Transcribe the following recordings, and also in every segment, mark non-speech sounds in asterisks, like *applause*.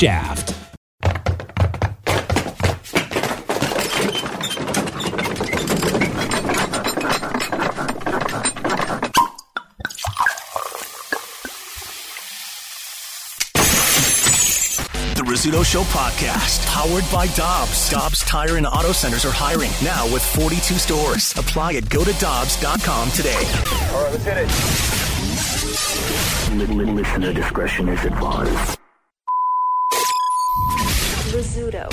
shaft. The Rizzuto Show podcast, powered by Dobbs. Dobbs Tire and Auto Centers are hiring now with 42 stores. Apply at go to Dobbs.com today. All right, let's hit it. Listener discretion is advised. Rizzuto.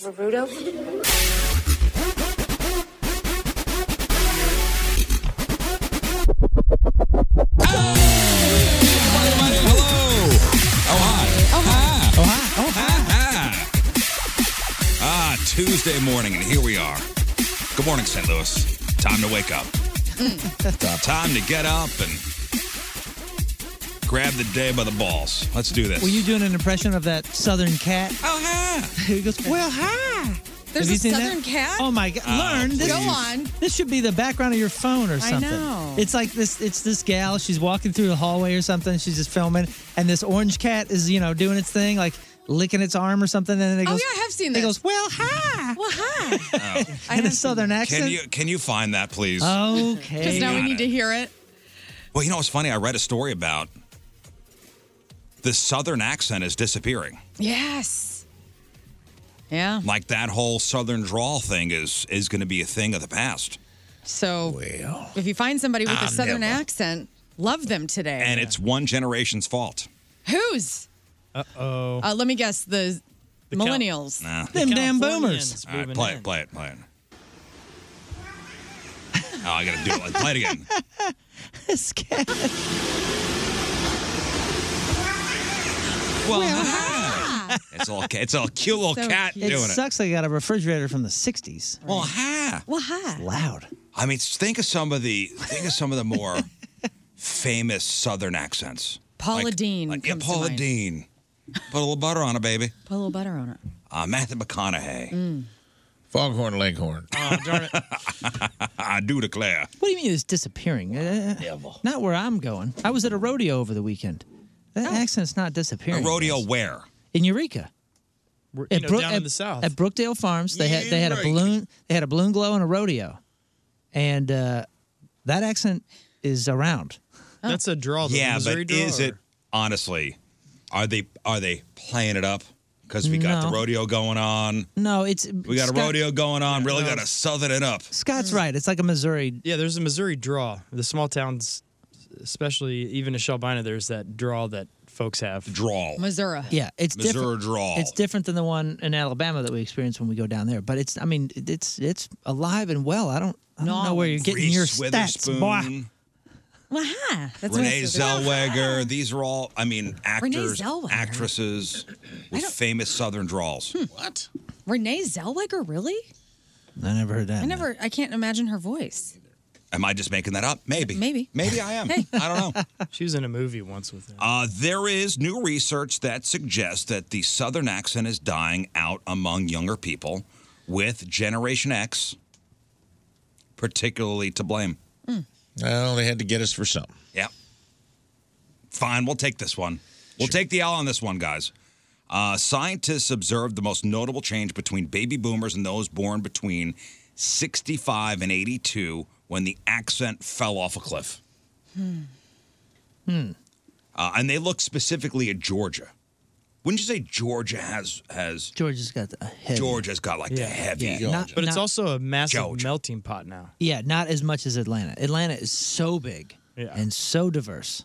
Rizzuto. Ah, Tuesday morning, and here we are. Good morning, St. Louis. Time to wake up. Time to get up and grab the day by the balls. Let's do this. *laughs* Were you doing an impression of that southern cat? Oh, hi. *laughs* He goes, well, hi. There's Have you a seen that? southern cat? Oh my Uh, God! Oh, Learn this. Go on. This should be the background of your phone or I something. know. It's like this. It's this gal. She's walking through the hallway or something. She's just filming, and this orange cat is you know doing its thing, like licking its arm or something. And then it Oh, goes. yeah, I have seen it this. goes well. Hi. Well, hi. *laughs* Oh. in a southern accent. Can you can you find that, please? Okay. Because now we Got need it. to hear it. Well, you know, it's funny. I read a story about the southern accent is disappearing. Yes. Yeah. Like that whole southern drawl thing is is going to be a thing of the past. So if you find somebody with a I'm southern never- accent, love them today. And it's one generation's fault. Whose? Uh-oh. Uh, let me guess. The, millennials. Oh. Nah. Them damn boomers. All right, play it, play it, play it. Oh, I gotta do it. Like, Play *laughs* it again. *laughs* This cat. Well, hi. it's all ca- it's all cute *laughs* little cat it doing sucks. I got a refrigerator from the '60s. it. Well, hi. Well, hi. Loud. I mean, think of some of the think of some of the more famous Southern accents. Paula Dean. Like, yeah, comes Paula to mind. Dean. Put a little butter on it, baby. Put a little butter on it. Uh, Matthew McConaughey. Mm. Foghorn Leghorn. Oh, darn it. *laughs* I do declare. What do you mean it's disappearing? Uh, Not where I'm going. I was at a rodeo over the weekend. That accent's not Oh. A disappearing. rodeo where? in Eureka. you At know, Brook- down in at- the south. at Brookdale Farms, they had they had a Eureka. balloon they had a balloon glow and a rodeo, and uh, that accent is around. That's a draw. The yeah, Missouri but draw, is or- it honestly? Are they are they playing it up? Because we got the No. rodeo going on. No, it's We got a Scott- rodeo going on. really no, got to it's- southern it up. Scott's right. It's like a Missouri. Mm. Yeah, there's a Missouri draw. The small towns, especially even in Shelbina, there's that draw that folks have. Draw. Missouri. Yeah, it's Missouri different. draw. It's different than the one in Alabama that we experience when we go down there. But it's I mean it- it's it's alive and well. I don't I don't know where you're getting your Reese stats, boy. Witherspoon, Well, hi. That's what Renee it's- Zellweger. These are all, I mean, actors, Zellweger. actresses with famous southern drawls. What? Renee Hmm. Zellweger, really? I never heard that. I never. I can't imagine her voice. Am I just making that up? Maybe. Maybe. Maybe I am. *laughs* I don't know. She was in a movie once with him. Uh, there is new research that suggests that the Southern accent is dying out among younger people, with Generation X particularly to blame. Hmm. Well, they had to get us for something. Yeah. Fine, we'll take this one. We'll take the L on this one, guys. Uh, scientists observed the most notable change between baby boomers and those born between 65 and 82 when the accent fell off a cliff. Hmm. Hmm. Uh, and they looked specifically at Georgia. Wouldn't you say Georgia has has Georgia's got the heavy. Georgia's got like the heavy? Yeah, not- But it's not- also a massive melting pot now. Yeah, not as much as Atlanta. Atlanta is so big and so diverse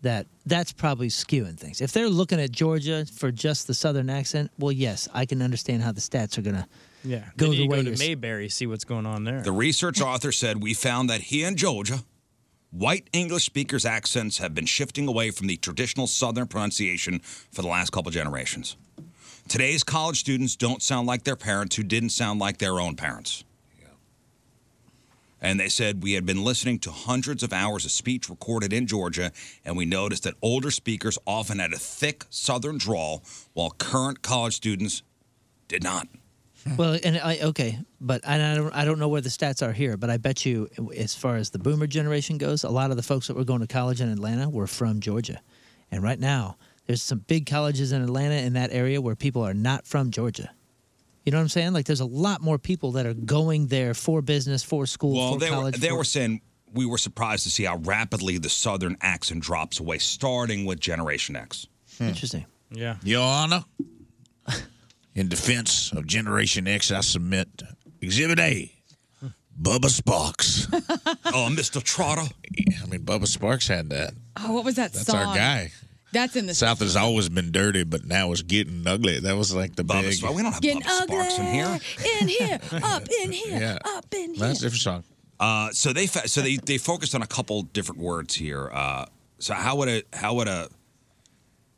that that's probably skewing things. If they're looking at Georgia for just the southern accent, well, yes, I can understand how the stats are going to. Yeah. Go Then the you way go you're to s- Mayberry, see what's going on there. The research author said we found that here in Georgia, white English speakers' accents have been shifting away from the traditional Southern pronunciation for the last couple generations. Today's college students don't sound like their parents who didn't sound like their own parents. And they said we had been listening to hundreds of hours of speech recorded in Georgia, and we noticed that older speakers often had a thick Southern drawl, while current college students did not. Well, and I okay, but and I don't I don't know where the stats are here, but I bet you as far as the boomer generation goes, a lot of the folks that were going to college in Atlanta were from Georgia. And right now, there's some big colleges in Atlanta in that area where people are not from Georgia. You know what I'm saying? Like there's a lot more people that are going there for business, for school, Well, for they were, college. they for- were saying we were surprised to see how rapidly the Southern accent drops away, starting with Generation X. Interesting. Yeah. Your Honor, in defense of Generation X, I submit Exhibit A, Bubba Sparks. *laughs* oh, Mr. Trotter. I mean, Bubba Sparks had that. Oh, what was that That's song? our guy. That's in the South has always been dirty, but now it's getting ugly. That was like the big. Sparks. We don't Getting ugly in *laughs* here, up in here, Yeah. up in here. That's a different song. Uh, so they fa- so they they focused on a couple different words here. Uh, so how would a how would a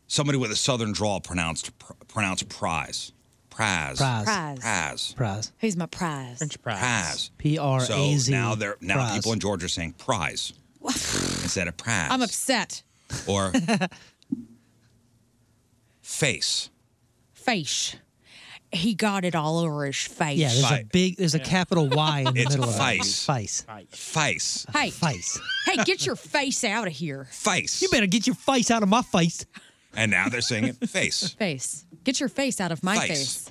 somebody with a Southern drawl pronounced pr- pronounce prize? Prize. Prize. Prize. Prize. Prize. Who's my prize? French Prize. P R A Z. So now they're now prize. people in Georgia are saying prize instead of prize I'm upset. or *laughs* face. *laughs* Face. He got it all over his face. Yeah, there's a big there's a capital Y in the It's middle of it. face. Face. Face. Hey. Face. Hey, get your face out of here. Face. You better get your face out of my face. And now they're saying it *laughs* face. Face. Get your face out of my Face. face.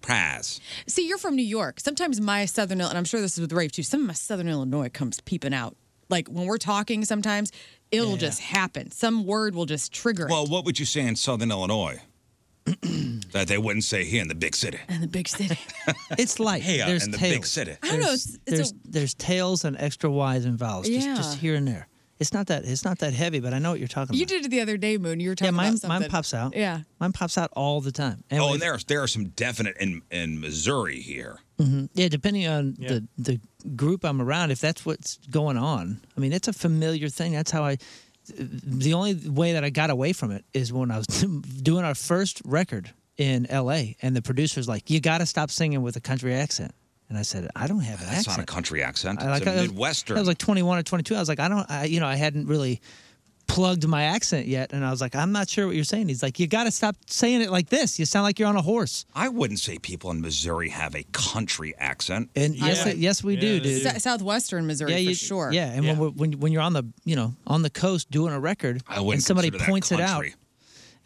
Prize. See, you're from New York. Sometimes my Southern, and I'm sure this is with Rafe too. Some of my Southern Illinois comes peeping out. Like when we're talking, sometimes it'll just happen. Some word will just trigger Well, what would you say in Southern *clears throat* Illinois that they wouldn't say here in the big city? it. In the big *laughs* city, It's like Here there's in uh, the tails. big city. I don't know, it's- it's there's there's tails and extra Y's and vowels, just, Yeah. just here and there. It's not that it's not that heavy, but I know what you're talking you about. did it the other day, Moon. You were talking yeah, mine about something. mine pops out. Yeah. mine pops out all the time. oh, we- and there are, there are some definite in, in Missouri here. Mhm. Yeah, depending on the the group I'm around, if that's what's going on, I mean, it's a familiar thing. That's how I. The only way that I got away from it is when I was *laughs* doing our first record in L.A. and the producer's like, "You got to stop singing with a country accent," and I said, "I don't have an That's accent." not a country accent. I, like, it's I a was- Midwestern. I was like 21 or 22. I was like, I don't, I, you know, I hadn't really plugged my accent yet. And I was like, I'm not sure what you're saying. He's like, you got to stop saying it like this. You sound like you're on a horse. I wouldn't say people in Missouri have a country accent. And yes, it- yes, we do, dude. S- Southwestern Missouri yeah, for sure. Yeah, and when we're, when when you're on the you know on the coast doing a record, I wouldn't and somebody consider that points it out. country.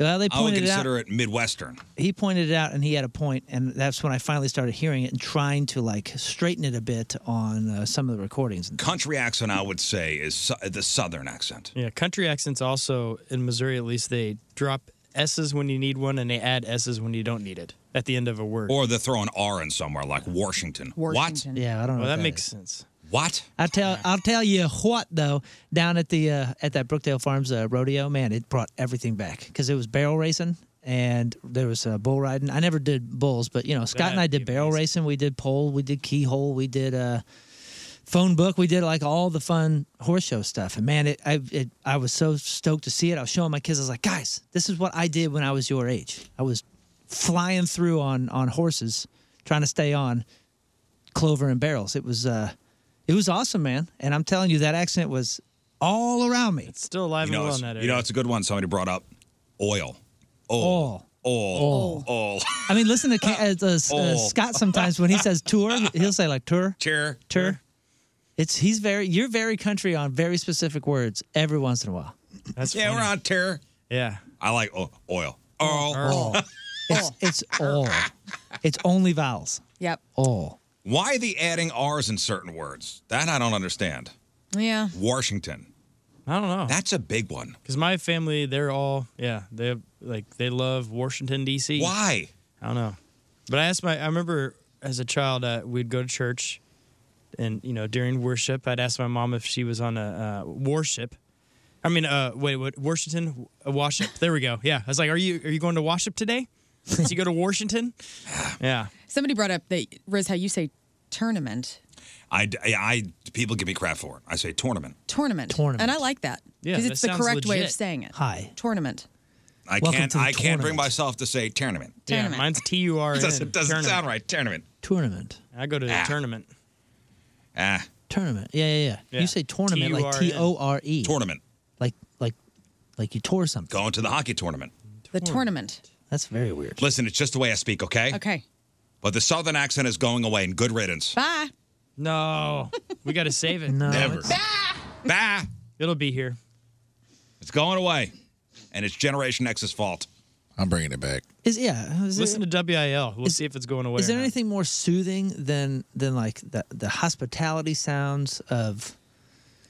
Well, they I would pointed it out. consider it Midwestern. He pointed it out, and he had a point, and that's when I finally started hearing it and trying to like straighten it a bit on uh, some of the recordings. Country accent, I would say, is su- the Southern accent. Yeah, country accents also in Missouri at least they drop S's when you need one and they add S's when you don't need it at the end of a word. Or they throw an R in somewhere, like Washington. Washington. What? Yeah, I don't know Well, what that, that makes is. sense. What? I tell I'll tell you what though, down at the uh, at that Brookdale Farms uh, rodeo, man, it brought everything back because it was barrel racing and there was uh, bull riding. I never did bulls, but you know, Scott and I did barrel racing. We did pole, we did keyhole, we did uh, phone book, we did like all the fun horse show stuff. And man, it I it, I was so stoked to see it. I was showing my kids. I was like, guys, this is what I did when I was your age. I was flying through on on horses, trying to stay on clover and barrels. It was uh, It was awesome, man. And I'm telling you, that accent was all around me. It's still alive you know, and well it's, in that area. you know, it's a good one. Somebody brought up oil. Oil. Oil. Oil. *laughs* I mean, listen to Ca- uh, uh, s- uh, Oh. Scott sometimes when he says tour, he'll say like tour, tour, tour. It's he's very you're very country on very specific words every once in a while. That's yeah, we're on terror. Yeah. I like o- oil. Oil. Oil. It's it's all. It's only vowels. Yep. All. Why the adding R's in certain words? That I don't understand. Yeah. Washington. I don't know. That's a big one. Because my family, they're all yeah, they like they love Washington D.C. Why? I don't know. But I asked my. I remember as a child, uh, we'd go to church, and you know during worship, I'd ask my mom if she was on a uh, worship. I mean, uh, wait, what? Washington, uh, worship. There we go. Yeah, I was like, are you are you going to worship today? Did you go *laughs* to Washington? Yeah. Somebody brought up that Riz, how you say tournament, I, d- I- I- people give me crap for it. I say tournament. tournament, Tournament. and I like that Yeah, because that it's the sounds correct way of legit. saying it. Hi. tournament. I Welcome can't to the I can't bring tournament. myself to say tournament. Tournament. Yeah, mine's T U R N. Doesn't, doesn't sound right. Tournament. Tournament. I go to the Ah. tournament. Ah. Tournament. Yeah, yeah, yeah. Yeah. You say tournament like T T U R N. O R E. Tournament. Like like like you tore something. Going to the hockey tournament. The tournament. That's very weird. Listen, it's just the way I speak, okay? Okay. But the southern accent is going away and good *laughs* riddance. Bye. No, we got to save it. No, Never. Bah! Bah! It'll be here. It's going away. And it's Generation X's fault. I'm bringing it back. Is yeah. Is Listen there, to WIL. We'll see if it's going away. is or there not. anything more soothing than than like the the hospitality sounds of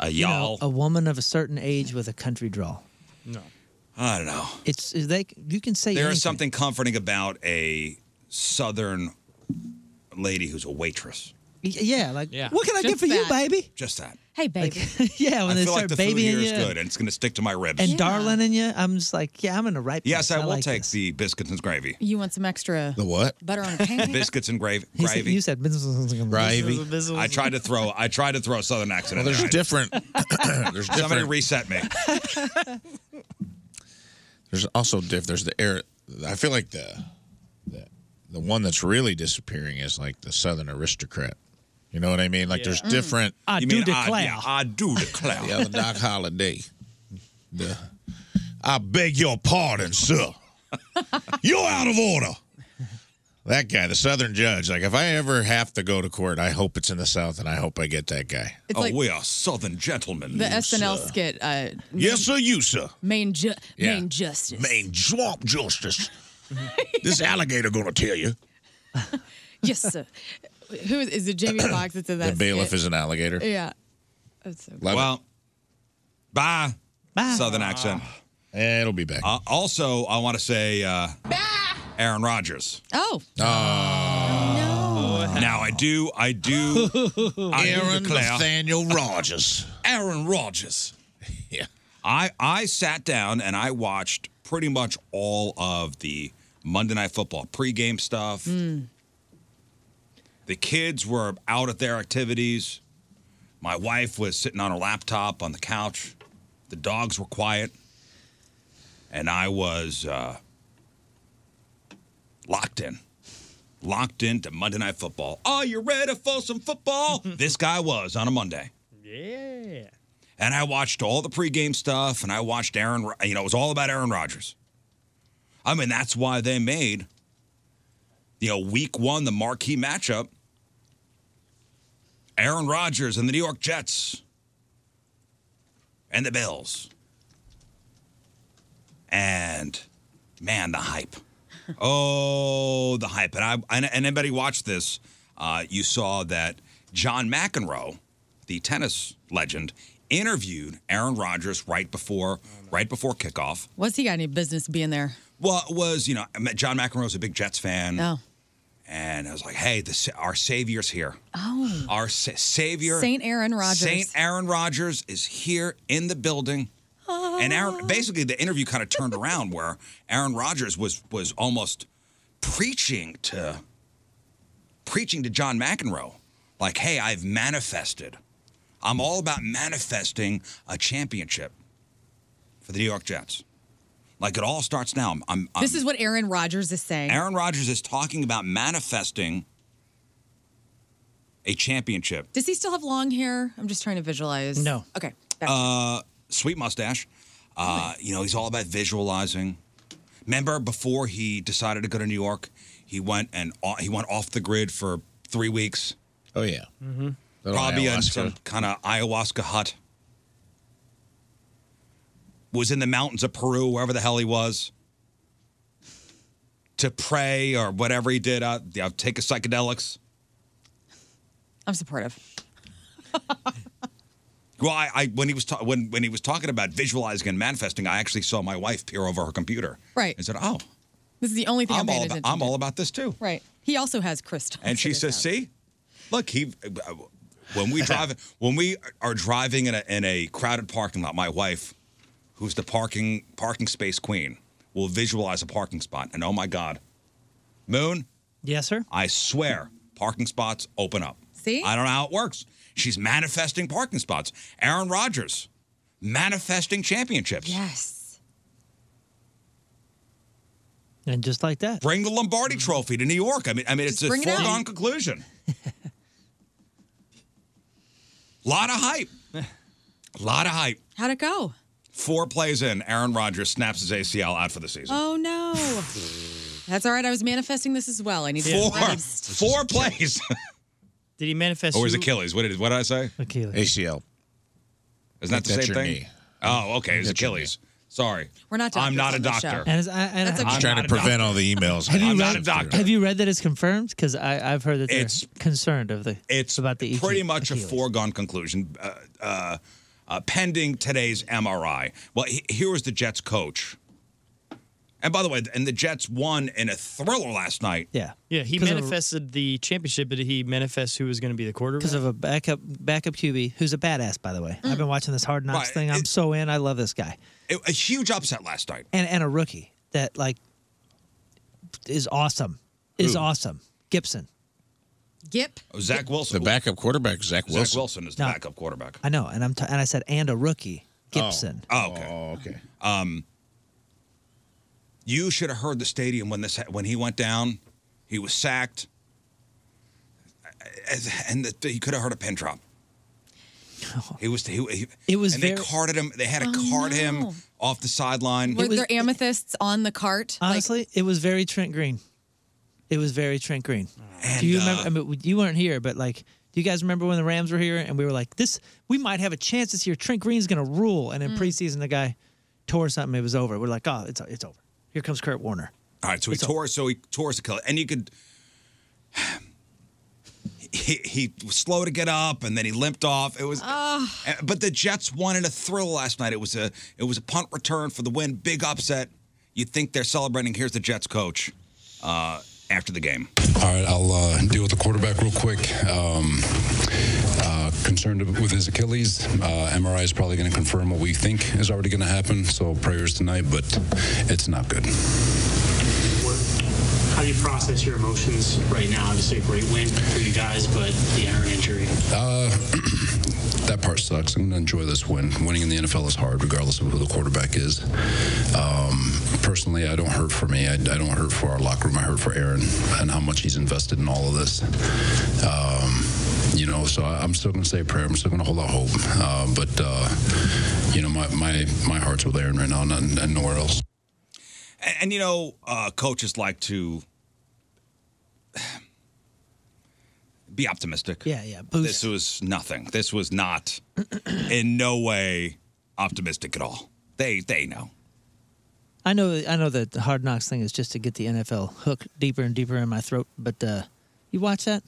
a you know, y'all. a woman of a certain age with a country drawl? No. I don't know. It's is they you can say There anything. is something comforting about a southern lady who's a waitress. Y- Yeah, like Yeah. what can I Just get for you, that. baby? Just that. Hey, baby. *laughs* yeah, when I they feel like start the food babying here is you good and it's going to stick to my ribs. and darling in you, I'm just like, yeah, I'm in the right place. Yes, I, will like take the biscuits and *laughs* gravy. You want some extra what? butter on a pancake? Biscuits and gravy. He said- gravy. *laughs* you said Gravy. Bizzles. I tried to throw. I tried to throw a Southern accent. Well, there's *laughs* different. there's Somebody different- reset me. There's also diff. There's the air. I feel like the, the the one that's really disappearing is like the Southern aristocrat. You know what I mean? Like there's Mm. different. I You do mean I- declare. yeah, I do declare. the other Doc Holiday. The, I beg your pardon, sir. You're out of order. That guy, the Southern judge. Like if I ever have to go to court, I hope it's in the South, and I hope I get that guy. It's Oh, like- we are Southern gentlemen. The SNL skit. Uh, Yes, sir. You, sir. Main, ju- Yeah. main justice. Main swamp justice. this alligator gonna tell you. yes, sir. Who is, is it? *coughs* Jamie Foxx that's in that. the bailiff skit? is an alligator. Yeah. That's so Love well, bye. Bye. Southern accent. Eh, It'll be back. Uh, also, I want to say uh, Aaron Rodgers. Oh. Ah. Now I do. I *laughs* do. I do Aaron declare- Nathaniel Rogers. Aaron Rodgers. Yeah. I I sat down and I watched pretty much all of the Monday Night Football pregame stuff. The kids were out at their activities. My wife was sitting on her laptop on the couch. The dogs were quiet, and I was uh, locked in, locked into Monday *laughs* Night Football. Are you ready for some *laughs* football? this guy was on a Monday. Yeah. And I watched all the pregame stuff, and I watched Aaron. Ro- You know, it was all about Aaron Rodgers. I mean, that's why they made, you know, Week One the marquee matchup. Aaron Rodgers and the New York Jets, and the Bills, and man, the hype. oh, the hype! And I and, and anybody watched this, uh, you saw that John McEnroe the tennis legend, interviewed Aaron Rodgers right before right before kickoff. What's he got any business being there? Well, it was you know I met- John McEnroe's a big Jets fan, No. and I was like, hey, the, sa- our savior's here. Oh. Our sa- savior, Saint Aaron Rodgers. Saint Aaron Rodgers is here in the building. And Aaron, basically, the interview kind of turned around where Aaron Rodgers was was almost preaching to preaching to John McEnroe, like, "Hey, I've manifested. I'm all about manifesting a championship for the New York Jets. Like, it all starts now. I'm, I'm, this is what Aaron Rodgers is saying. Aaron Rodgers is talking about manifesting a championship. Does he still have long hair? I'm just trying to visualize. No. Okay. Uh, sweet mustache. Uh, You know, he's all about visualizing. Remember before he decided to go to New York, he went and o- he went off the grid for three weeks. Oh yeah, Mm-hmm. probably in some kind of ayahuasca hut. Was in the mountains of Peru, wherever the hell he was, to pray or whatever he did. Uh, you know, take a psychedelics. I'm supportive. Well, I, I when he was ta- when when he was talking about visualizing and manifesting, I actually saw my wife peer over her computer Right. and said, "Oh, This is the only thing I'm, I'm paying all about, attention I'm to. all about this too." Right. He also has crystals. And she says, "See, look, he when we drive when we are driving in a in a crowded parking lot, my wife, who's the parking parking space queen, will visualize a parking spot, and oh my God, Moon, yes, sir, I swear, parking spots open up. See? I don't know how it works. She's manifesting parking spots. Aaron Rodgers, manifesting championships. Yes. And just like that, bring the Lombardi Trophy to New York. I mean, I mean, it's bring it a out. foregone conclusion. lot of hype. lot of hype. *laughs* How'd it go? Four plays in, Aaron Rodgers snaps his ACL out for the season. Oh *laughs* no. That's all right. I was manifesting this as well. I need to. Four, I need- four plays. *laughs* Did he manifest? or was who- Oh, Achilles? What did what did I say? Achilles. ACL. Isn't that the That's same your thing? knee. Oh, okay. It's Achilles. Sorry. We're not doctors I'm not on a this show. doctor. And it's- I- and That's I- okay. Just trying to prevent all the emails. Have you I'm read- not a doctor. Have you read that it's confirmed? Because I've heard that they're It's- concerned of the. It's about the pretty much a foregone conclusion, uh, uh, uh, pending today's MRI. Well, he, here was the Jets coach. And by the way, and the Jets won in a thriller last night. Yeah. Yeah, he 'Cause of- manifested the championship, but did he manifest who was going to be the quarterback? Because of a backup backup QB who's a badass, by the way. I've been watching this Hard Knocks Right, thing. I'm so in. I love this guy. Mm. It- a huge upset last night. and and a rookie that like is awesome. Is Who? awesome. Gibson. Gip. Oh, Zach Wilson. The backup quarterback, Zach Zach Wilson. Wilson is the backup quarterback. I know, and I'm t- and I said and a rookie Gibson. Oh, okay. Oh, okay. Um, you should have heard the stadium when this ha- when he went down. He was sacked, As- and the, you could have heard a pin *laughs* drop. He was. He, he, It was And they very- carted him. They had to Oh, card him no. off the sideline. Were there amethysts on the cart? Honestly, it was very Trent Green. It was very Trent Green. do you uh, remember? I mean, you weren't here, but like, do you guys remember when the Rams were here and we were like, this, we might have a chance this year. Trent Green's going to rule. And in Mm. preseason, the guy tore something. It was over. We're like, oh, it's, it's over. Here comes Kurt Warner. All right, so he It's tore. So he tore his Achilles, and you could. *sighs* He, he was slow to get up, and then he limped off. It was, Oh, Ah. Uh, but the Jets won in a thrill last night. It was a it was a punt return for the win, big upset. You think they're celebrating? Here's the Jets coach uh, after the game. All right, I'll uh, deal with the quarterback real quick. Um, uh, concerned with his Achilles. Uh, MRI is probably going to confirm what we think is already going to happen. So prayers tonight, but it's not good. How do you process your emotions right now? Obviously, a great win for you guys, but the inner injury. Uh, *clears throat* that part sucks. I'm going to enjoy this win. Winning in the NFL is hard, regardless of who the quarterback is. Um, personally, I don't hurt for me. I, I don't hurt for our locker room. I hurt for Aaron and how much he's invested in all of this. Um, you know, so I, I'm still going to say a prayer. I'm still going to hold out hope. Uh, but, uh, you know, my, my, my heart's with Aaron right now, not, and nowhere else. And, and you know, uh, coaches like to *sighs* be optimistic. Yeah, yeah. This was nothing. This was *clears throat* not in no way optimistic at all. They they know. I know, I know that the Hard Knocks thing is just to get the NFL hook deeper and deeper in my throat, but uh, you watch that?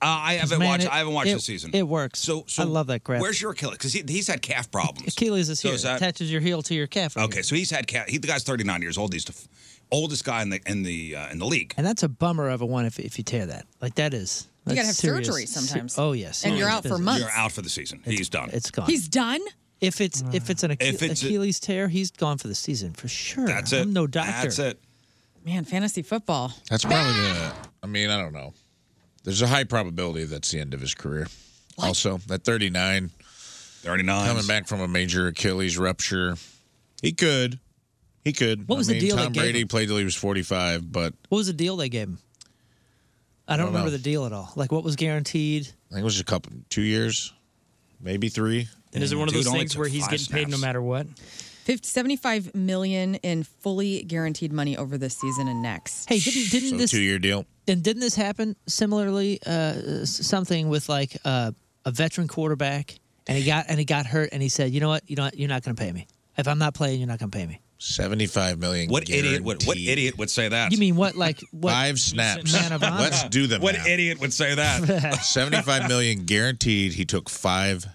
Uh, I 'Cause, haven't man, watched. it- I haven't watched it- the season. It works. So, so I love that crap. Where's your Achilles? Because he, he's had calf problems. Achilles is So here. is that- attaches your heel to your calf. Okay, so he's had calf. He, the guy's 39 years old. He's the f- oldest guy in the in the uh, in the league. And that's a bummer of a one if, if you tear that. Like that is. You gotta that's have serious. surgery Se- sometimes. Oh yes. And you're serious out for business. months. You're out for the season. he's done. It's gone. He's done. if it's if it's an Achil- If it's a- Achilles tear, he's gone for the season for sure. That's it. I'm no doctor. That's it. Man, fantasy football. That's probably the. I mean, I don't know. There's a high probability that's the end of his career. Also, at 39, 39 coming back from a major Achilles rupture, he could, he could. What was the deal they Tom gave Brady him? played till he was 45, but What was the deal they gave him? I don't, don't remember know. the deal at all. Like what was guaranteed? I think it was a couple, two years, maybe three. And is it one of those things where he's getting paid no matter what? 50, 75 million in fully guaranteed money over this season and next. Hey, didn't didn't this deal? And didn't this happen similarly? Uh, s- something with like uh, a veteran quarterback, and he got and he got hurt, and he said, "You know what? You know what? you're not going to pay me. If I'm not playing, you're not going to pay me." Seventy-five million. What idiot would what idiot would say that? You mean what? Like what? Five snaps. Man of honor. Let's do them. What now. idiot would say *laughs* that? Seventy-five million guaranteed. He took five Four,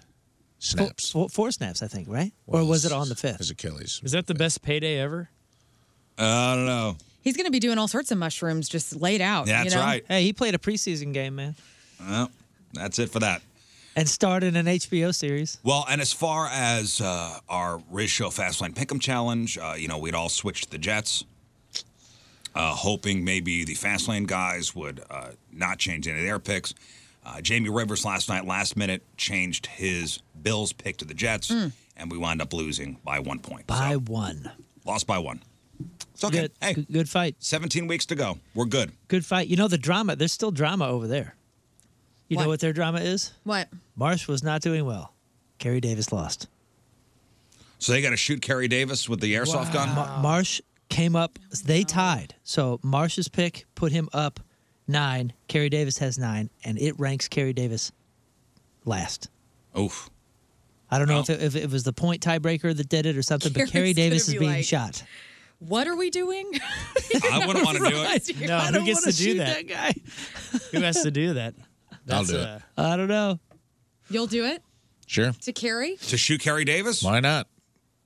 snaps. four, four snaps, I think, right? or was it on the fifth? His Achilles. Is that the best payday ever? Uh, I don't know. He's going to be doing all sorts of mushrooms just laid out. you That's know? right. Hey, he played a preseason game, man, Well, that's it for that. and started an HBO series. Well, and as far as uh, our Riz Show Fast Lane Pick'em Challenge, uh, you know, we'd all switched to the Jets, uh, hoping maybe the Fast Lane guys would uh, not change any of their picks. Uh, Jamie Rivers last night, last minute, changed his Bills pick to the Jets, Mm. and we wound up losing by one point. By one. Lost by one. It's okay. Good, hey, good fight. 17 weeks to go. We're good. Good fight. You know the drama. There's still drama over there. You know What? what their drama is? What? Marsh was not doing well. Kerry Davis lost. So they got to shoot Kerry Davis with the airsoft gun? Ma- Marsh came up. They tied. So Marsh's pick put him up nine. Kerry Davis has nine, and it ranks Kerry Davis last. Oof. I don't know if, it, if it was the point tiebreaker that did it or something, but Kerry Kerry's Davis gonna is be being like- shot. What are we *laughs* doing? I wouldn't want to do it. Right. No, I who don't gets to wanna do shoot that that? *laughs* guy. *laughs* Who has to do that? uh, I'll do it. I don't know. You'll do it Sure. to Carrie? To shoot Kerry Davis? Why not?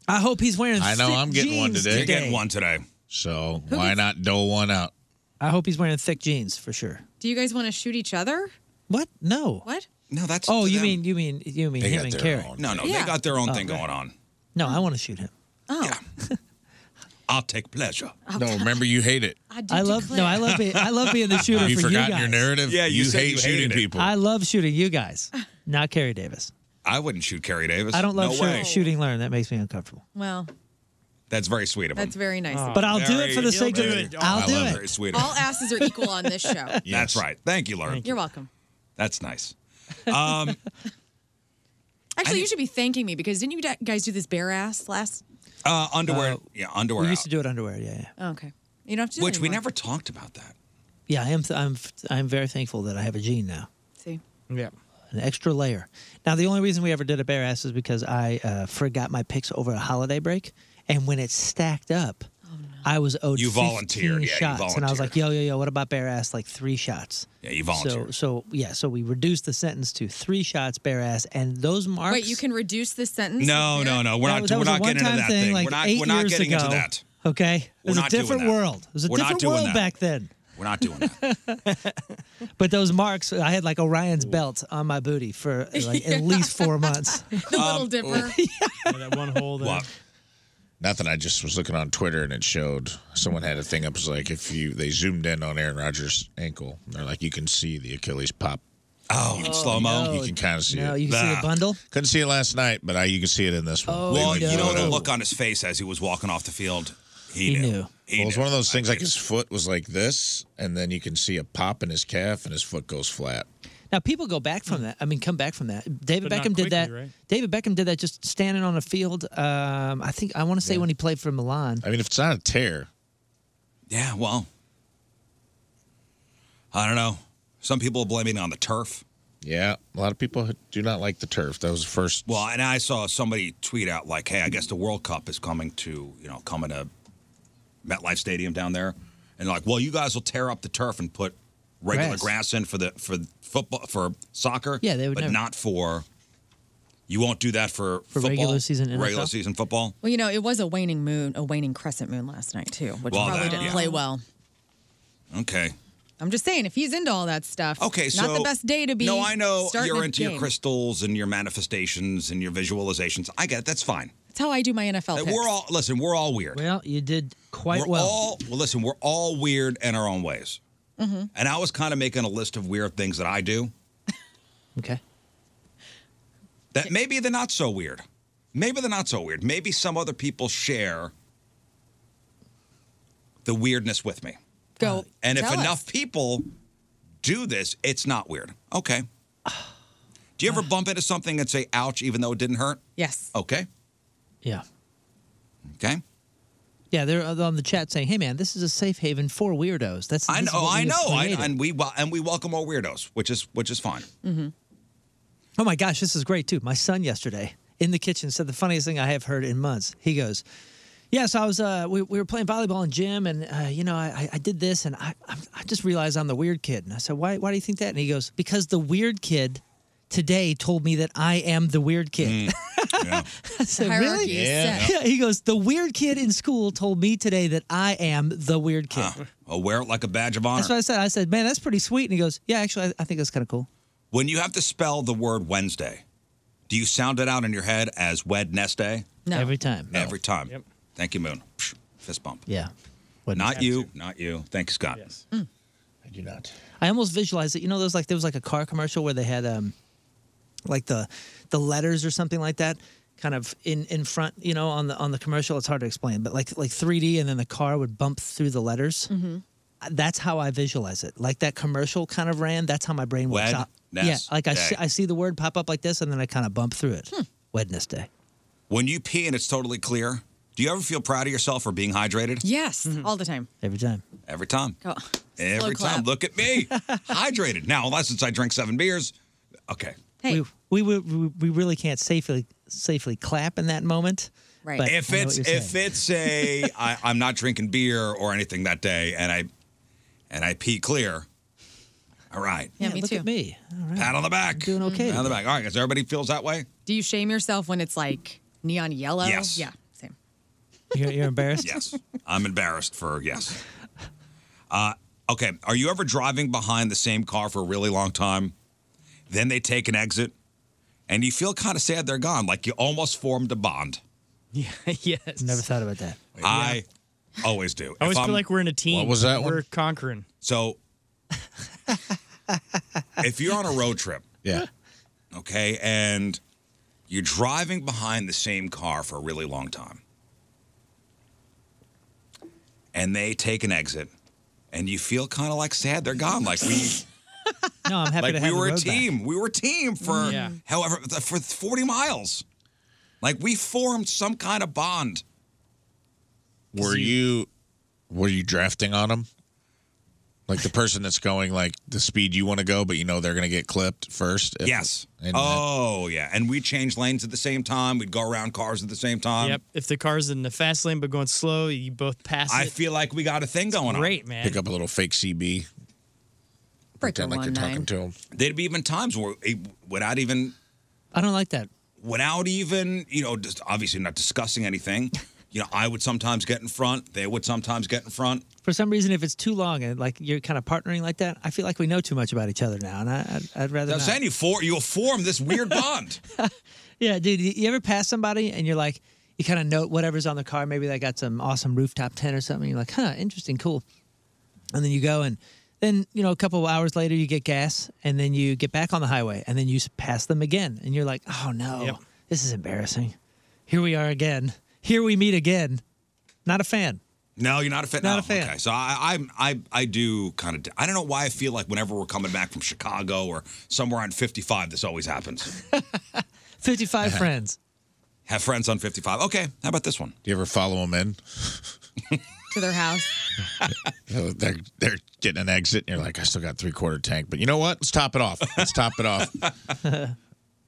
I hope he's wearing. I know thick I'm getting one jeans today. today. today. So Who why gets- not dole one out? I hope he's wearing thick jeans for sure. Do you guys want to shoot each other? What? No. What? No, that's. Oh, you mean you mean you mean They him got and their Kerry? Oh, own No, no, they got their own thing going on. No, I want to shoot him. Oh. I'll take pleasure. Oh, No, remember you hate it. I, I love no, I love being I love being *laughs* the shooter Have you for you forgotten guys. your narrative? Yeah, you you said hate you hated shooting it. people. I love shooting you guys, not Kerry Davis. I wouldn't shoot Kerry Davis. I don't love no shoot- way. shooting learn. That makes me uncomfortable. Well, That's very sweet of him. that's very nice. of you. Oh. But I'll do it for the sake of it. I'll do it. Very sweet of him. All asses *laughs* are equal on this show. That's right. Thank you, Lauren. You're welcome. That's nice. Um, Actually, you should be thanking me because didn't you da- guys do this bare ass last? uh, underwear. yeah, underwear. We used out. to do it underwear. Yeah, yeah. Oh, okay. You don't have to do which it we anymore. never talked about that. Yeah, I am. Th- I'm. f- I'm very thankful that I have a gene now, See. Yeah. an extra layer. Now, the only reason we ever did a bare ass is because I uh, forgot my picks over a holiday break, and when it stacked up, I was owed You 15 volunteered. Yeah, you shots, and I was like, "Yo, yo, yo, what about bare ass? Like three shots." Yeah, you volunteered. So, so yeah, so we reduced the sentence to three shots bare ass, and those marks. Wait, you can reduce this sentence? No, no, no. We're That not. was- that we're was a not getting into one-time that thing. like we're not. eight We're not years getting into ago. that. Okay, it We're was not a doing different that. world. It was a We're not different doing world that. back then. We're not doing that. *laughs* But those marks, I had like Orion's belt on my booty for like at least *laughs* four months. The Um, little dipper. *laughs* that one hole there. Nothing. I just was looking on Twitter and it showed someone had a thing up. It was like if you they zoomed in on Aaron Rodgers' ankle, and they're like you can see the Achilles pop. Oh, in slow mo. you can kind of see No, it. you can see the bundle. Oh, Couldn't see it last night, but I, you can see it in this one. They, Well, like, you know blew it the up. look on his face as he was walking off the field. He, He knew. knew. He Well, it was knew. one of those things like his foot was like this, and then you can see a pop in his calf, and his foot goes flat. Now people go back from that. I mean, come back from that. David But not Beckham quickly, did that. right? David Beckham did that just standing on a field. Um, I think I want to say when he played for Milan. I mean, if it's not a tear, Yeah, well, I don't know. Some people are blaming it on the turf. yeah, a lot of people do not like the turf. That was the first. Well, and I saw somebody tweet out like, "Hey, I guess the World Cup is coming to you know coming to MetLife Stadium down there," and like, "Well, you guys will tear up the turf and put regular grass, Grass. in for the for football for soccer, Yeah, they would but never- not for you won't do that for, For football, regular season NFL? regular season football." Well, you know, it was a waning moon, a waning crescent moon last night too, which Well, probably that- didn't yeah. play well. Okay, I'm just saying, if he's into all that stuff, okay, so not the best day to be. No, I know starting you're a into your game. crystals and your manifestations and your visualizations. I get it. That's fine. That's how I do my NFL. Like, picks. We're all listen. We're all weird. Well, you did quite we're well. all well. Listen, we're all weird in our own ways. And I was kind of making a list of weird things that I do *laughs* okay. that maybe they're not so weird. Maybe they're not so weird. Maybe some other people share the weirdness with me. go. Uh, And if tell us. enough people do this, it's not weird. Okay. Do you *sighs* ever bump into something and say, ouch, even though it didn't hurt? Yes. Okay. Yeah. Okay. Yeah, they're uh, on the chat saying, "Hey, man, this is a safe haven for weirdos." That's I know, I know, I, and we wel- and we welcome all weirdos, which is which is fine. Mm-hmm. Oh my gosh, this is great too. My son yesterday in the kitchen said the funniest thing I have heard in months. He goes, "Yeah, so I was uh, we, we were playing volleyball in gym, and uh, you know I, I- I did this, and I I'm- I just realized I'm the weird kid." And I said, "Why why do you think that?" And he goes, "Because the weird kid." Today told me that I am the weird *laughs* kid. *laughs* I said, The hierarchy really? is Yeah. set. yeah. He goes, the weird kid in school told me today that I am the weird kid. I'll Uh, oh, wear it like a badge of honor. That's what I said. I said, man, that's pretty sweet. And he goes, yeah, actually, I, I think that's kind of cool. When you have to spell the word Wednesday, do you sound it out in your head as Wednesday? No. Every time. Every time. Yep. Thank you, Moon. Psh, Fist bump. Yeah. Not you. Not you. Thank you, Scott. Yes. Hmm. I do not. I almost visualized it. You know, there was like there was like a car commercial where they had um, like the the letters or something like that, kind of in in front. You know, on the on the commercial, it's hard to explain, but like like 3D, and then the car would bump through the letters. Uh, Mm-hmm. That's how I visualize it. Like that commercial kind of ran. That's how my brain works. Wed- out. Yeah, ness- like I day. see, I see the word pop up like this, and then I kind of bump through it. Wednesday. When you pee and it's totally clear, do you ever feel proud of yourself for being hydrated? Yes, all the time. Mm-hmm. Every time. Every time. Go. Slow Every clap. time. Look at *laughs* me. hydrated. Now, unless since I drink seven beers. Okay. We, we we we really can't safely safely clap in that moment. but if I know it's what you're if saying. it's *laughs* a I, I'm not drinking beer or anything that day, and I and I pee clear. All right. Yeah, me look too. at me. Pat on the back. Doing okay Pat on the back. All right, guys. Everybody feels that way. Do you shame yourself when it's like neon yellow? Yes. Yeah, same. You're, you're embarrassed. yes, I'm embarrassed for yes. *laughs* Uh, okay. Are you ever driving behind the same car for a really long time? Then they take an exit, and you feel kind of sad they're gone. Like you almost formed a bond. Yeah. *laughs* yes. Never thought about that. I always do. I always If feel I'm- like we're in a team. We're conquering. So, if you're on a road trip, yeah, okay, and you're driving behind the same car for a really long time, and they take an exit, and you feel kind of like sad they're gone, like *laughs* we, No, I'm happy like to we have were the a *laughs* road back. Mm, team, we were a team for Yeah. however for 40 miles, like we formed some kind of bond. Were you were you drafting on them? Like the person that's going like the speed you want to go, but you know they're going to get clipped first. if- yes. and- Oh yeah, and we changed lanes at the same time. We'd go around cars at the same time. yep. If the car's in the fast lane but going slow, you both pass I it. feel like we got a thing going great, on. man. Pick up a little fake CB. Pretend like you're talking to them. There'd be even times where it, without even I don't like that. without even you know just obviously not discussing anything, you know I would sometimes get in front. They would sometimes get in front. For some reason, if it's too long and like you're kind of partnering like that, I feel like we know too much about each other now, and I, I'd, I'd rather I'm not. saying you for you'll form this *laughs* weird bond. Yeah, dude, you- you ever pass somebody and you're like, you kind of note whatever's on the car. Maybe they got some awesome rooftop tent or something. You're like, huh, interesting, cool. And then you go and then you know a couple of hours later you get gas and then you get back on the highway and then you s- pass them again and you're like, oh no, this is embarrassing. Here we are again. Here we meet again. Not a fan. No, you're not a fan. Not no. a fan. Okay, so I, I, I, I do kind of. I don't know why I feel like whenever we're coming back from Chicago or somewhere on 55, this always happens. *laughs* Uh-huh. 55 friends. Have friends on 55. Okay, how about this one? Do you ever follow them in? *laughs* To their house. So they're they're getting an exit, and you're like, I still got three quarter tank, but you know what? Let's top it off. Let's top it off. *laughs*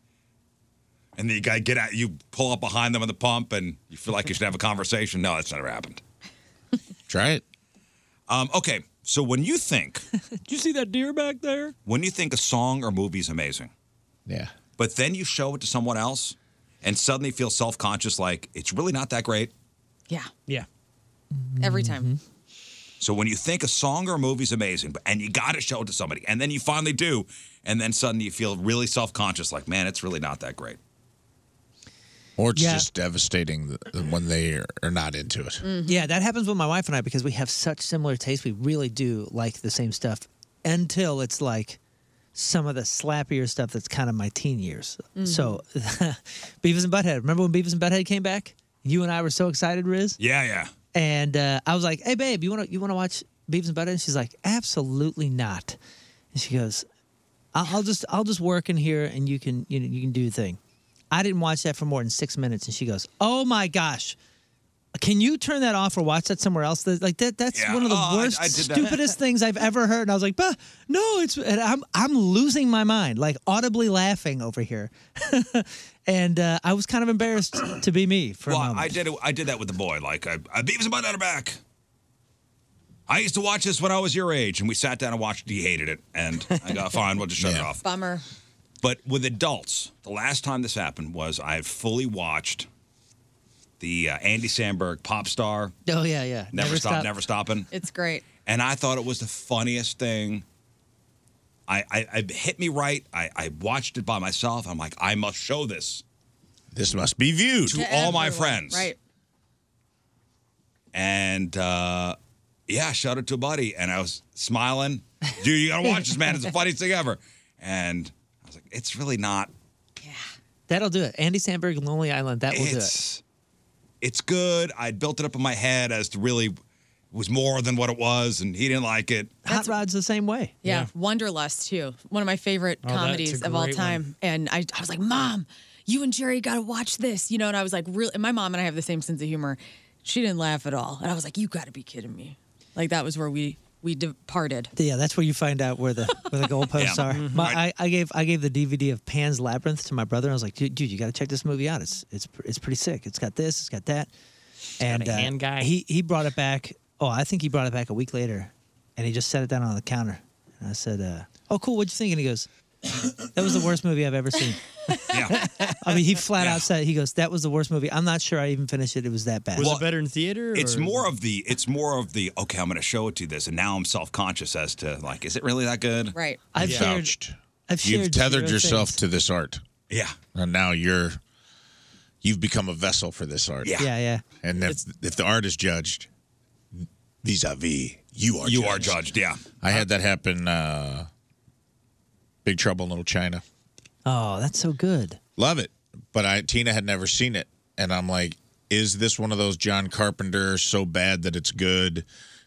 And the guy get out, you pull up behind them on the pump, and you feel like you should have a conversation. No, that's never happened. Try it. Um, okay, so when you think Did you see that deer back there? when you think a song or movie is amazing, yeah, but then you show it to someone else, and suddenly feel self conscious, like it's really not that great. Yeah. Yeah. Every time. So when you think a song or a movie is amazing, but and you got to show it to somebody, and then you finally do, and then suddenly you feel really self conscious, like man, it's really not that great. Or it's Yeah. Mm, just devastating th- when they are, are not into it. Yeah, that happens with my wife and I because we have such similar tastes. We really do like the same stuff until it's like some of the slappier stuff that's kind of my teen years. Mhm. So, *laughs* Beavis and Butthead. Remember when Beavis and Butthead came back? You and I were so excited, Riz. Yeah, yeah. And uh, I was like, "Hey, babe, you want to you want to watch Beavis and Butthead?" And she's like, "Absolutely not." And she goes, I'll, I'll just I'll just work in here and you can you know, you can do the thing. I didn't watch that for more than six minutes, and she goes, "Oh my gosh." Can you turn that off or watch that somewhere else? That- Like that, thats Yeah. one of the Oh, I- worst, I did that. *laughs* stupidest things I've ever heard. And I was like, "Bah, no, it's." And I'm, I'm losing my mind, like audibly laughing over here, *laughs* and uh, I was kind of embarrassed to be me for a well, moment. I did it, I did that with the boy. Like I, I beavis a butt on her back. I used to watch this when I was your age, and we sat down and watched. it. He hated it, and I go, fine, we'll just shut it off. Bummer. But with adults, the last time this happened was I fully watched the uh, Andy Samberg pop star Oh yeah, yeah. Never, stop, never stopping. It's great. And I thought it was the funniest thing. I, I, I it hit me right. I, I watched it by myself. I'm like, I must show this. This must be viewed to, all my friends. Right. And uh, yeah, I showed it to a buddy, and I was smiling. Dude, you gotta watch this, man. It's the funniest thing ever. And I was like, it's really not. That'll do it. Andy Sandberg, Lonely Island. That will do it. It's it's good. I built it up in my head as to really was more than what it was, and he didn't like it. Hot Rod's the same way. Yeah, Wonderlust too. One of my favorite Oh, that's a comedies of all great time. one. And I, I was like, Mom, you and Jerry got to watch this, you know. And I was like, really. And my mom and I have the same sense of humor. She didn't laugh at all, and I was like, you got to be kidding me. Like that was where we we departed. Yeah, that's where you find out where the where the goalposts Yeah. are. Mhm. My, I, I gave I gave the DVD of Pan's Labyrinth to my brother. and I was like, dude, dude you got to check this movie out. It's it's pr- it's pretty sick. It's got this. It's got that. and uh, a hand guy. he he brought it back. Oh, I think he brought it back a week later, and he just set it down on the counter. And I said, uh, "Oh, cool. What'd you think?" And he goes, "That was the worst movie I've ever seen." Yeah. *laughs* I mean, he flat out said, "He goes, that was the worst movie. I'm not sure I even finished it. It was that bad." Was it Well, better in theater? It's or- more of the it's more of the okay, I'm gonna show it to you this, and now I'm self conscious as to like, is it really that good? Right. I've Yeah. shared. Ouched. I've you've shared tethered zero yourself things. to this art. Yeah. And now you're you've become a vessel for this art. Yeah. Yeah, yeah. And if if the art is judged vis-a-vis, you are You judged. are judged, yeah. I had that happen uh Big Trouble in Little China. Oh, that's so good. Love it. But I Tina had never seen it. And I'm like, is this one of those John Carpenter so bad that it's good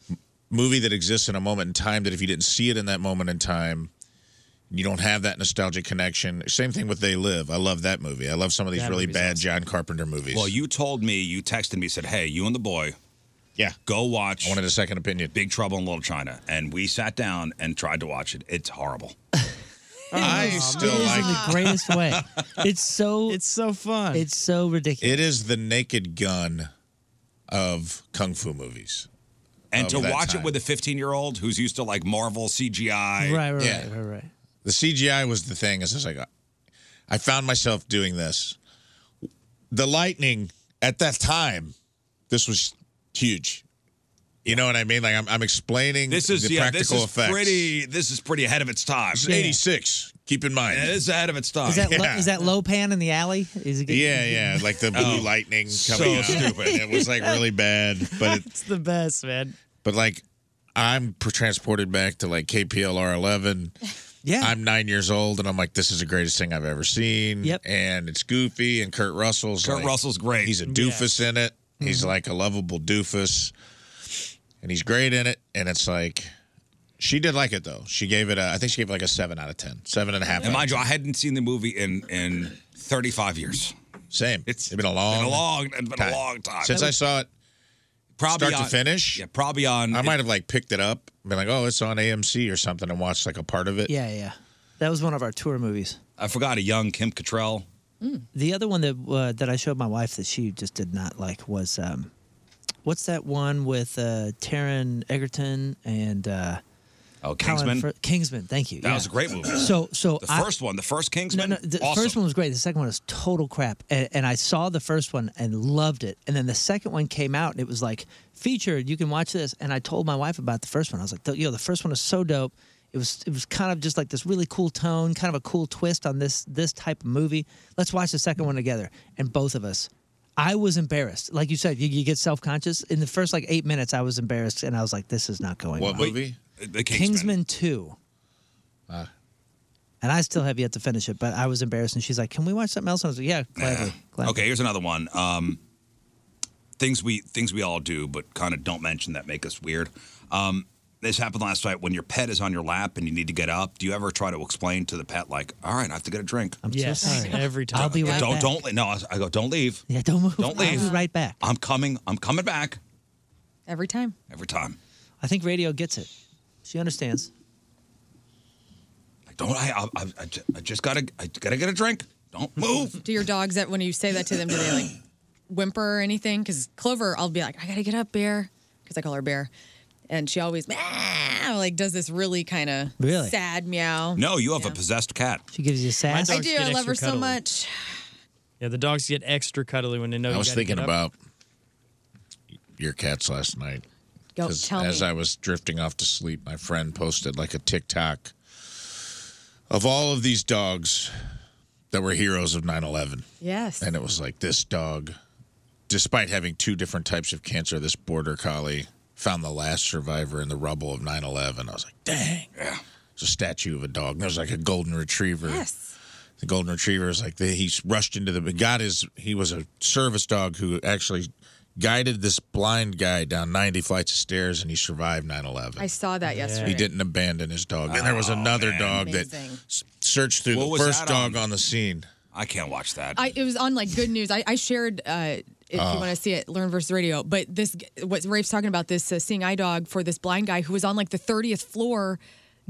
m- movie that exists in a moment in time that if you didn't see it in that moment in time, you don't have that nostalgic connection. Same thing with They Live. I love that movie. I love some of these That really movie's bad John Carpenter movies. Well, you told me, you texted me, said, "Hey, you and the boy, yeah, go watch." I wanted a second opinion. Big Trouble in Little China, and we sat down and tried to watch it. It's horrible. I still it is like in the greatest way. *laughs* It's so it's so fun. It's so ridiculous. It is the naked gun of kung fu movies. And Of to that watch time. it with a 15 year old who's used to like Marvel CGI. Yeah. The CGI was the thing. It's just like I found myself doing this. The lightning at that time, this was huge. You know what I mean? Like I'm, I'm explaining This is the yeah. This practical is effects. pretty. This is pretty ahead of its time. This is 86. Keep in mind. Yeah, this is ahead of its time. Is that lo- is that low pan in the alley? Is it good? yeah, yeah, like the blue Oh, lightning coming so out. stupid. It was *laughs* like really *laughs* bad, but it, *laughs* It's the best, man. But like, I'm pr- transported back to like KPLR 11. *laughs* Yeah. I'm nine years old, and I'm like, this is the greatest thing I've ever seen. Yep. And it's goofy, and Kurt Russell's Kurt like- Russell's great. He's a doofus in it. Mm-hmm. He's like a lovable doofus, and he's great in it. And it's like, she did like it though. She gave it, a, I think she gave it like a seven out of ten, seven and a half. And out of mind you, 10. I hadn't seen the movie in in 35 years. Same. It's been a long, been a long, it's been time. a long time since I saw it. Probably start on- to finish. Yeah, probably on. I might have like picked it up, been like, oh, it's on AMC or something, and watched like a part of it. *laughs* yeah, yeah. That was one of our tour movies. I forgot a young Kim Cattrall. The other one that uh, that I showed my wife that she just did not like was um, what's that one with uh, Taron Egerton and uh, Oh, Colin Kingsman? Fir- Kingsman, thank you. That yeah. was a great movie. So, so the I- first one, the first Kingsman, No, no, the awesome. first one was great. The second one was total crap. And, and I saw the first one and loved it. And then the second one came out and it was like featured. You can watch this. And I told my wife about the first one. I was like, yo, the first one is so dope. It was it was kind of just like this really cool tone, kind of a cool twist on this this type of movie. Let's watch the second one together. And both of us. I was embarrassed. Like you said, you, you get self conscious. In the first like eight minutes, I was embarrassed and I was like, this is not going well. The Kingsman. Kingsman, 2. And I still have yet to finish it, but I was embarrassed. And she's like, "Can we watch something else?" And I was like, "Yeah, gladly." Okay, here's another one. Um, things we things we all do, but kind of don't mention that make us weird. Um, this happened last night when your pet is on your lap and you need to get up. Do you ever try to explain to the pet like, "All right, I have to get a drink." I'm so Yes, *laughs* sorry. every time. I'll be right don't back. don't le- no. I- I go don't leave. Yeah, don't move. Don't leave. *laughs* I'll be right back. I'm coming. I'm coming back Every time. every time. I think radio gets it. She understands. Like, don't I? I, I, I ju- I just gotta I gotta get a drink. Don't move. Do your dogs that when you say that to them, do they like whimper or anything? Because Clover, I'll be like, I gotta get up, Bear, because I call her Bear, and she always meow, like does this really kind of Really? sad meow. No, you have a possessed cat. She gives you My sass. I dogs do. get I love her extra so cuddly. much. Yeah, the dogs get extra cuddly when they know. I you was gotta thinking get about up. your cats last night. Go, 'Cause tell as me. I was drifting off to sleep, my friend posted like a TikTok of all of these dogs that were heroes of 9 11. Yes. And it was like this dog, despite having two different types of cancer, this border collie found the last survivor in the rubble of 9 11. I was like, dang. Yeah. It's a statue of a dog. And there was like a golden retriever. Yes. The golden retriever is like, the, he rushed into the, got his, he was a service dog who actually guided this blind guy down 90 flights of stairs and he survived 9 11. I saw that yesterday. He didn't abandon his dog. And there was another dog that Amazing. s- searched through Oh, What the was first that dog on? on? the scene. I can't watch that. I, it was on like good news. I, I shared uh, if Oh. you want to see it, Learn versus Radio. But this, what Rafe's talking about, this uh, seeing eye dog for this blind guy who was on like the thirtieth floor,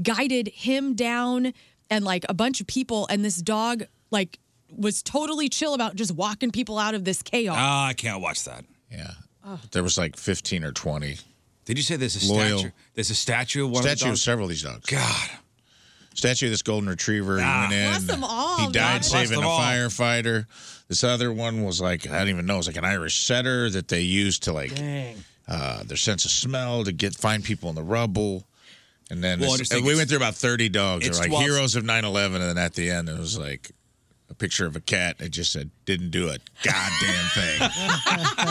guided him down and like a bunch of people, and this dog like was totally chill about just walking people out of this chaos. Ah, I can't watch that. Yeah. Oh. There was like 15 or 20. Did you say there's a Loyal. statue? There's a statue of one Statue of of, the dogs? several of these dogs. God. Statue of this golden retriever. Ah. Oh, He went in. Bless them all, he died Oh, God. Bless saving them a all. firefighter. This other one was like, I don't even know, it was like an Irish setter that they used to like uh, their sense of smell to get find people in the rubble. And then Well, I this- just think and we it's- went through about 30 dogs. They're it's like *laughs* 12 heroes of 9 11. And then at the end, it was like a picture of a cat. It just said, didn't do a goddamn *laughs* thing. and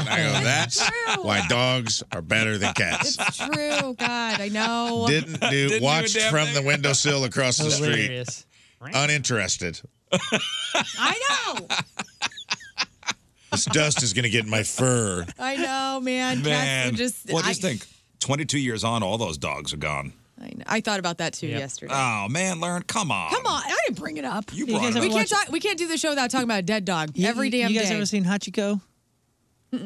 I go, that's why dogs are better than cats. It's true. God, I know. Didn't do, watched from the windowsill across the Hilarious. street. Uninterested. I know. This dust is going to get in my *laughs* fur. I know, man. Cats Man. would just. well, I, just think 22 years on, all those dogs are gone. I, know. I thought about that too yesterday. Oh, man, Learn. Come on. Come on, I didn't bring it up. You brought guys it up. We can't haven't talk, we can't do the show without talking about a dead dog You- every you, damn you guys day. ever *laughs* seen Hachiko?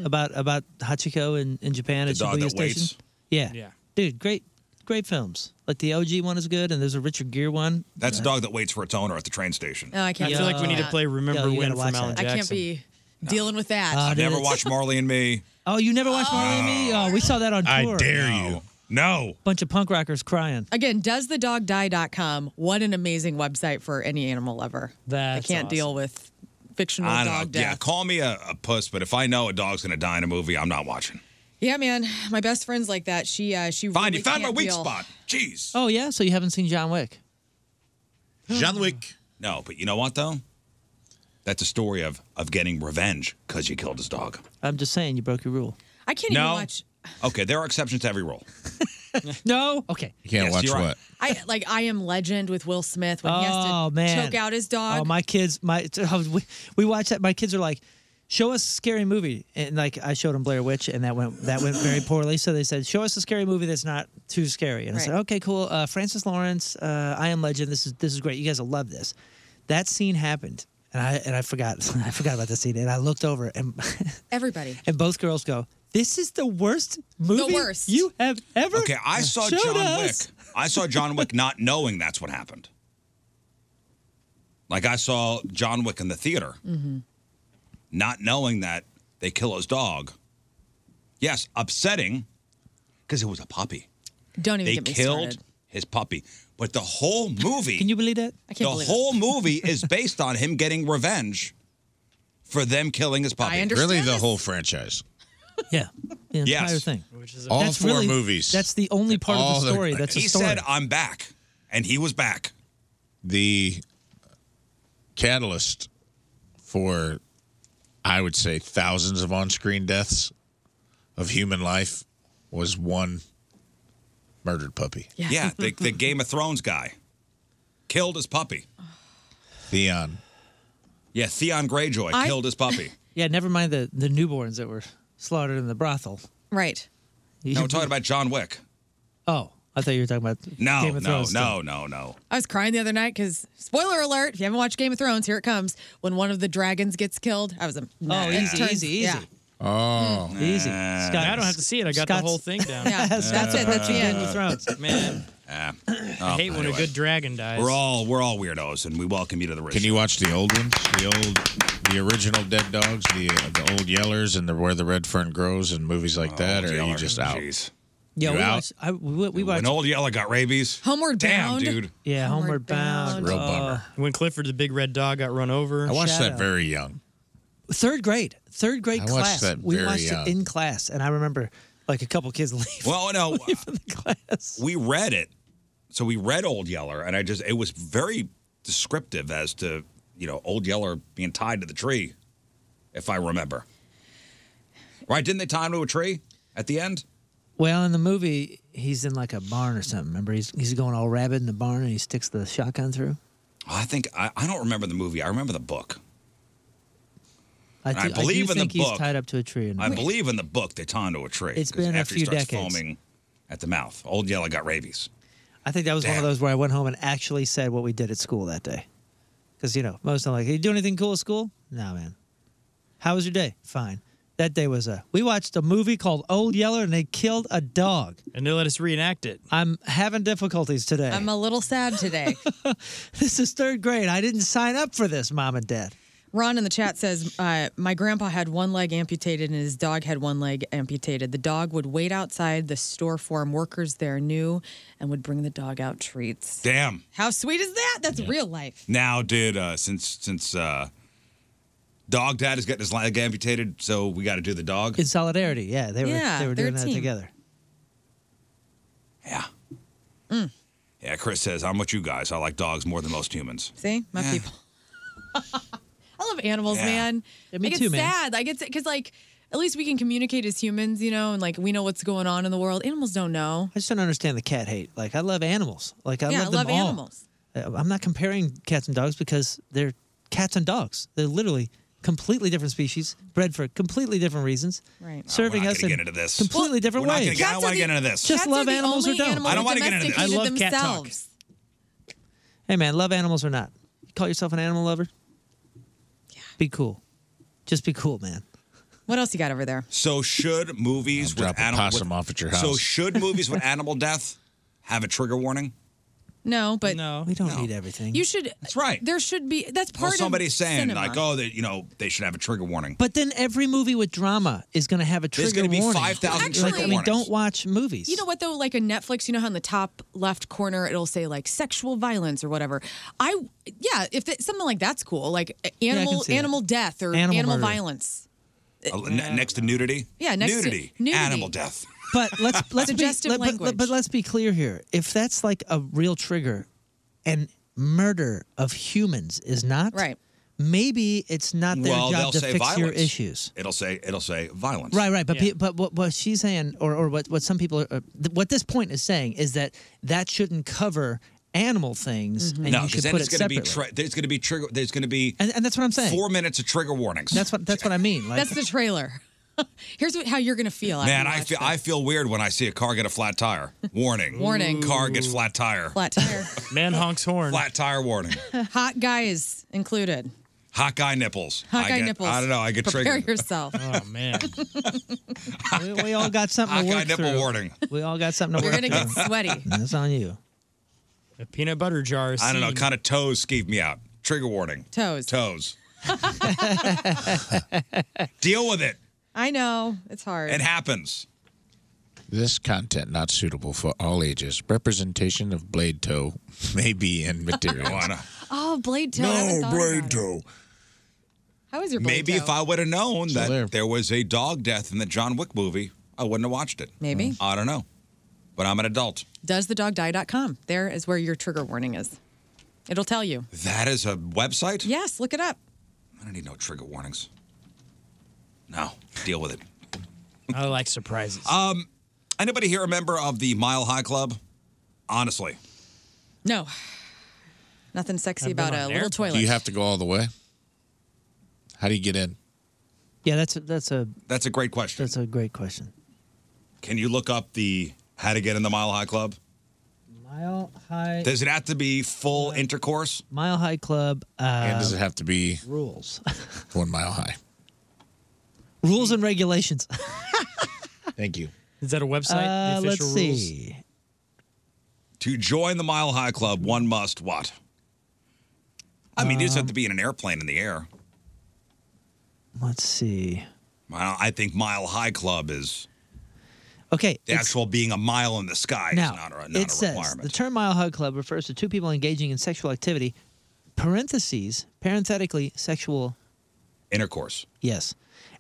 About about Hachiko in, in Japan at The dog Shibuya that waits? Station. Yeah. Dude, great great films. Like the OG one is good, and there's a Richard Gere one. That's a dog that waits for its owner at the train station. No, Oh, I can't. I feel like we Uh, need to play Remember Yeah, you When gotta from watch Alan that. I can't Jackson. be dealing with that. I've Uh, never watched Marley and Me. Oh, you never watched Marley and Me? Oh, we saw that on tour. you. No. Bunch of punk rockers crying. Again, doesthedogdie.com. What an amazing website for any animal lover. That I can't deal with fictional I dog don't know. Yeah, death. call me a, a puss, but if I know a dog's going to die in a movie, I'm not watching. Yeah. man. My best friend's like that. She uh she Fine, really you found my can't weak deal- spot. *sighs* Jeez. Oh yeah, so you haven't seen John Wick. John Wick. No, but you know what, though? That's a story of, of getting revenge because you killed his dog. I'm just saying you broke your *laughs* rule. I can't even no. watch Okay, there are exceptions to every rule. No? Okay. You can't Yes, watch you're right. what? I like I am legend with Will Smith when he has to Oh, man. choke out his dog. Oh, my kids, my *laughs* we, we watched that. My kids are like, "Show us a scary movie," and like I showed them Blair Witch, and that went that went *laughs* very poorly. So they said, "Show us a scary movie that's not too scary." And I said, Right. "Okay, cool. Uh, Francis Lawrence, uh, I Am Legend. This is this is great. You guys will love this." That scene happened, and I and I forgot *laughs* I forgot about the scene, and I looked over and *laughs* Everybody. and both girls go, "This is the worst movie worst. you have ever." Okay, I saw showed John us." Wick. I saw John Wick not knowing that's what happened. Like I saw John Wick in the theater, Mm-hmm. not knowing that they kill his dog. Yes, upsetting because it was a puppy. Don't even they get me killed started. his puppy. But the whole movie Can you believe that? I the whole movie is based on him getting revenge for them killing his puppy. I understand Really, the this. whole franchise. Yeah, the entire Yes. thing. All four movies. That's the only part All of the the- story. that's a he story. said, "I'm back," and he was back. The catalyst for, I would say, thousands of on screen deaths of human life was one murdered puppy. Yeah, the, the Game of Thrones guy killed his puppy. Theon. Yeah, Theon Greyjoy I- killed his puppy. Yeah, never mind the, the newborns that were slaughtered in the brothel. Right. No, we're talking about John Wick. Oh, I thought you were talking about No, Game of no, Thrones. no, no, no. I was crying the other night because spoiler alert, if you haven't watched Game of Thrones, here it comes. When one of the dragons gets killed, I was a Oh, easy, easy, easy. Yeah. Oh, Hmm. easy. Nah. Scott, I don't have to see it. I got the whole thing *laughs* down. Yeah, that's it. That's Uh, the end. Game *laughs* of Thrones. Man, Ah. I hate when a good dragon dies. We're all we're all weirdos, and we welcome you to the rich. Can you watch the old ones? The old, the original Dead Dogs, the uh, the old Yellers, and the Where the Red Fern Grows, and movies like that. Or are you just out? Yeah, You we out? watched. I, we, we When watched. old Yeller got rabies. Homeward Damn, Bound. dude. Yeah, Homeward, Bound. Real bummer. Uh, When Clifford the big red dog got run over. I watched Shadow. that very young. Third grade. Third grade I watched class. that we very uh, watched young. it in class, and I remember like a couple kids *laughs* leave. Well, no, uh, we read it, so we read Old Yeller, and I just it was very descriptive as to you know Old Yeller being tied to the tree, if I remember. Right? Didn't they tie him to a tree at the end? Well, in the movie, he's in like a barn or something. Remember, he's he's going all rabid in the barn, and he sticks the shotgun through. I think I, I don't remember the movie. I remember the book. I, And I thi- do believe in the think he's book- tied up to a tree. in the I movie. believe in the book they tie him to a tree. It's 'cause been a after few he starts decades. foaming at the mouth. Old Yeller got rabies. I think that was one of those where I went home and actually said what we did at school that day. Because, you know, most of them like, hey, you do anything cool at school? No, man. How was your day? Fine. That day was a. We watched a movie called Old Yeller and they killed a dog. And they let us reenact it. I'm having difficulties today. I'm a little sad today. *laughs* this is third grade. I didn't sign up for this, mom and dad. Ron in the chat says, uh, My grandpa had one leg amputated and his dog had one leg amputated. The dog would wait outside the store for him. Workers there knew and would bring the dog out treats. Damn. How sweet is that? That's real life. Now, did uh, since since uh, Dog Dad is getting his leg amputated, so we got to do the dog. In solidarity. Yeah, they were, Yeah, they were they're a doing that team. together. Yeah, Chris says, I'm with you guys. I like dogs more than most humans. See? My people. I love animals, Yeah. man. Yeah, me like, too, it's man. sad. Like, it's because, like, at least we can communicate as humans, you know, and like we know what's going on in the world. Animals don't know. I just don't understand the cat hate. Like, I love animals. Like, I yeah, love I them love all. animals. Uh, I'm not comparing cats and dogs because they're cats and dogs. They're literally completely different species, bred for completely different reasons. Right. Serving Oh, we're not us gonna in get into this. completely Well, different we're not ways. gonna get- I don't Cats wanna are get the- into this. Just Cats love are the animals or only don't. animals I don't that wanna get into this. domesticated I love cat talk. themselves. Hey man, love animals or not. You call yourself an animal lover? Yeah. Be cool. Just be cool, man. What else you got over there? So should movies with drop a animal possum with- off at your So house. *laughs* should movies with animal death have a trigger warning? No, but no, we don't need everything. you should. That's right. There should be. That's Well, part of somebody's saying cinema. like, oh, that you know, they should have a trigger warning. but then every movie with drama is going to have a trigger There's gonna be warning. 5,000 Like, trigger I mean, warnings. don't watch movies. You know what though? Like a Netflix, you know how in the top left corner it'll say like sexual violence or whatever. I yeah, if it, something like that's cool, like uh, I can animal see that. animal death or Animal animal, murder. violence. Uh, ne- next to nudity? Yeah, next to nudity, nudity. Animal death. But *laughs* let's let's be, Suggestive let- but- language. But, let's be clear here. If that's like a real trigger, and murder of humans is not Right. Maybe it's not their well, they'll job to say fix violence. your issues. It'll say it'll say violence. Right, right. But pe- but what, what she's saying, or, or what what some people, are, uh, th- what this point is saying, is that that shouldn't cover animal things, Mm-hmm. and no, you because should then put it's it going to be separately. tri- there's going to be trigger there's going to be and, and that's what I'm saying. four minutes of trigger warnings. That's what that's what I mean. Like, That's the trailer. *laughs* Here's what, how you're gonna feel. after Man, you I watch feel this. I feel weird when I see a car get a flat tire. Warning. Warning. Car gets flat tire. flat tire. Man honks horn. Flat tire warning. *laughs* Hot guys included. Hot guy nipples. Hot I guy get- nipples. I don't know. I get Prepare triggered. *laughs* yourself. Oh man. we, we all got something Hot to guy work nipple through. warning. We all got something to You're work gonna through. get sweaty. That's on you. A peanut butter jar. I don't know. Kind of toes skeeved me out. Trigger warning. Toes. Toes. Deal with it. I know it's hard. It happens. This content not suitable for all ages. Representation of blade toe *laughs* may be in material. oh, blade toe. I haven't thought about it. toe. How is your blade Maybe toe? if I would have known So that there. there was a dog death in the John Wick movie, I wouldn't have watched it. Hmm. Maybe. I don't know. But I'm an adult. doesthedogdie.com. There is where your trigger warning is. It'll tell you. That is a website? Yes, look it up. I don't need no trigger warnings. No. Deal with it. *laughs* I like surprises. Um, anybody here a member of the Mile High Club? Honestly. No. Nothing sexy I've been about a on little airplanes. toilet. Do you have to go all the way? How do you get in? Yeah, that's a, that's a That's a great question. that's a great question. Can you look up the how to get in the Mile High Club? Mile High. Does it have to be full intercourse? Mile High Club. Uh, and does it have to be rules? one mile high. rules and regulations? Thank you. Is that a website? Uh, the let's official rules? see. To join the Mile High Club, one must what? I mean, you just have to be in an airplane in the air. Let's see. Well, I think Mile High Club is Okay. the actual being a mile in the sky is not a, not it a says requirement. the term mile high club refers to two people engaging in sexual activity, parentheses, parenthetically, sexual, Intercourse. yes,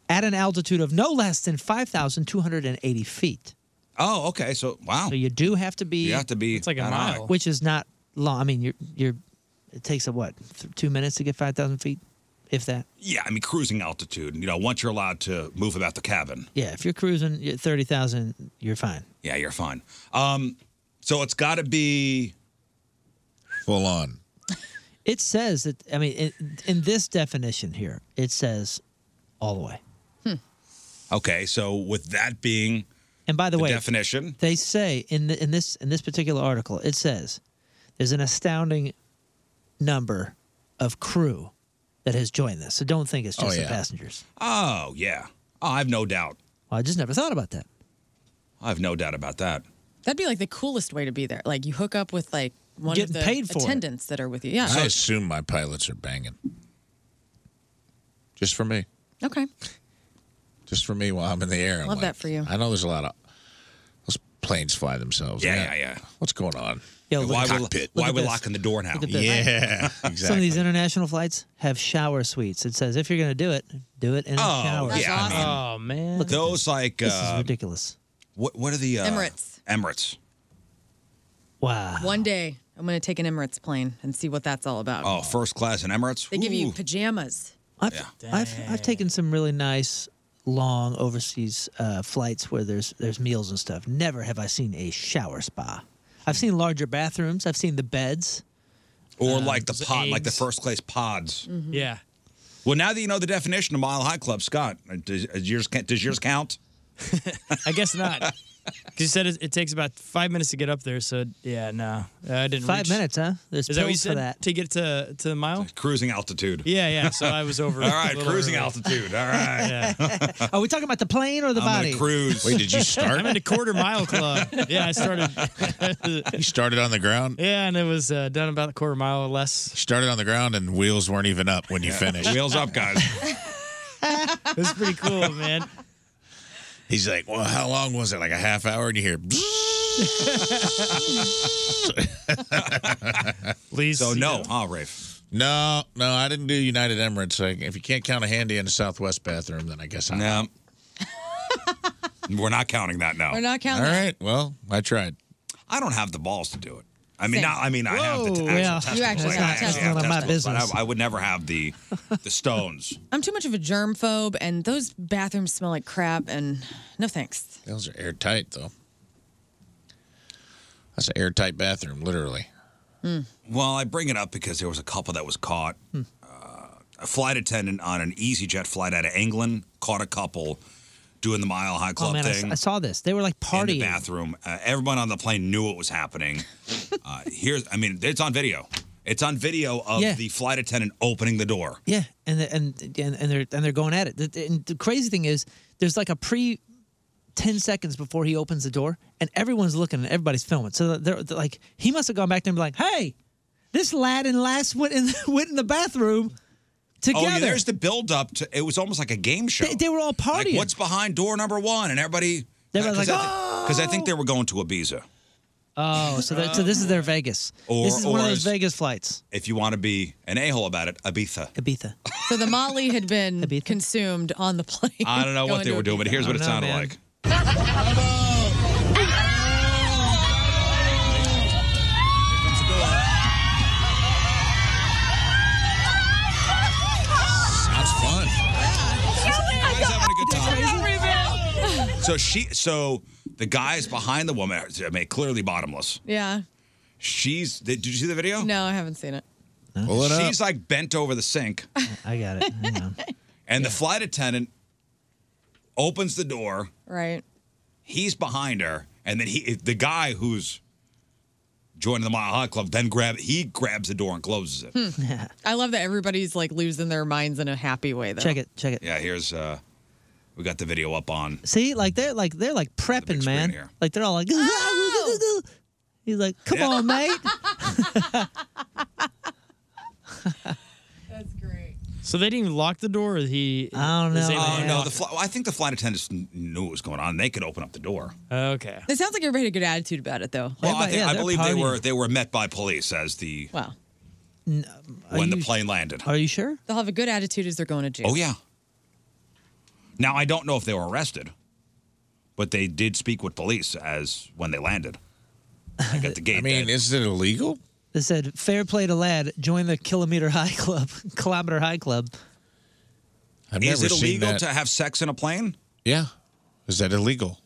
at an altitude of no less than 5,280 feet. Oh, okay. So, wow. So you do have to be. You have to be. It's like a mile. Which is not long. I mean, you're, you're, it takes a what, th- two minutes to get 5,000 feet, if that? Yeah, I mean, cruising altitude. You know, once you're allowed to move about the cabin, Yeah, if you're cruising you're at 30,000, you're fine. yeah, you're fine. Um, so it's got to be full on. It says that, I mean, in, in this definition here, it says all the way. Hmm. Okay, so with that being And by the, way, definition, they say in the, in this in this particular article, it says there's an astounding number of crew that has joined this. So don't think it's Oh, just yeah. the *laughs* passengers. oh yeah, oh, I've no doubt. Well, I just never thought about that. I've no doubt about that. That'd be like the coolest way to be there. Like you hook up with like one Getting of the paid for it. attendants that are with you. Yeah. I assume my pilots are banging. Just for me. okay. Just for me while I'm in the air. I'm Love like, that for you. I know there's a lot of those planes fly themselves. Yeah, yeah, yeah. What's going on? Yeah, look- why Why we- cockpit? look why at we this. locking the door now? Look at this. Yeah, *laughs* Some of exactly. these international flights have shower suites. It says if you're going to do it, do it in a shower. oh man, those like This is uh, ridiculous. What what are the uh, Emirates. Emirates. Wow. One day I'm going to take an Emirates plane and see what that's all about. Oh, first class in Emirates. They give you Ooh. pajamas. I've, I've, I've taken some really nice long overseas uh, flights where there's there's meals and stuff. Never have I seen a shower spa. I've seen larger bathrooms. I've seen the beds. or like the pod, like the first class pods. Mm. Yeah. Well, now that you know the definition of Mile High Club, Scott, uh, does, does yours ca- does yours count? I guess *laughs* not. 'Cause you said it, it takes about five minutes to get up there, so yeah, no, Uh, I didn't. Five reach- minutes, huh? There's Is that what you pills for said that. to get to to the mile? Cruising altitude. Yeah, yeah. So I *laughs* was over. All a right, little cruising early. altitude. All *laughs* right. Are we talking about the plane or the I'm gonna body? cruise. Wait, *laughs* did you start? I'm in the quarter mile club. Yeah, I started. *laughs* You started on the ground. yeah, and it was uh, done about a quarter mile or less. Started on the ground and wheels weren't even up when you Yeah. finished. Wheels up, guys. It was pretty cool, man. *laughs* He's like, well, how long was it? Like a half hour? And you hear, *laughs* please. So no, huh, Rafe? No, no, I didn't do United Emirates. Like, if you can't count a handy in the Southwest bathroom, then I guess I. No. *laughs* We're not counting that now. We're not counting All that. right. Well, I tried. I don't have the balls to do it. I Same. mean, not, I mean, I have the t- Whoa. actual Yeah. testicles. You actually Like, have I testicles. have None of my testicles, but business. I, I would never have the the stones. I'm too much of a germ phobe, and those bathrooms smell like crap. And no thanks. Those are airtight, though. That's an airtight bathroom, literally. Mm. Well, I bring it up because there was a couple that was caught. Hmm. Uh, a flight attendant on an EasyJet flight out of England caught a couple doing the Mile High Club oh man, I, s- thing. I saw this. They were like in the partying. bathroom. Uh, everyone on the plane knew it was *laughs* happening. uh, here's, I mean, it's on video. It's on video of Yeah. the flight attendant opening the door. Yeah, and the, and and and they're and they're going at it. The- the- And the crazy thing is, there's like a pre. 10 seconds before he opens the door and everyone's looking and everybody's filming so they're, they're like he must have gone back there and be like hey this lad and lass went in, *laughs* went in the bathroom together Oh, yeah, there's the buildup. To, it was almost like a game show. They- they were all Like, partying what's behind door number one? And everybody. They were like, Because I think they were going to Ibiza. oh so, that- so this is their vegas Or- this is one or of those is- vegas flights If you want to be an a hole about it, Ibiza. Ibiza. So the Molly had been consumed on the plane. *laughs* I don't know what going they to were doing, but Ibiza. here's what it sounded like. Sounds fun. So she, so the guys behind the woman, I mean, clearly bottomless. *laughs* Yeah. She's. Did you see the video? No, I haven't seen it. Pull it up. She's like bent over the sink. *laughs* I got it. And the flight attendant opens the door. Right. He's behind her, and then he, the guy who's joining the Mile High Club. Then grab he grabs the door and closes *laughs* it. Hmm. I love that everybody's like losing their minds in a happy way though. Check it. Check it. Yeah, here's uh, we got the video up on. See, like they're like they're like prepping, man. Like they're all like, *laughs* he's like, come Oh! Yeah. on, mate. So they didn't even lock the door. Or he I Oh no, the fl- I think the flight attendants kn- knew what was going on. They could open up the door. Okay. It sounds like everybody had a good attitude about it though. Well, I, think, I believe they were they were met by police as the Wow. when the plane landed. Are you sure? They'll have a good attitude as they're going to jail. Oh yeah. Now I don't know if they were arrested, but they did speak with police as when they landed. Like *laughs* at the gate. I mean, is it illegal? They said, fair play to lad. Join the kilometer high club, *laughs* kilometer high club. I've is never it seen illegal that. to have sex in a plane? Yeah. Is that illegal?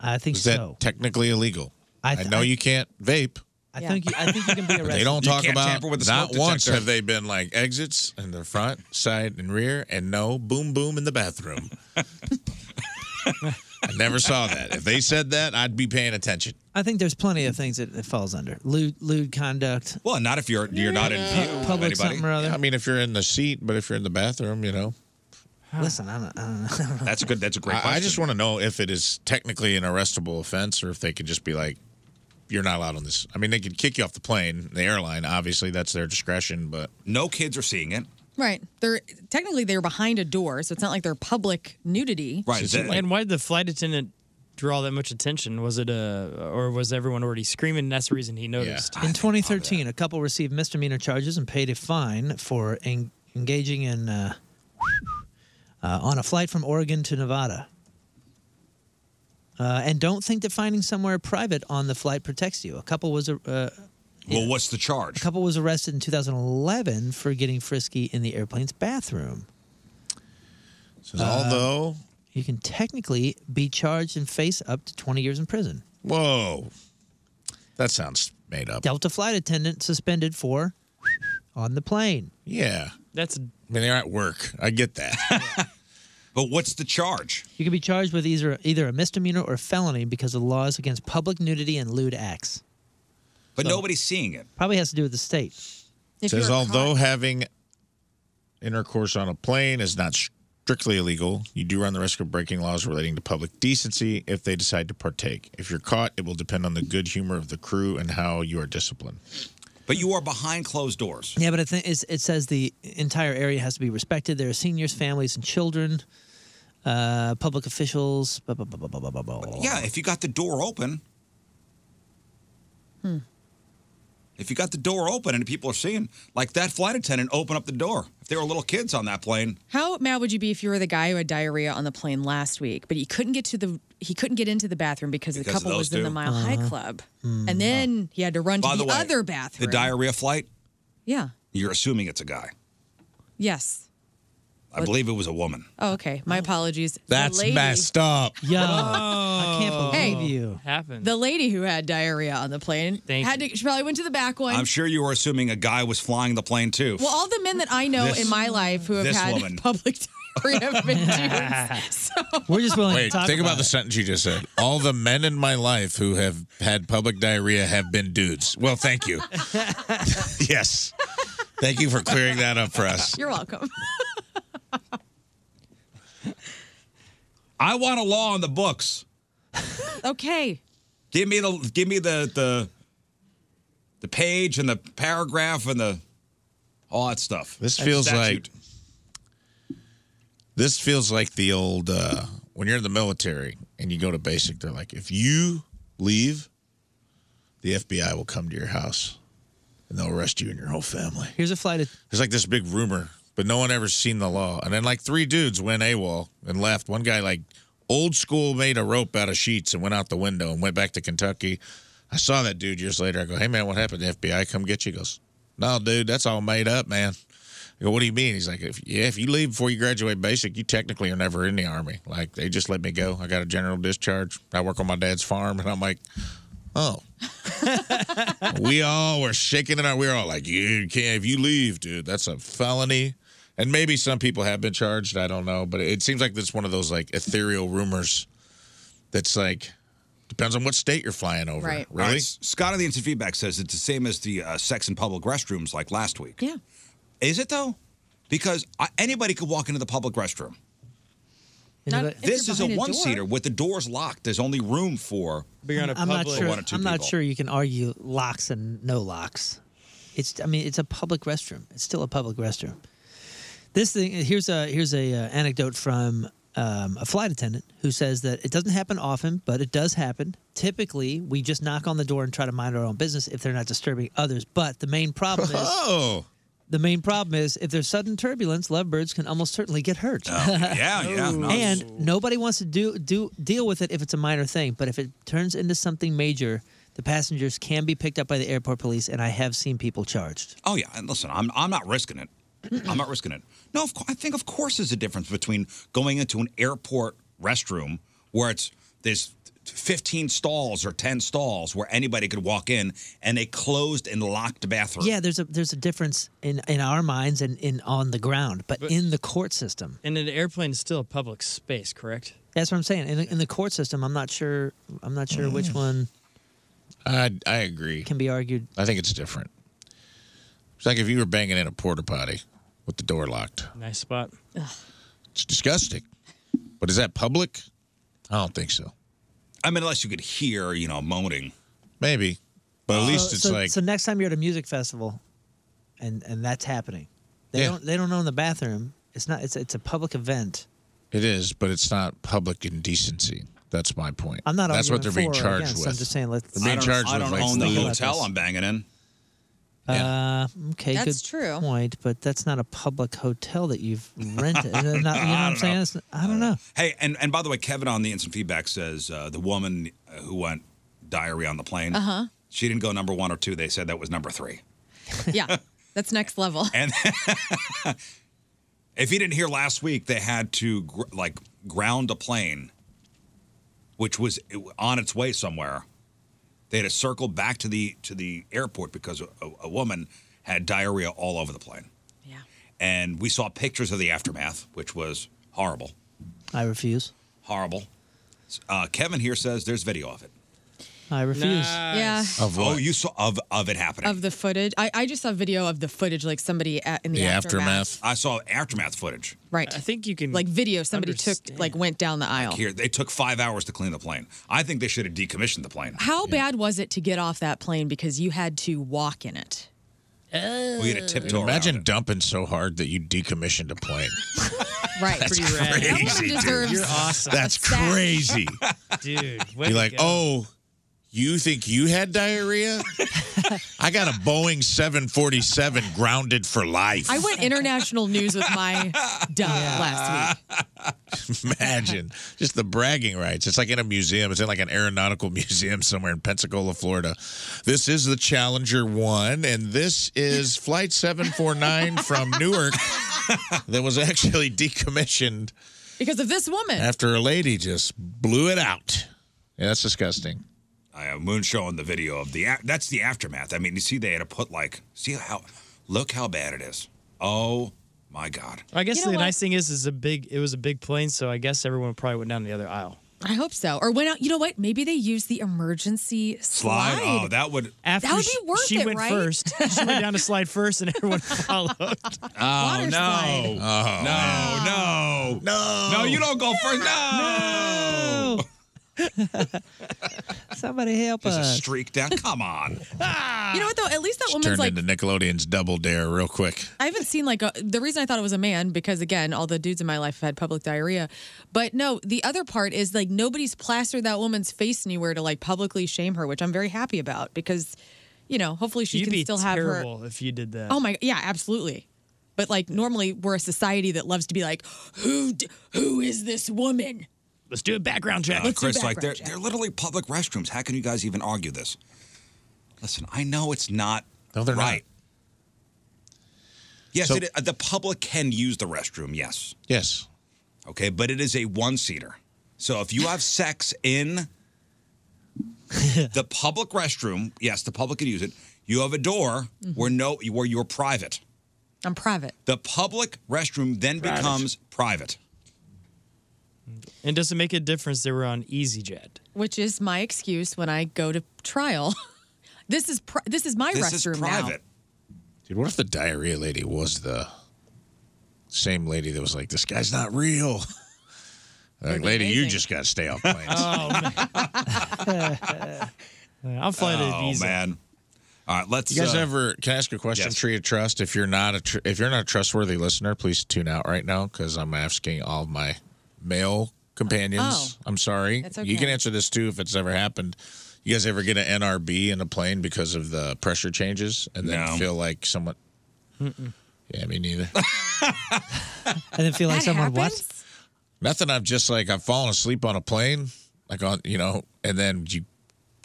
I think Is that so. technically illegal? I, th- know I- you can't vape. I think you, I think you can be but *laughs* arrested. They don't talk about not once have they. they been like exits in the front, side, and rear, and no boom boom in *laughs* the bathroom. I never saw that. If they said that, I'd be paying attention. I think there's plenty of things that it falls under. Lewd, lewd conduct. Well, not if you're you're not in view of Public anybody. something or other. I mean, if you're in the seat, but if you're in the bathroom, you know. Listen, I don't, I don't know. *laughs* That's a good. That's a I, I just want to know if it is technically an arrestable offense, or if they could just be like, "You're not allowed on this." I mean, they could kick you off the plane. The airline, obviously, that's their discretion. But no kids are seeing it. Right. They're technically they're behind a door, so it's not like they're public nudity. and why did the flight attendant draw that much attention? Was it uh, or was everyone already screaming? That's the reason he noticed. In 2013, a couple received misdemeanor charges and paid a fine for en- engaging in uh, uh, on a flight from Oregon to Nevada. Uh, and don't think that finding somewhere private on the flight protects you. A couple was uh, uh, Well, what's the a charge? couple was arrested in 2011 for getting frisky in the airplane's bathroom. Uh, although you can technically be charged and face up to 20 years in prison. Whoa, that sounds made up. Delta flight attendant suspended for on the plane. Yeah, that's. I mean, they're at work. I get that. but what's the charge? You can be charged with either either a misdemeanor or felony because of the laws against public nudity and lewd acts. But nobody's seeing it. Probably has to do with the state. It says although having intercourse on a plane is not strictly illegal, you do run the risk of breaking laws relating to public decency if they decide to partake. If you're caught, it will depend on the good humor of the crew and how you are disciplined. But you are behind closed doors. Yeah, but I think it's, it says the entire area has to be respected. There are seniors, families, and children, uh, public officials. Blah, blah, blah, blah, blah, blah, blah. Oh. Yeah, if you got the door open. Hmm. If you got the door open and people are seeing, like that flight attendant opened up the door. If there were little kids on that plane, How mad would you be if you were the guy who had diarrhea on the plane last week, but he couldn't get to the he couldn't get into the bathroom because, Because the of couple those was in the two? Mile High Uh-huh. Club, Hmm. and then he had to run to By the, the way, other bathroom. the diarrhea flight, yeah. you're assuming it's a guy. Yes. I believe it was a woman. Oh, okay. My apologies. That's the lady, messed up. Yo, I can't Hey, you. Happened. The lady who had diarrhea on the plane Thank had to, she probably went to the back one. I'm sure you were assuming a guy was flying the plane too. Well, all the men that I know This- in my life who have this had woman. *laughs* public diarrhea have been dudes. We're just willing Wait, to talk think about, about, the sentence you just said. All the men in my life who have had public diarrhea have been dudes. Well, thank you. *laughs* yes. Thank you for clearing that up for us. You're welcome. I want a law on the *laughs* books. Okay. Give me the give me the the the page and the paragraph and the all that stuff. This That feels statute. like this feels like the old uh, when you're in the military and you go to basic. They're like, if you leave, the FBI will come to your house and they'll arrest you and your whole family. Here's a flight. There's like this big rumor, but no one ever seen the law. And then like three dudes went AWOL and left. One guy like old school made a rope out of sheets and went out the window and went back to Kentucky. I saw that dude years later. I go, hey man, what happened? The FBI come get you? He goes, no, dude, that's all made up, man. I go, what do you mean? He's like, if, yeah, if you leave before you graduate basic, you technically are never in the army. Like they just let me go. I got a general discharge. I work on my dad's farm, and I'm like, oh. *laughs* we all were shaking in our. We were all like, you can't if you leave, dude. That's a felony. And maybe some people have been charged. I don't know, but it seems like it's one of those like ethereal rumors. That's like Depends on what state you're flying over. Right. All right, S- Scott of the Instant Feedback says it's the same as the uh, sex in public restrooms like last week. Yeah. Is it though? Because I, anybody could walk into the public restroom. Not if this you're is a behind a door. one seater with the doors locked. There's only room for. I'm not sure. one or two I'm not people. sure you can argue locks and no locks. It's. I mean, it's a public restroom. It's still a public restroom. This thing here's a here's a uh, anecdote from um, a flight attendant who says that it doesn't happen often, but it does happen. Typically, we just knock on the door and try to mind our own business if they're not disturbing others. But the main *laughs* problem is. Oh. The main problem is if there's sudden turbulence, lovebirds can almost certainly get hurt. Oh. yeah, yeah, no. and nobody wants to do do deal with it if it's a minor thing. But if it turns into something major, the passengers can be picked up by the airport police, and I have seen people charged. Oh yeah, and listen, I'm I'm not risking *clears throat* it. I'm not risking it. No, of course, I think of course there's a difference between going into an airport restroom where it's there's 15 stalls or 10 stalls where anybody could walk in and a closed and locked bathroom. Yeah, there's a there's a difference in in our minds and in on the ground, but, in the court system. And an airplane is still a public space, correct? That's what I'm saying. In the, in the court system, I'm not sure. I'm not sure which Mm. one I I agree. can be argued. I think it's different. It's like if you were banging in a porta potty with the door locked. Nice spot. It's disgusting. But is that public? I don't think so. I mean, unless you could hear, you know, moaning. Maybe. But at least so, it's Uh, so, like so. Next time you're at a music festival, and and that's happening, they Yeah. don't they don't own the bathroom. It's not. It's it's a public event. it is, but it's not public indecency. That's my point. I'm not That's what they're arguing being for or charged against, with. I'm just saying, let's- they're being I don't, charged I with don't like own the three- hotel I'm banging *laughs* in. Uh, okay, That's good true. point, but that's not a public hotel that you've rented. Not- *laughs* you know *laughs* what I I'm don't saying? know. It's- uh, I don't know. Hey, and, and by the way, Kevin on the instant feedback says uh, the woman who went diarrhea on the plane, Uh-huh. she didn't go number one or two. They said that was number three. *laughs* Yeah. That's next level. And *laughs* if you didn't hear last week, they had to gr- like ground a plane, which was on its way somewhere. They had to circle back to the to the airport because a, a woman had diarrhea all over the plane. Yeah. And we saw pictures of the aftermath, which was horrible, I refuse. horrible. Uh, Kevin here says there's video of it. I refuse. Yeah. Of Oh, you saw of of it happening. *laughs* Of the footage. I, I just saw video of the footage, like somebody at, in the, I saw aftermath footage. Right. I think you can like video somebody took like went down the aisle. Here, they took five hours to clean the plane. I think they should have decommissioned the plane. How bad was it to get off that plane because you had to walk in it? We had a tiptoe. Imagine dumping so hard that you decommissioned a plane. Right. That's Pretty rad. That one crazy, dude. deserves You're awesome. That's a sack. *laughs* crazy. Dude, way You're to like, go. oh, you think you had diarrhea? I got a Boeing 747 grounded for life. I went international news with my dump last week. *laughs* Imagine just the bragging rights. It's like in a museum. It's in like an aeronautical *laughs* museum somewhere in Pensacola, Florida. This is the Challenger One, and this is Flight 749 from *laughs* Newark that was actually decommissioned Because of this woman. after a lady just blew it out. Yeah, that's disgusting. I have Moon showing the video of the. a- That's the aftermath. I mean, you see, they had to put like, see how, look how bad it is. Oh my God. I guess You know the what? nice thing is, is a big. It was a big plane, so I guess everyone probably went down the other aisle. I hope so. Or went out. You know what? Maybe they used the emergency slide. Oh, that would. After That would she- be worth she it, went right? first. She went down to slide first, and *laughs* *laughs* everyone followed. Oh no! slide. no! No! No! No! You don't go first. No! *laughs* Somebody help There's a us. streak down. *laughs* Come on. You know what though? At least that woman's Turned like. into Nickelodeon's Double Dare real quick. I haven't seen like a, the reason I thought it was a man because again, all the dudes in my life have had public diarrhea. But no, the other part is like nobody's plastered that woman's face anywhere to like publicly shame her, which I'm very happy about because, you know, hopefully she You'd can be still have her. terrible if you did that. Oh my, yeah, absolutely. But like normally we're a society that loves to be like, who d- who is this woman? Let's do a background Uh, Chris, like they're they're literally public restrooms. How can you guys even argue this? Listen, I know it's not no, they're right. Yes, So- it, uh, the public can use the restroom. Yes. Yes. Okay, but it is a one seater. So if you have sex in the public restroom, yes, the public can use it. You have a door where no where you're private. I'm private. The public restroom then Private. becomes private. And does it make a difference they were on EasyJet? which is my excuse when I go to trial. *laughs* this is pri- this is my restroom now. Dude, what if the diarrhea lady was the same lady that was like, "This guy's not real"? *laughs* like, lady, you just got to stay off *laughs* planes. *laughs* Oh, I'll fly to Oh Ibiza. man! All right, let's. You guys uh, ever can I ask a question? Tree of trust. If you're not a tr- if you're not a trustworthy listener, please tune out right now because I'm asking all of my male companions. Oh. I'm sorry. That's You can okay. answer this too if it's ever happened. You guys ever get an NRB in a plane because of the pressure changes and then No. feel like someone? Yeah, me neither. *laughs* And then feel like someone what? Nothing. I've just like I've fallen asleep on a plane, like on you know, and then you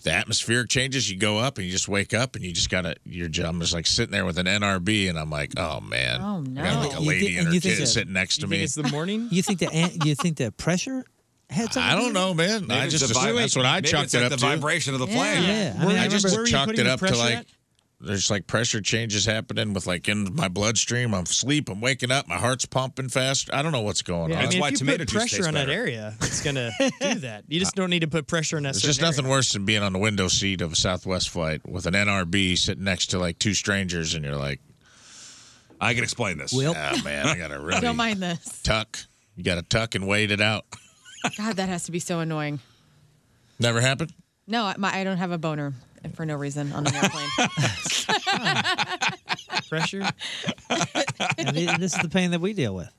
the atmospheric changes. You go up and you just wake up and you just gotta. You're ju- I'm just like sitting there with an NRB and I'm like, oh man, oh I got like a lady and her kid sitting next to me. morning? You think the an- you think the pressure had something? I to do don't with know, it? man. I it's just the vi- assumed- that's what I maybe it's chalked it like up the to. vibration of the Yeah. plane. Yeah. I I, mean, I just remember- Where were you chalked putting it the up to pressure like at? there's like pressure changes happening with like in my bloodstream. I'm asleep. I'm waking up. My heart's pumping fast. I don't know what's going Yeah, on. I mean, if you put pressure on that area, it's gonna *laughs* do that. You just don't need to put pressure on that. There's just certain nothing worse than being on the window seat of a Southwest flight with an NRB sitting next to like two strangers, and you're like, I can explain this. Well, *laughs* man, I gotta really Don't mind this. tuck. You gotta tuck and wait it out. *laughs* God, that has to be so annoying. Never happened. No, I- my, I don't have a boner eh, for no reason on an *laughs* airplane. *laughs* Pressure. And it- this is the pain that we deal with.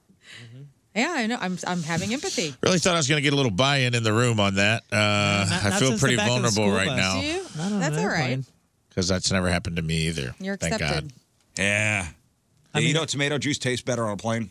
yeah, I know. I'm I'm having empathy. Really thought I was gonna get a little buy-in in the room on that. Uh, not- I not feel since the pretty back of the vulnerable school bus. right Do now you? Not on That's an all right. airplane. because that's never happened to me either. You're Thank God. accepted. Yeah. Yeah, you know, tomato juice tastes better on a plane.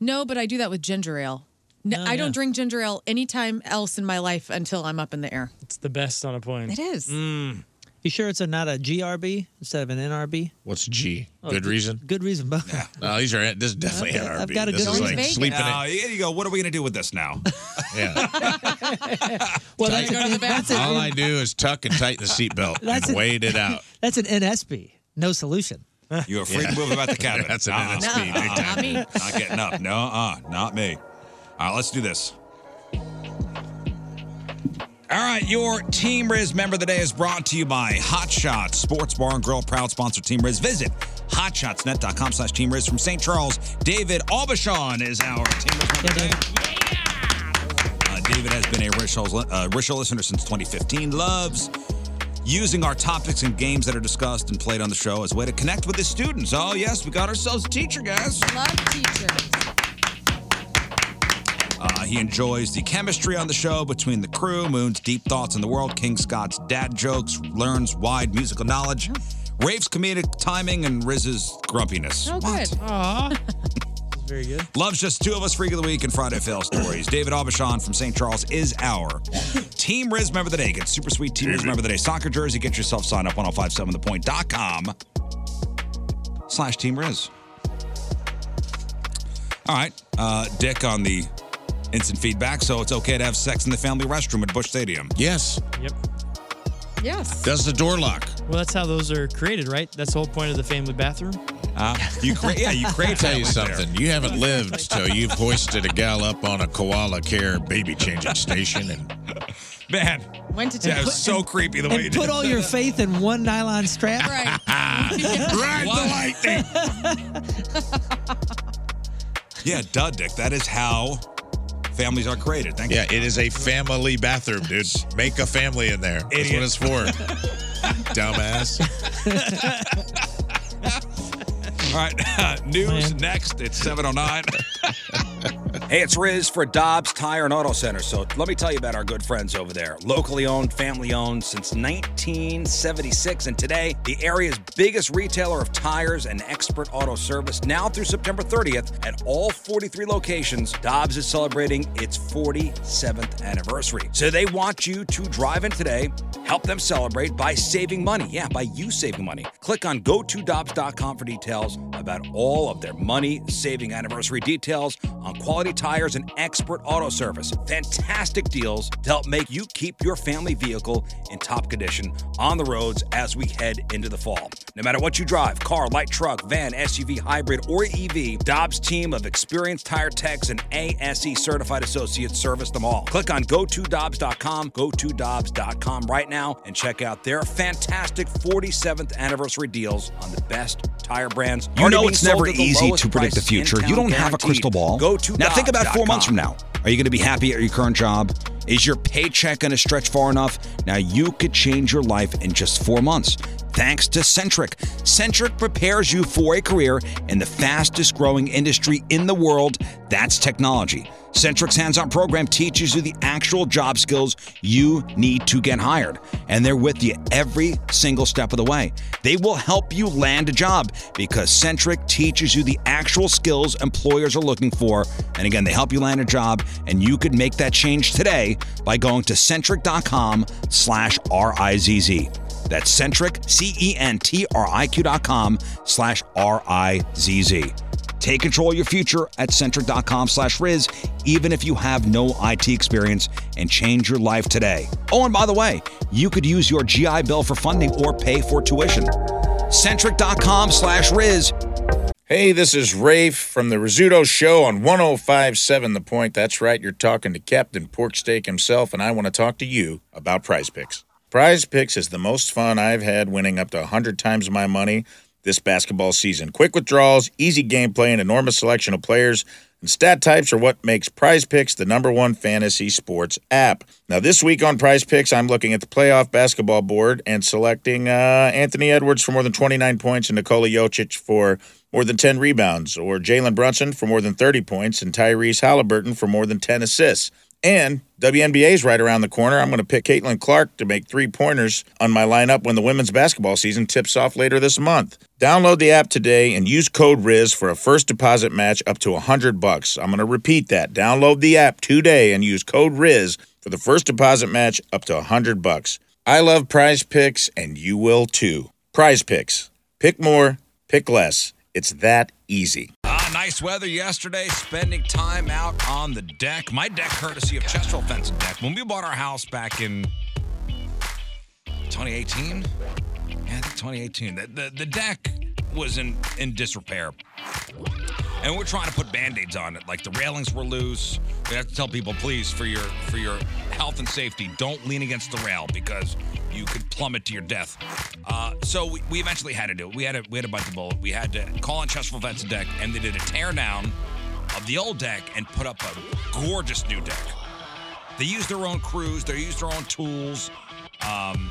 No, but I do that with ginger ale. Oh, No, I don't drink ginger ale anytime else in my life until I'm up in the air. It's the best on a plane. It is. Mm. You sure it's a, not a GRB instead of an NRB? What's G? Oh, good good- reason. Good reason, both. No, Oh, these are this is definitely NRB. I've got a this good is reason. like sleeping. Uh, in- you go. What are we gonna do with this now? yeah. *laughs* Well, Tight. that's, a, that's, a- All I do is tuck and tighten the *laughs* seatbelt *laughs* That's and a- wait it out. *laughs* that's an NSB. No solution. You are free Yeah. to move *laughs* about the cabin. That's an Uh-uh. NSP, big Uh-uh. time. me. *laughs* Not getting up. No, uh, not me. All right, let's do this. All right, your Team Riz member of the day is brought to you by Hot Shots Sports Bar and Grill, proud sponsor of Team Riz. Visit hotshotsnet.com slash Team Riz from St. Charles. David Aubuchon is our Team Riz member of the day. Uh, David has been a Ritual, uh, Ritual listener since 2015. Loves using our topics and games that are discussed and played on the show as a way to connect with his students. Oh, yes, we got ourselves a teacher, guys. Love teachers. Uh, he enjoys the chemistry on the show between the crew, Moon's deep thoughts on the world, King Scott's dad jokes, learns wide musical knowledge, Rafe's comedic timing, and Riz's grumpiness. Oh, good. Very good. Loves just two of us, Freak of the Week and Friday Fail Stories. David Aubuchon from St. Charles is our Team Riz member of the day. Get super sweet Team Riz member of the day soccer jersey. Get yourself signed up 1057thepoint.com slash Team Riz. All right, uh, Dick on the instant feedback. So it's okay to have sex in the family restroom at Bush Stadium. Yes. Yep. *laughs* Yes. Does the door lock? Well, that's how those are created, right? That's the whole point of the family bathroom. Uh, you create, yeah, you create. Tell you families there. something. You haven't lived till you've hoisted a gal up on a koala care baby changing station, and man, Went to yeah, it was so creepy the way you and put did all it. your faith in one nylon strap. Right. Ride the *laughs* lightning. Yeah, duh, Dick. That is how families are created. Thank you. yeah, it is a family bathroom, dude. Make a family in there. That's Idiot. what *laughs* it's for. Dumbass. All right, *laughs* news next. It's 7.09. hey, it's Riz for Dobbs Tire and Auto Center. So let me tell you about our good friends over there. Locally owned, family owned since 1976. And today, the area's biggest retailer of tires and expert auto service. Now through September 30th, at all 43 locations, Dobbs is celebrating its 47th anniversary. So they want you to drive in today Help them celebrate by saving money. Yeah, by you saving money. Click on GoToDobbs.com for details about all of their money saving anniversary details on quality tires and expert auto service. Fantastic deals to help make you keep your family vehicle in top condition on the roads as we head into the fall. No matter what you drive car, light truck, van, SUV, hybrid, or EV Dobbs' team of experienced tire techs and ASE certified associates service them all. Click on GoToDobbs.com, GoToDobbs.com right now and check out their fantastic 47th anniversary deals on the best tire brands. You Already know being it's sold never at the easy lowest to predict the price in future. You town, don't have a crystal guaranteed. ball. Go to now think about four Dobbs.com. months from now. Are you going to be happy at your current job? Is your paycheck going to stretch far enough? Now you could change your life in just four months. Thanks to Centric. Centric prepares you for a career in the fastest growing industry in the world that's technology. Centric's hands on program teaches you the actual job skills you need to get hired, and they're with you every single step of the way. They will help you land a job because Centric teaches you the actual skills employers are looking for. And again, they help you land a job, and you could make that change today by going to centric.com slash R-I-Z-Z. That's centric, E C-E-N-T-R-I-Q dot com slash R-I-Z-Z. Take control of your future at centric.com slash Riz, even if you have no IT experience, and change your life today. Oh, and by the way, you could use your GI Bill for funding or pay for tuition. Centric.com slash Riz. Hey, this is Rafe from the Rizzuto Show on 1057 The Point. That's right, you're talking to Captain Porksteak himself, and I want to talk to you about prize picks. Prize picks is the most fun I've had winning up to 100 times my money this basketball season. Quick withdrawals, easy gameplay, an enormous selection of players and stat types are what makes Prize Picks the number one fantasy sports app. Now, this week on Prize Picks, I'm looking at the playoff basketball board and selecting uh, Anthony Edwards for more than 29 points and Nikola Jokic for more than 10 rebounds, or Jalen Brunson for more than 30 points and Tyrese Halliburton for more than 10 assists. And WNBA's right around the corner. I'm going to pick Caitlin Clark to make three pointers on my lineup when the women's basketball season tips off later this month. Download the app today and use code RIZ for a first deposit match up to 100 bucks. I'm going to repeat that. Download the app today and use code RIZ for the first deposit match up to 100 bucks. I love prize picks and you will too. Prize picks. Pick more, pick less. It's that easy. Ah, nice weather yesterday. Spending time out on the deck. My deck, courtesy of Chesterfield Fence and Deck. When we bought our house back in 2018, yeah, I think 2018. The, the, the deck was in in disrepair, and we're trying to put band-aids on it. Like the railings were loose. We have to tell people, please, for your for your health and safety, don't lean against the rail because you could plummet to your death. Uh, so we, we eventually had to do it. We had to we had to bite the bullet. We had to call on Chesterfield Vets and Deck, and they did a tear down of the old deck and put up a gorgeous new deck. They used their own crews. They used their own tools. Um,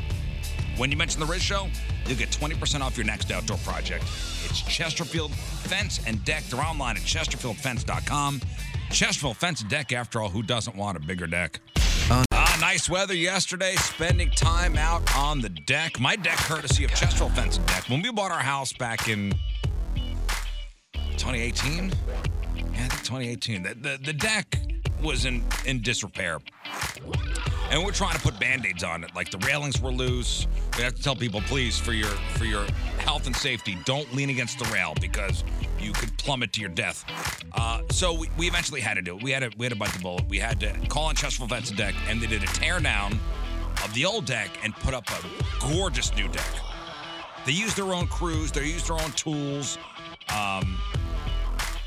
When you mention the Riz Show, you'll get 20% off your next outdoor project. It's Chesterfield Fence and Deck. They're online at chesterfieldfence.com. Chesterfield Fence and Deck, after all, who doesn't want a bigger deck? Ah, nice weather yesterday. Spending time out on the deck. My deck, courtesy of Chesterfield Fence and Deck. When we bought our house back in 2018, yeah, I think 2018. The, the, the deck was in, in disrepair. And we're trying to put band-aids on it. Like the railings were loose. We have to tell people, please, for your for your health and safety, don't lean against the rail because you could plummet to your death. Uh, so we, we eventually had to do it. We had to we had to bite the bullet. We had to call on Chesterfield Vets and Deck, and they did a tear down of the old deck and put up a gorgeous new deck. They used their own crews. They used their own tools. Um,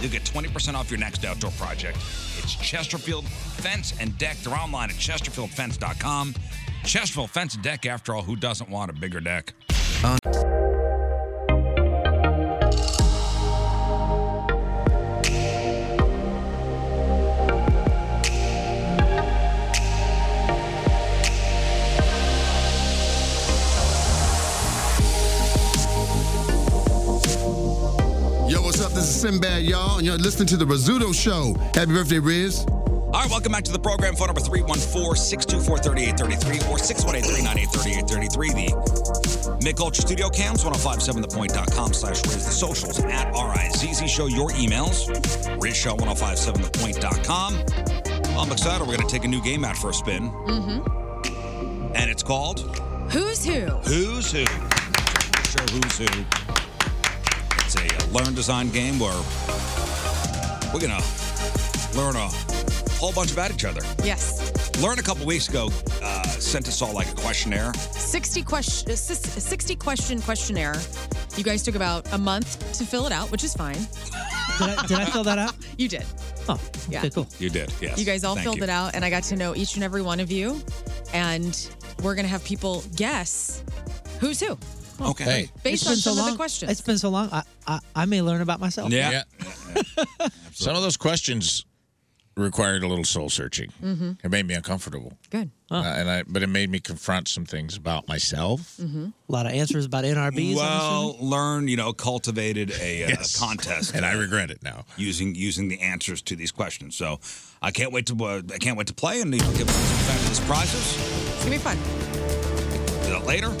You'll get 20% off your next outdoor project. It's Chesterfield Fence and Deck. They're online at chesterfieldfence.com. Chesterfield Fence and Deck, after all, who doesn't want a bigger deck? Yo, what's up? This is Sinbad, y'all, and you're listening to the Rizzuto Show. Happy birthday, Riz. All right, welcome back to the program. Phone number 314 624 3833 or 618 398 3833. The Mick Ultra Studio Cams, 1057thepoint.com slash Riz the socials at RIZZ Show. Your emails, RizShow1057thepoint.com. Well, I'm excited. We're going to take a new game out for a spin, Mm-hmm. and it's called Who's who? Who's Who. Show Who's Who. It's a learn design game where we're going to learn a whole bunch about each other. Yes. Learn a couple weeks ago uh, sent us all like a questionnaire. 60 question uh, sis- 60 question questionnaire. You guys took about a month to fill it out, which is fine. Did I, did I fill that out? *laughs* You did. Oh, Yeah. okay, cool. You did, yes. You guys all Thank filled you. it out, and I got to know each and every one of you. And we're gonna have people guess who's who. *laughs* Okay. Based It's on some been so of the long- questions. It's been so long. I, I, I may learn about *laughs* myself. Some of those questions required a little soul searching. Mm-hmm. It made me uncomfortable. Good. Uh, and I, but it made me confront some things about myself. Mm-hmm. A lot of answers about NRBs. well, learn, you know, cultivated a, uh, Yes. contest, and I regret it now using using the answers to these questions. So I can't wait to uh, I can't wait to play and you know, give us some fabulous prizes It's gonna be fun. uh, later.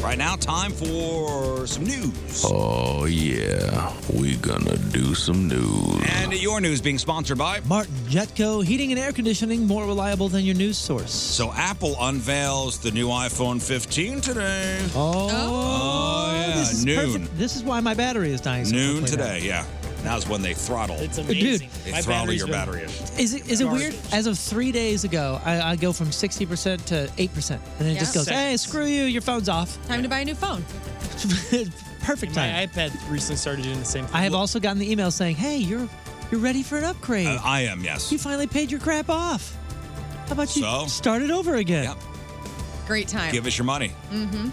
Right now, time for some news, Oh, yeah. we gonna do some *laughs* news. and your news being sponsored by. Martin Jetco heating and air conditioning more reliable than your news source. So Apple unveils the new iPhone 15 today. Oh, yeah, this is noon. perfect. This is why my battery is dying. so Noon quickly now. today, yeah. Now's when they throttle. It's amazing. They My throttle battery's your been- battery. in. Is it is it weird? As of three days ago, I, I go from sixty percent to eight percent, and it Yeah. just goes, "Hey, screw you! Your phone's off." Time to buy a new phone. *laughs* Perfect My time. iPad recently started doing the same thing. I have also gotten the email saying, "Hey, you're you're ready for an upgrade. Uh, I am, yes. You finally paid your crap off. How about you So? start it over again?" Great time. Give us your money. Mm-hmm.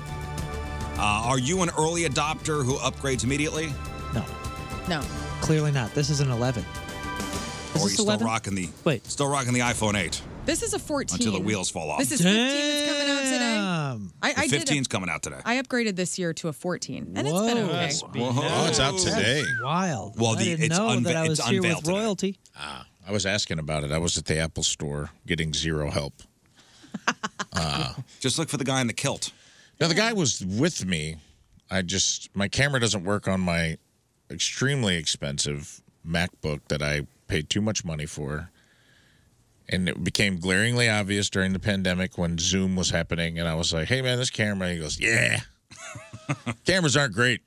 Uh, are you an early adopter who upgrades immediately? No. Clearly not. This is an eleven. *laughs* or are you still rocking the wait? Still rocking the iPhone 8 This is a 14. until the wheels fall off. This is 15 that's coming out today. I, I The did. 15's coming out today. I upgraded this year to a 14, and it's been okay. Oh, it's out today. Wild. Well, I the- didn't it's know unve- that I it's was here with unveiled today. royalty. Ah, I was asking about it. I was at the Apple store getting *laughs* zero help. uh, just look for the guy in the kilt. No, the guy was with me. I just my camera doesn't work on my extremely expensive MacBook that I paid too much money for. And it became glaringly obvious during the pandemic when Zoom was happening, and I was like, "Hey, man, this camera." He *laughs* goes, "Yeah, cameras aren't great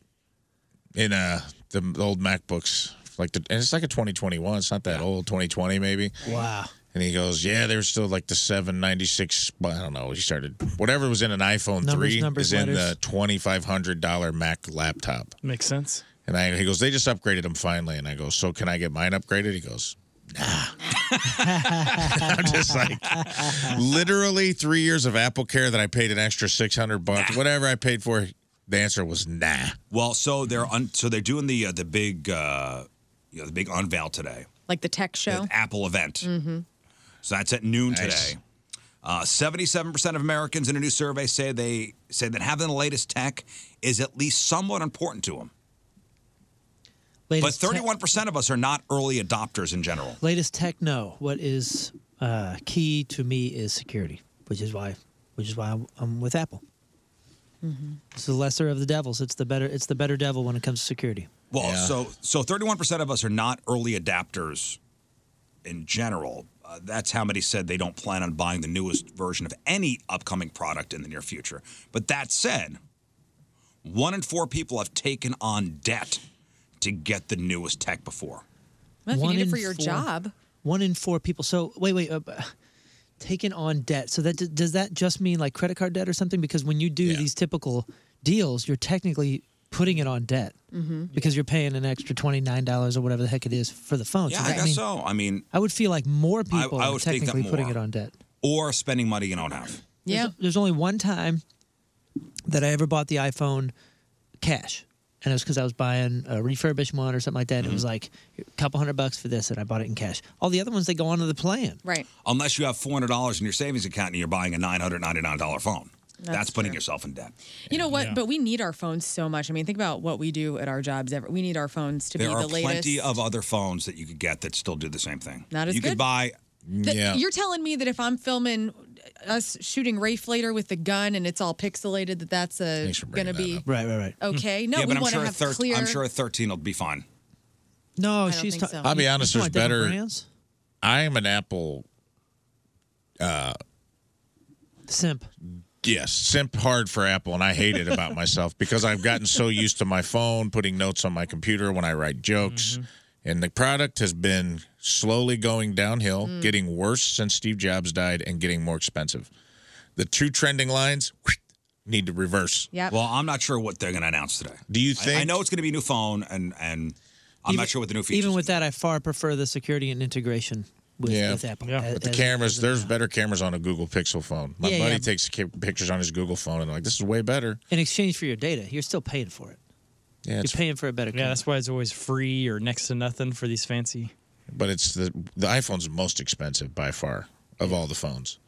in uh the old MacBooks. Like, the, and it's like a 2021. It's not that old. 2020 maybe. Wow. And he goes, "Yeah, they were still like the 796. But I don't know. He started whatever was in an iPhone Numbers, three numbers, is in letters. the twenty five hundred dollar Mac laptop. Makes sense. And I, he goes, they just upgraded him finally. And I go, so can I get mine upgraded? He goes, *laughs* Mm-hmm. nah. I'm just *laughs* like, literally three years of Apple Care that I paid an extra six hundred bucks, whatever I paid for. The answer was nah. Well, so they're un- so they're doing the uh, the big uh, you know the big unveil today, Like the tech show. the Apple event. Mm-hmm. So that's at noon Nice. today. Uh, 77% of Americans in a new survey say they say that having the latest tech is at least somewhat important to them. Latest but tech- 31% of us are not early adopters in general. Latest techno. What is uh, key to me is security, which is why, which is why I'm, I'm with Apple. Mm-hmm. It's the lesser of the devils. It's the better. It's the better devil when it comes to security. Well, so so 31% of us are not early adapters in general. Uh, that's how many said they don't plan on buying the newest version of any upcoming product in the near future. But that said, one in four people have taken on debt to get the newest tech before. Well, if you need it in for your job. One in four people. So wait, wait. Uh, taking on debt. So that does that just mean like credit card debt or something? Because when you do these typical deals, you're technically putting it on debt Mm-hmm. because you're paying an extra twenty nine dollars or whatever the heck it is for the phone. Yeah, I guess Oh, mean, so. I mean, I would feel like more people I are would think that technically putting more. it on debt. or spending money you don't have. Yeah. There's, there's only one time that I ever bought the iPhone cash. And it was because I was buying a refurbished one or something like that. It Mm-hmm. was like a couple hundred bucks for this, and I bought it in cash. All the other ones, they go onto the plan. Right. Unless you have four hundred dollars in your savings account and you're buying a nine hundred ninety nine dollar phone, That's that's, putting yourself in debt. You know what? Yeah. But we need our phones so much. I mean, think about what we do at our jobs. Every we need our phones to there be are the latest. plenty of other phones that you could get that still do the same thing. Not as you good? could buy. That- You're telling me that if I'm filming us shooting Rafe later with the gun and it's all pixelated, that that's a gonna be Right, right, right. *laughs* okay. No, yeah, we but I'm want to sure, a have thir- clear. I'm sure a 13 will be fine. No, I don't she's. think so. I'll be You- honest, you there's want different better. brands? I am an Apple. Uh, Simp. Yes, simp hard for Apple, and I hate it about myself *laughs* because I've gotten so used to my phone, putting notes on my computer when I write jokes, and the product has been slowly going downhill, Mm. getting worse since Steve Jobs died, and getting more expensive. The two trending lines need to reverse. Yep. Well, I'm not sure what they're going to announce today. Do you think? I, know it's going to be a new phone, and and I'm not sure what the new features. Even with that, I far prefer the security and integration with, yeah, with Apple. as- But the as- cameras, there's better cameras on a Google Pixel phone. My Yeah, buddy yeah. takes ca- pictures on his Google phone, and I'm like, this is way better. in exchange for your data, you're still paying for it. Yeah, you're it's- paying for a better. Yeah, that's why it's always free or next to nothing for these fancy. but it's the the iPhone's most expensive by far of all the phones.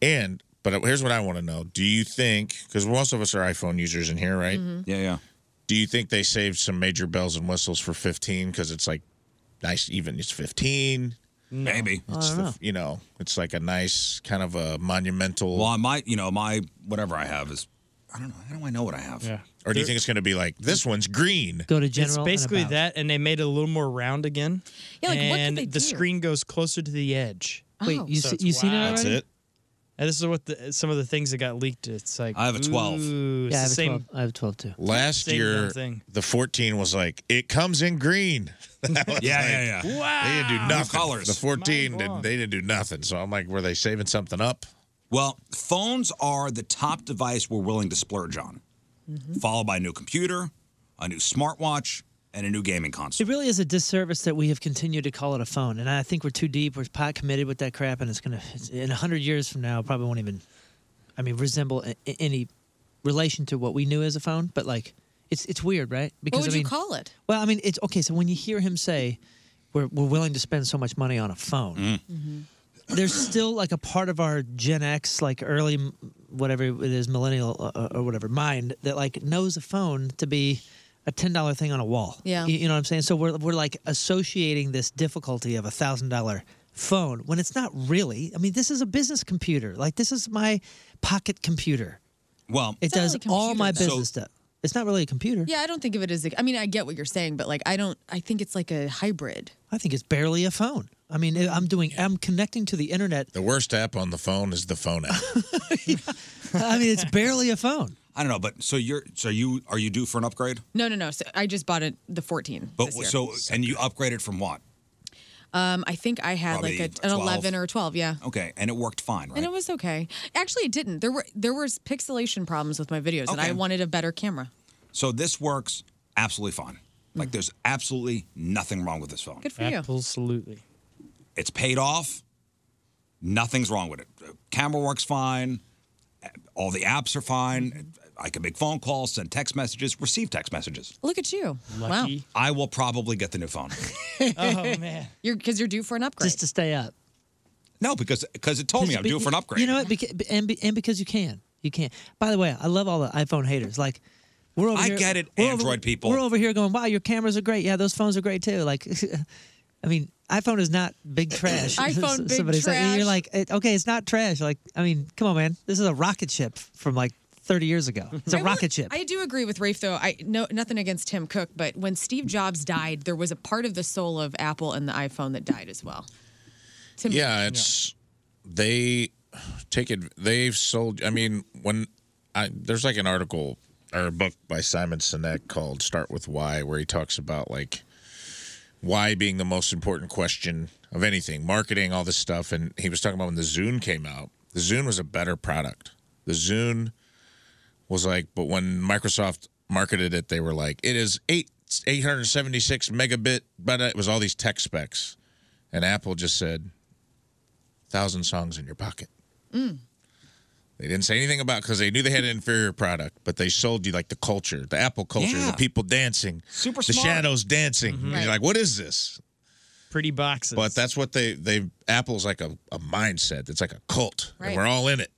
And but here's what I want to know: Do you think because most of us are iPhone users in here, right? Mhm. Yeah, yeah. Do you think they saved some major bells and whistles for 15 because it's like nice, even it's 15. Maybe It's the, you know, it's like a nice kind of a monumental. Well, my you know my whatever I have is I don't know. How do I know what I have? Or do you think it's going to be like this one's green? Go to It's basically that, and they made it a little more round again. Yeah, like, what could and they the do? screen goes closer to the edge. Wait, you see- it's you seen it wide. That's already? it? And this is what the, some of the things that got leaked. It's like I have a 12. ooh, it's Yeah, I the have, a same. 12, I have 12 too. *laughs* Last Same year, damn thing. the 14 was like it comes in green. *laughs* yeah, yeah, yeah. They didn't do Wow. nothing. New colours. The 14 didn't. They didn't do nothing. So I'm like, were they saving something up? Well, phones are the top device we're willing to splurge on, Mm-hmm. followed by a new computer, a new smartwatch, and a new gaming console. It really is a disservice that we have continued to call it a phone, and I think we're too deep. We're pot committed with that crap, and it's gonna it's- in a hundred years from now it probably won't even, I mean, resemble a- a- any relation to what we knew as a phone. But like, it's it's weird, right? what would I mean, you call it? Well, I mean, it's okay. So when you hear him say, "We're we're willing to spend so much money on a phone," Mm-hmm. there's still like a part of our Gen X, like early m- whatever it is, millennial uh, or whatever mind that like knows a phone to be a ten dollar thing on a wall. Yeah. you, you know what I'm saying. So we're we're like associating this difficulty of a thousand dollar phone when it's not really. I mean, this is a business computer. Like this is my pocket computer. Well, it does all my computer, though. business stuff. It's not really a computer. Yeah, I don't think of it as. A, I mean, I get what you're saying, but like, I don't. I think it's like a hybrid. I think it's barely a phone. I mean, I'm doing, I'm connecting to the internet. The worst app on the phone is the phone *laughs* app. I mean, it's barely a phone. I don't know, but so you're so you are you due for an upgrade? No, no, no. So I just bought it the 14. But this year. so and you upgraded from what? um, I think I had Probably like a, an 12. 11 or a 12. Yeah. Okay, and it worked fine, right? And it was okay. Actually, it didn't. There were there was pixelation problems with my videos, and I Okay. wanted a better camera. So this works absolutely fine. Like there's absolutely nothing wrong with this phone. Mm. Good for you. Absolutely. It's paid off. Nothing's wrong with it. The camera works fine. Uh, All the apps are Mm-hmm. fine. Uh, I can make phone calls, send text messages, receive text messages. Look at you. *laughs* I will probably get the new phone. Wow. oh man. You're because you're due for an upgrade. Just to stay up. no, because because it told me I'm due for an upgrade. You know what? Because, and, be- and because you can. You can. By the way, I love all the iPhone haters. Like, we're over I here, get it, we're Android over, people. We're over here going, wow, your cameras are great. Yeah, those phones are great too. Like, *laughs* I mean, iPhone is not Uh, big trash. *laughs* iPhone big Somebody said- trash. You're like, "It- okay, it's not trash. Like, I mean, come on, man. This is a rocket ship from like 30 years ago. It's a I will- rocket ship. I do agree with Rafe, though. I no nothing against Tim Cook, but when Steve Jobs died, there was a part of the soul of Apple and the iPhone that died as well. Tim- yeah, it's they take it. They've sold. I mean, when I there's like an article or a book by Simon Sinek called "Start with Why," where he talks about like why being the most important question of anything, marketing, all this stuff. And he was talking about when the Zune came out. The Zune was a better product. The Zune was like, but when Microsoft marketed it, they were like, it is eight 876 megabit, but it was all these tech specs. And Apple just said, thousand songs in your pocket. Mm. They didn't say anything about because they knew they had an inferior product, but they sold you like the culture, the Apple culture, Yeah. the people dancing, Super the smart. shadows dancing. And Right. You're like, what is this? Pretty boxes. But that's what they they Apple's like a, a mindset. It's like a cult, Right. and we're all in it.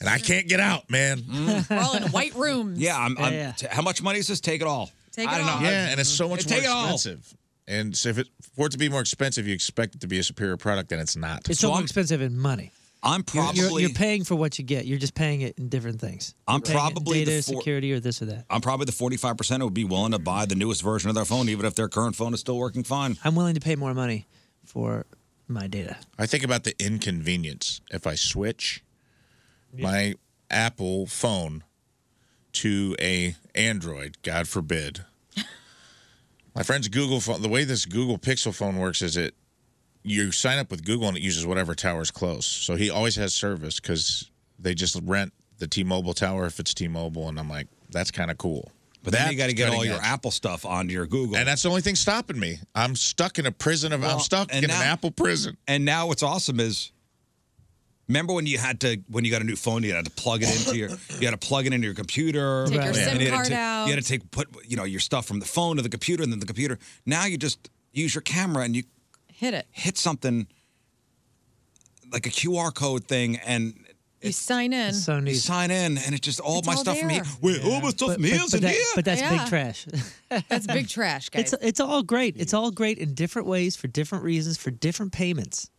And I can't get out, man. We're all in *laughs* white rooms. Yeah, I'm, I'm, Yeah. t- how much money is this? Take it all. Take I it don't all. know. Yeah, and it's so much more Take it all. expensive. And so if it for it to be more expensive, you expect it to be a superior product, and it's not. It's so more expensive in money. I'm You're- you're- probably- you're, paying for what you get. You're just paying it in different things. I'm You're paying it in probably the data four- security or this or that. I'm probably the 45% who would be willing to buy the newest version of their phone, even if their current phone is still working fine. I'm willing to pay more money for my data. I think about the inconvenience if I switch my Apple phone to a Android, God forbid. my friend's Google phone, the way this Google Pixel phone works is it you sign up with Google and it uses whatever tower's close. So he always has service cuz they just rent the T-Mobile tower if it's T-Mobile and I'm like that's kind of cool. But then you That's gotta get cutting all your edge. Apple stuff onto your Google. And that's the only thing stopping me. I'm stuck in a prison of I'm Well, stuck and in an now- Apple prison. And now what's awesome is remember when you had to when you got a new phone, you had to plug it into your you had to plug it into your computer. Take your and SIM you had to card ta- out. You had to take put you know your stuff from the phone to the computer and then the computer. Now you just use your camera and you Hit it. hit something like a QR code thing and You sign in. you sign in and it just all Mm. It's my all stuff from here. there. Wait, all my stuff But- from here but- is but in that- here. But that's Yeah. big trash. *laughs* That's big trash, guys. It's it's all great. Mm. It's all great in different ways for different reasons for different payments.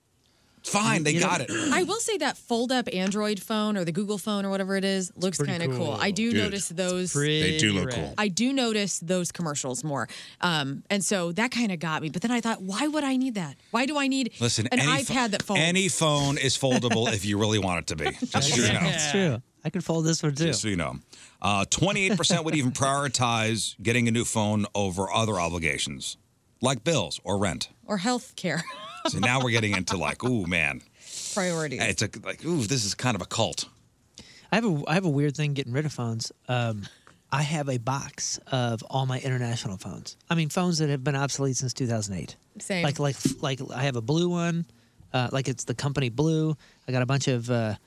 Fine, they got it. I will say that fold up Android phone or the Google phone or whatever it is looks pretty kind of cool. cool. I do Dude, notice those. pretty They do look rad. cool. I do notice those commercials more. Um, and so that kind of got me. But then I thought, why would I need that? Why do I need Listen, an any iPad pho- that folds? Any phone is foldable if you really want it to *laughs* be. Just so you know. That's true. I can fold this one too. Just so you know. Uh, 28% would even prioritize getting a new phone over other obligations, like bills or rent. or health care So now we're getting into like, ooh, man. priorities. It's a, like, ooh, this is kind of a cult. I have a I have a weird thing getting rid of phones. Um, I have a box of all my international phones. I mean, phones that have been obsolete since 2008. *laughs* Same. Like like like I have a blue one, uh, like it's the company blue. I got a bunch of uh,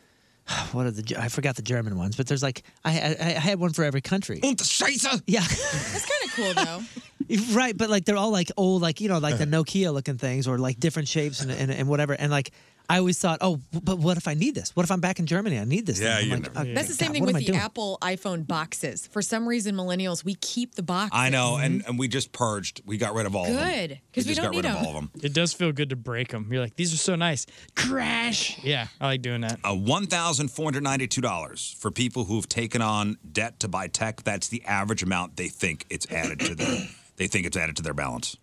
*sighs* what are the Ge- I forgot the German ones, but there's like I I, I had one for every country. Und Scheiße. Yeah. That's kind of cool though. *laughs* Right, but like they're all like old, like you know, like Uh-huh. the Nokia looking things, or like different shapes and, and and whatever. And like I always thought, oh, but what if I need this? What if I'm back in Germany? I need this. Yeah, thing. you I'm like, never- oh, That's the same God, thing what am with I the doing? Apple iPhone boxes. For some reason, millennials we keep the box. I know. And, and we just purged. We got rid of all of them. Mm-hmm. Good, 'cause we just don't got rid need of 'em. all of them. It does feel good to break them. You're like, these are so nice. Crash. Yeah, I like doing that. Uh, $1,492 for people who've taken on debt to buy tech. That's the average amount they think it's added to their *coughs* they think it's added to their balance.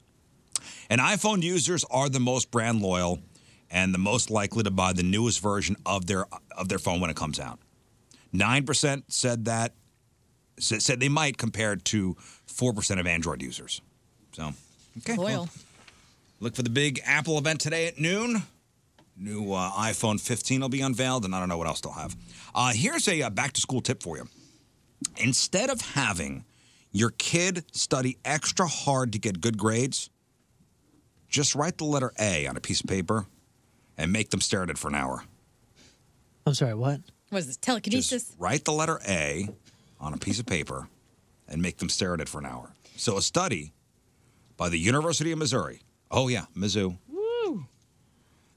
And iPhone users are the most brand loyal and the most likely to buy the newest version of their of their phone when it comes out. 9% said that said said they might compared to 4% of Android users. So, okay. Loyal. Look for the big Apple event today at noon. New uh, iPhone 15 will be unveiled, and I don't know what else they'll have. Uh, here's a uh, back to school tip for you. Instead of having your kid study extra hard to get good grades, just write the letter A on a piece of paper and make them stare at it for an hour. I'm sorry, what? Was this telekinesis? Write the letter A on a piece of paper and make them stare at it for an hour. So, a study by the University of Missouri. Oh, yeah, Mizzou. Woo.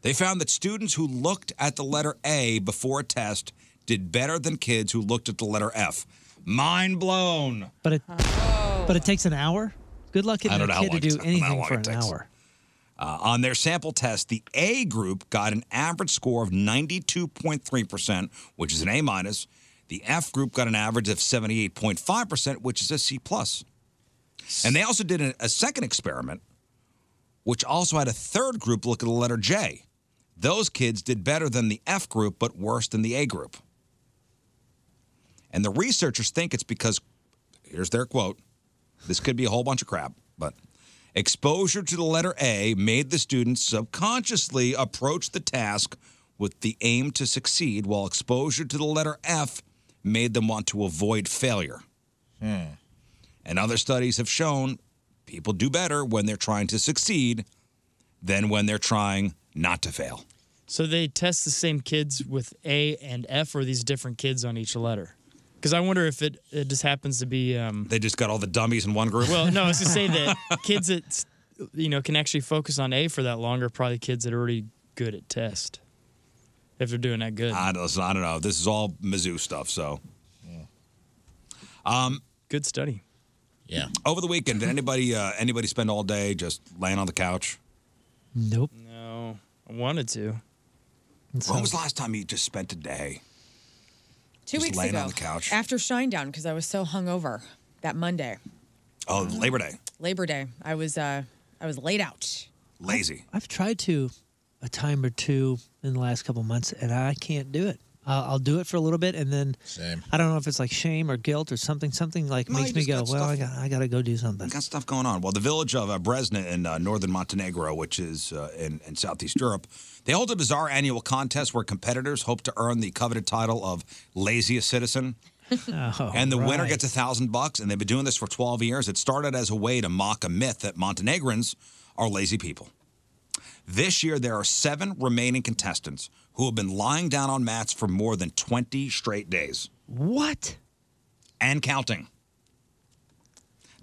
They found that students who looked at the letter A before a test did better than kids who looked at the letter F. Mind blown. But it, Oh. but it takes an hour. Good luck I getting don't a know how kid to long it do took. I don't know how anything long for it an takes. hour. Uh, on their sample test, the A group got an average score of 92.3%, which is an A minus. The F group got an average of 78.5%, which is a C plus. And they also did a, a second experiment, which also had a third group look at the letter J. Those kids did better than the F group, but worse than the A group. And the researchers think it's because, here's their quote this could be a whole bunch of crap, but exposure to the letter A made the students subconsciously approach the task with the aim to succeed, while exposure to the letter F made them want to avoid failure. And other studies have shown people do better when they're trying to succeed than when they're trying not to fail. So they test the same kids with A and F, or these different kids on each letter. Because I wonder if it, it just happens to be. Um, They just got all the dummies in one group. *laughs* well, no, I was to say that kids that you know can actually focus on A for that longer are probably kids that are already good at test. If they're doing that good, I don't, I don't know. This is all Mizzou stuff, so. Um, good study. Yeah. Over the weekend, did anybody uh, anybody spend all day just laying on the couch? Nope. No, I wanted to. When was the last time you just spent a day? Two Just weeks laying ago, on the couch. after Shinedown, because I was so hungover that Monday, Oh, Labor Day. Labor Day, I was uh, I was laid out. Lazy. I've tried to a time or two in the last couple months, and I can't do it. I'll I'll do it for a little bit, and then Same. I don't know if it's like shame or guilt or something. Something like No, makes you me just go, got well, I stuff- got I got to go do something. Got stuff going on. Well, the village of uh, Bresna in uh, northern Montenegro, which is uh, in, in southeast Europe, they hold a bizarre annual contest where competitors hope to earn the coveted title of laziest citizen. Oh, and the winner gets a thousand bucks, and they've been doing this for 12 years. It started as a way to mock a myth that Montenegrins are lazy people. This year, there are seven remaining contestants who have been lying down on mats for more than 20 straight days. What? And counting.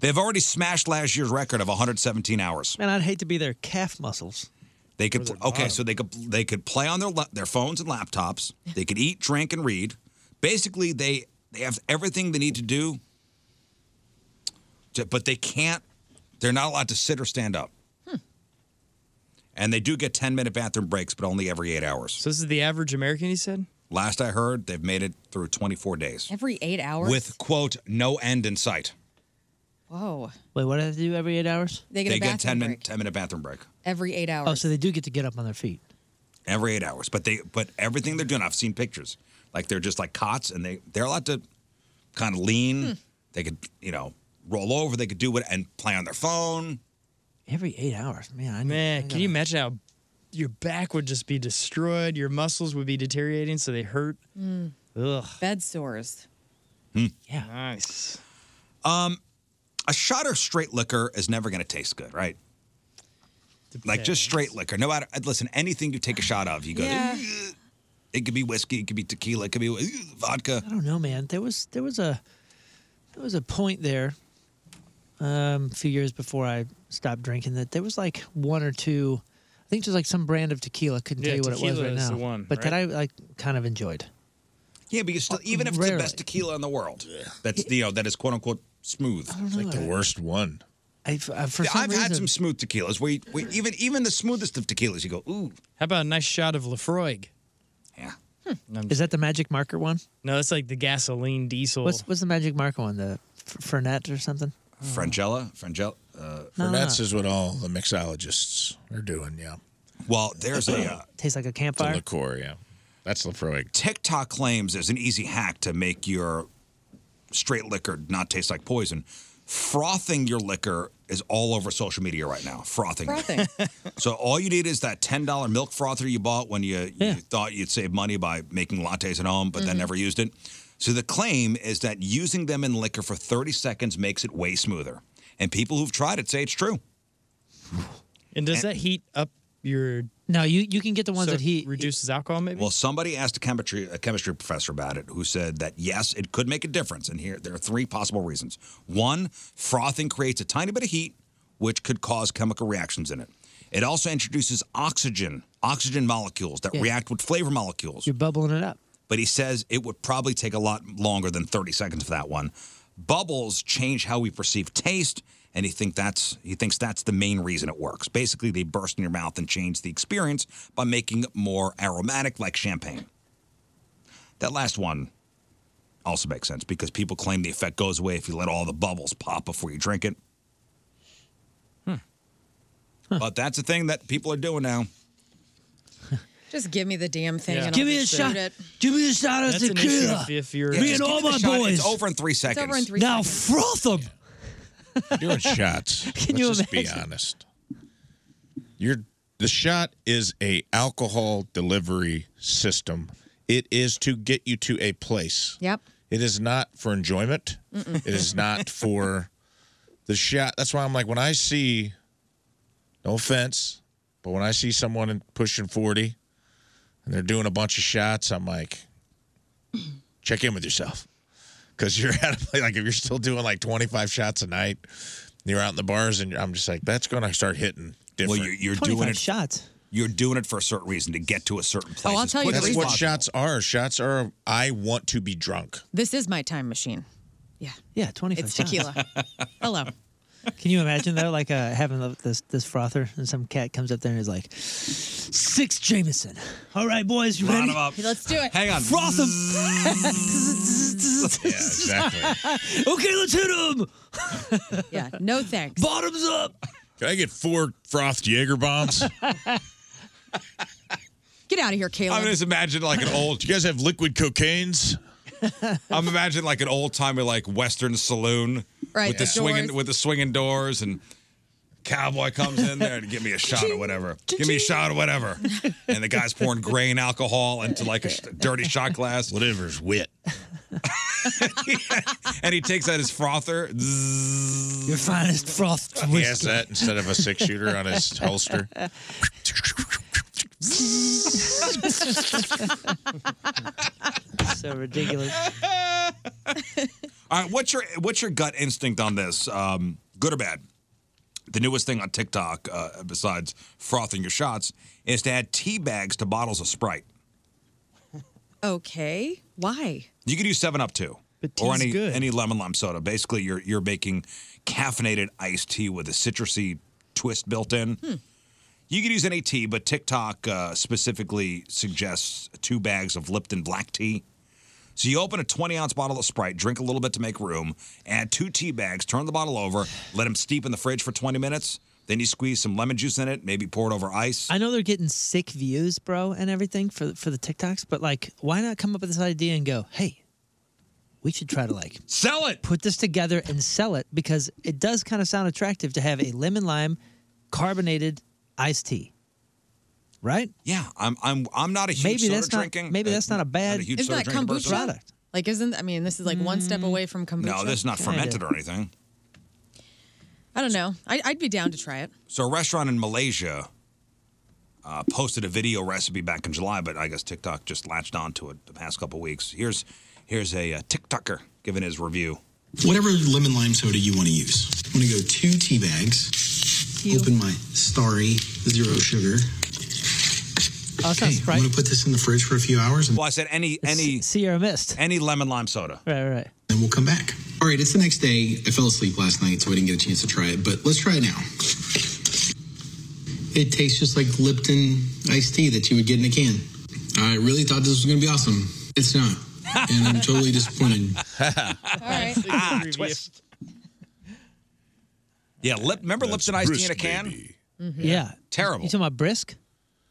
They've already smashed last year's record of 117 hours. Man, I'd hate to be their calf muscles. They could okay, so they could they could play on their la- their phones and laptops. They could eat, drink, and read. Basically, they they have everything they need to do, to- but they can't. They're not allowed to sit or stand up. Hmm. And they do get ten minute bathroom breaks, but only every eight hours. So this is the average American, you said. Last I heard, they've made it through twenty four days Every eight hours. with quote no end in sight. whoa, Wait, what do I have to do every eight hours? They get a they get bathroom 10 break. minute ten minute bathroom break. every eight hours. Oh, so they do get to get up on their feet. every eight hours. But they but everything they're doing, I've seen pictures. Like they're just like cots, and they they're allowed to kind of lean. They could you know roll over. They could do it and play on their phone. Every eight hours, man. I Man, can you imagine how your back would just be destroyed? Your muscles would be deteriorating, so they hurt. Mm. Ugh. Bed sores. Yeah. Nice. Um, a shot of straight liquor is never going to taste good, right? Like just straight liquor. No matter listen, anything you take a shot of, you go. Yeah. "Ugh." It could be whiskey, it could be tequila, it could be "Ugh, vodka. I don't know, man. There was there was a there was a point there um, a few years before I stopped drinking that there was like one or two. I think there's like some brand of tequila. Couldn't Yeah, tell you what it was tequila right is now. the one, but that I right? like kind of enjoyed. Yeah, but you Oh, still, even if it's the best tequila in the world, that's you know that is quote unquote smooth. It's like know. the worst one. I, uh, for Yeah, some I've had some smooth tequilas where, you, where even even the smoothest of tequilas, you go, ooh. How about a nice shot of Lafroig? Yeah. Is that the magic marker one? No, it's like the gasoline diesel. What's what's the magic marker one? The F- Fernet or something? Frangella, Frangella. Uh, No, Fernets no. is what all the mixologists are doing. Yeah. Well, there's a uh, Tastes like a It's a campfire. liqueur. Yeah. That's Lafroig. TikTok claims there's an easy hack to make your straight liquor not taste like poison. Frothing your liquor is all over social media right now. Frothing. Frothing. *laughs* so all you need is that ten dollar milk frother you bought when you, you thought you'd save money by making lattes at home, but then Mhm. never used it. So the claim is that using them in liquor for 30 seconds makes it way smoother. And people who've tried it say it's true. And does that heat up your? No, you you can get the ones So that he reduces alcohol. Maybe. Well, somebody asked a chemistry a chemistry professor about it, who said that yes, it could make a difference. And here there are three possible reasons. One, frothing creates a tiny bit of heat, which could cause chemical reactions in it. It also introduces oxygen, oxygen molecules that Yeah. react with flavor molecules. You're bubbling it up. But he says it would probably take a lot longer than 30 seconds for that one. Bubbles change how we perceive taste, and he think that's he thinks that's the main reason it works. Basically, they burst in your mouth and change the experience by making it more aromatic, like champagne. That last one also makes sense because people claim the effect goes away if you let all the bubbles pop before you drink it. But that's a thing that people are doing now. Just give me the damn thing. Yeah. And Give I'll me just a shot. shoot It. Give me a shot of That's an issue tequila. if you're- Me just and give all it a my shot. boys. It's over in three seconds. over in three Now *laughs* froth them. *laughs* doing shots. Can Let's you just be imagine? honest. You're the shot is a alcohol delivery system. It is to get you to a place. Yep. It is not for enjoyment. Mm-mm. It is not for the shot. That's why I'm like, when I see, no offense, but when I see someone in- pushing 40 and they're doing a bunch of shots, I'm like, check in with yourself. Because you're *laughs* out of play. Like, if you're still doing like 25 shots a night, and you're out in the bars, and you're, I'm just like, that's going to start hitting different. Well, you're, you're doing it. You're doing it for a certain reason to get to a certain place. Oh, I'll as tell you quick the as That's what possible. shots are. Shots are, I want to be drunk. This is my time machine. Yeah. Yeah, 25 It's shots. tequila. *laughs* Hello. Can you imagine though, like uh, having the- this this frother and some cat comes up there and is like, six Jameson. All right, boys, you Line ready? 'em up. Let's do it. Hang on. Froth them. Yeah, exactly. okay, let's hit them. *laughs* Yeah. No thanks. *laughs* Bottoms up. Can I get four frothed *laughs* Jaeger bombs? Get out of here, Caleb. I'm just imagine like an old. Do you guys have liquid cocaines? I'm imagining like an old timey like Western saloon Right, with the, the swinging doors. with the swinging doors and cowboy comes in there and give me a *laughs* shot or whatever. Give me a shot or whatever. And the guy's pouring grain alcohol into like a sh- dirty shot glass. Whatever's wit. *laughs* and he takes out his frother. Zzz. *laughs* Your finest froth. He has that instead of a six shooter on his holster. *laughs* *laughs* so *laughs* ridiculous. All right, what's your what's your gut instinct on this? Um, good or bad? The newest thing on TikTok, uh, besides frothing your shots, is to add tea bags to bottles of Sprite. Okay. Why? You could use Seven Up too, But or tea's any good. any lemon lime soda. Basically, you're you're making caffeinated iced tea with a citrusy twist built in. Hmm. You could use any tea, but TikTok uh, specifically suggests two bags of Lipton black tea. So you open a 20 ounce bottle of Sprite, drink a little bit to make room, add two tea bags, turn the bottle over, let them steep in the fridge for 20 minutes. Then you squeeze some lemon juice in it, maybe pour it over ice. I know they're getting sick views, bro, and everything for for the TikToks, but like, why not come up with this idea and go, hey, we should try to like sell it, put this together and sell it because it does kind of sound attractive to have a lemon lime carbonated iced tea, right? Yeah, I'm I'm I'm not a huge soda that's drinking. Uh, Not, maybe that's not a bad huge Isn't soda that drinking kombucha? person. Like, isn't, I mean, this is like one step away from kombucha. No, this is not fermented or anything. I don't know. I, I'd be down to try it. So a restaurant in Malaysia uh, posted a video recipe back in July, but I guess TikTok just latched onto it the past couple weeks. Here's here's a uh, TikToker giving his review. Whatever lemon lime soda you want to use. I'm going to go two tea bags. Open my starry zero Oh, sugar. okay, I'm going to put this in the fridge for a few hours and Well, I said any any Sierra Mist, any lemon lime soda. Right, right. then we'll come back. All right, it's the next day. I fell asleep last night, so I didn't get a chance to try it, but let's try it now. It tastes just like Lipton iced tea that you would get in a can. I really thought this was going to be awesome. It's not. And I'm totally disappointed. right. ah, twist. Yeah, lip, remember Lipton iced tea in a brisk, can? Yeah. Terrible. You talking about brisk?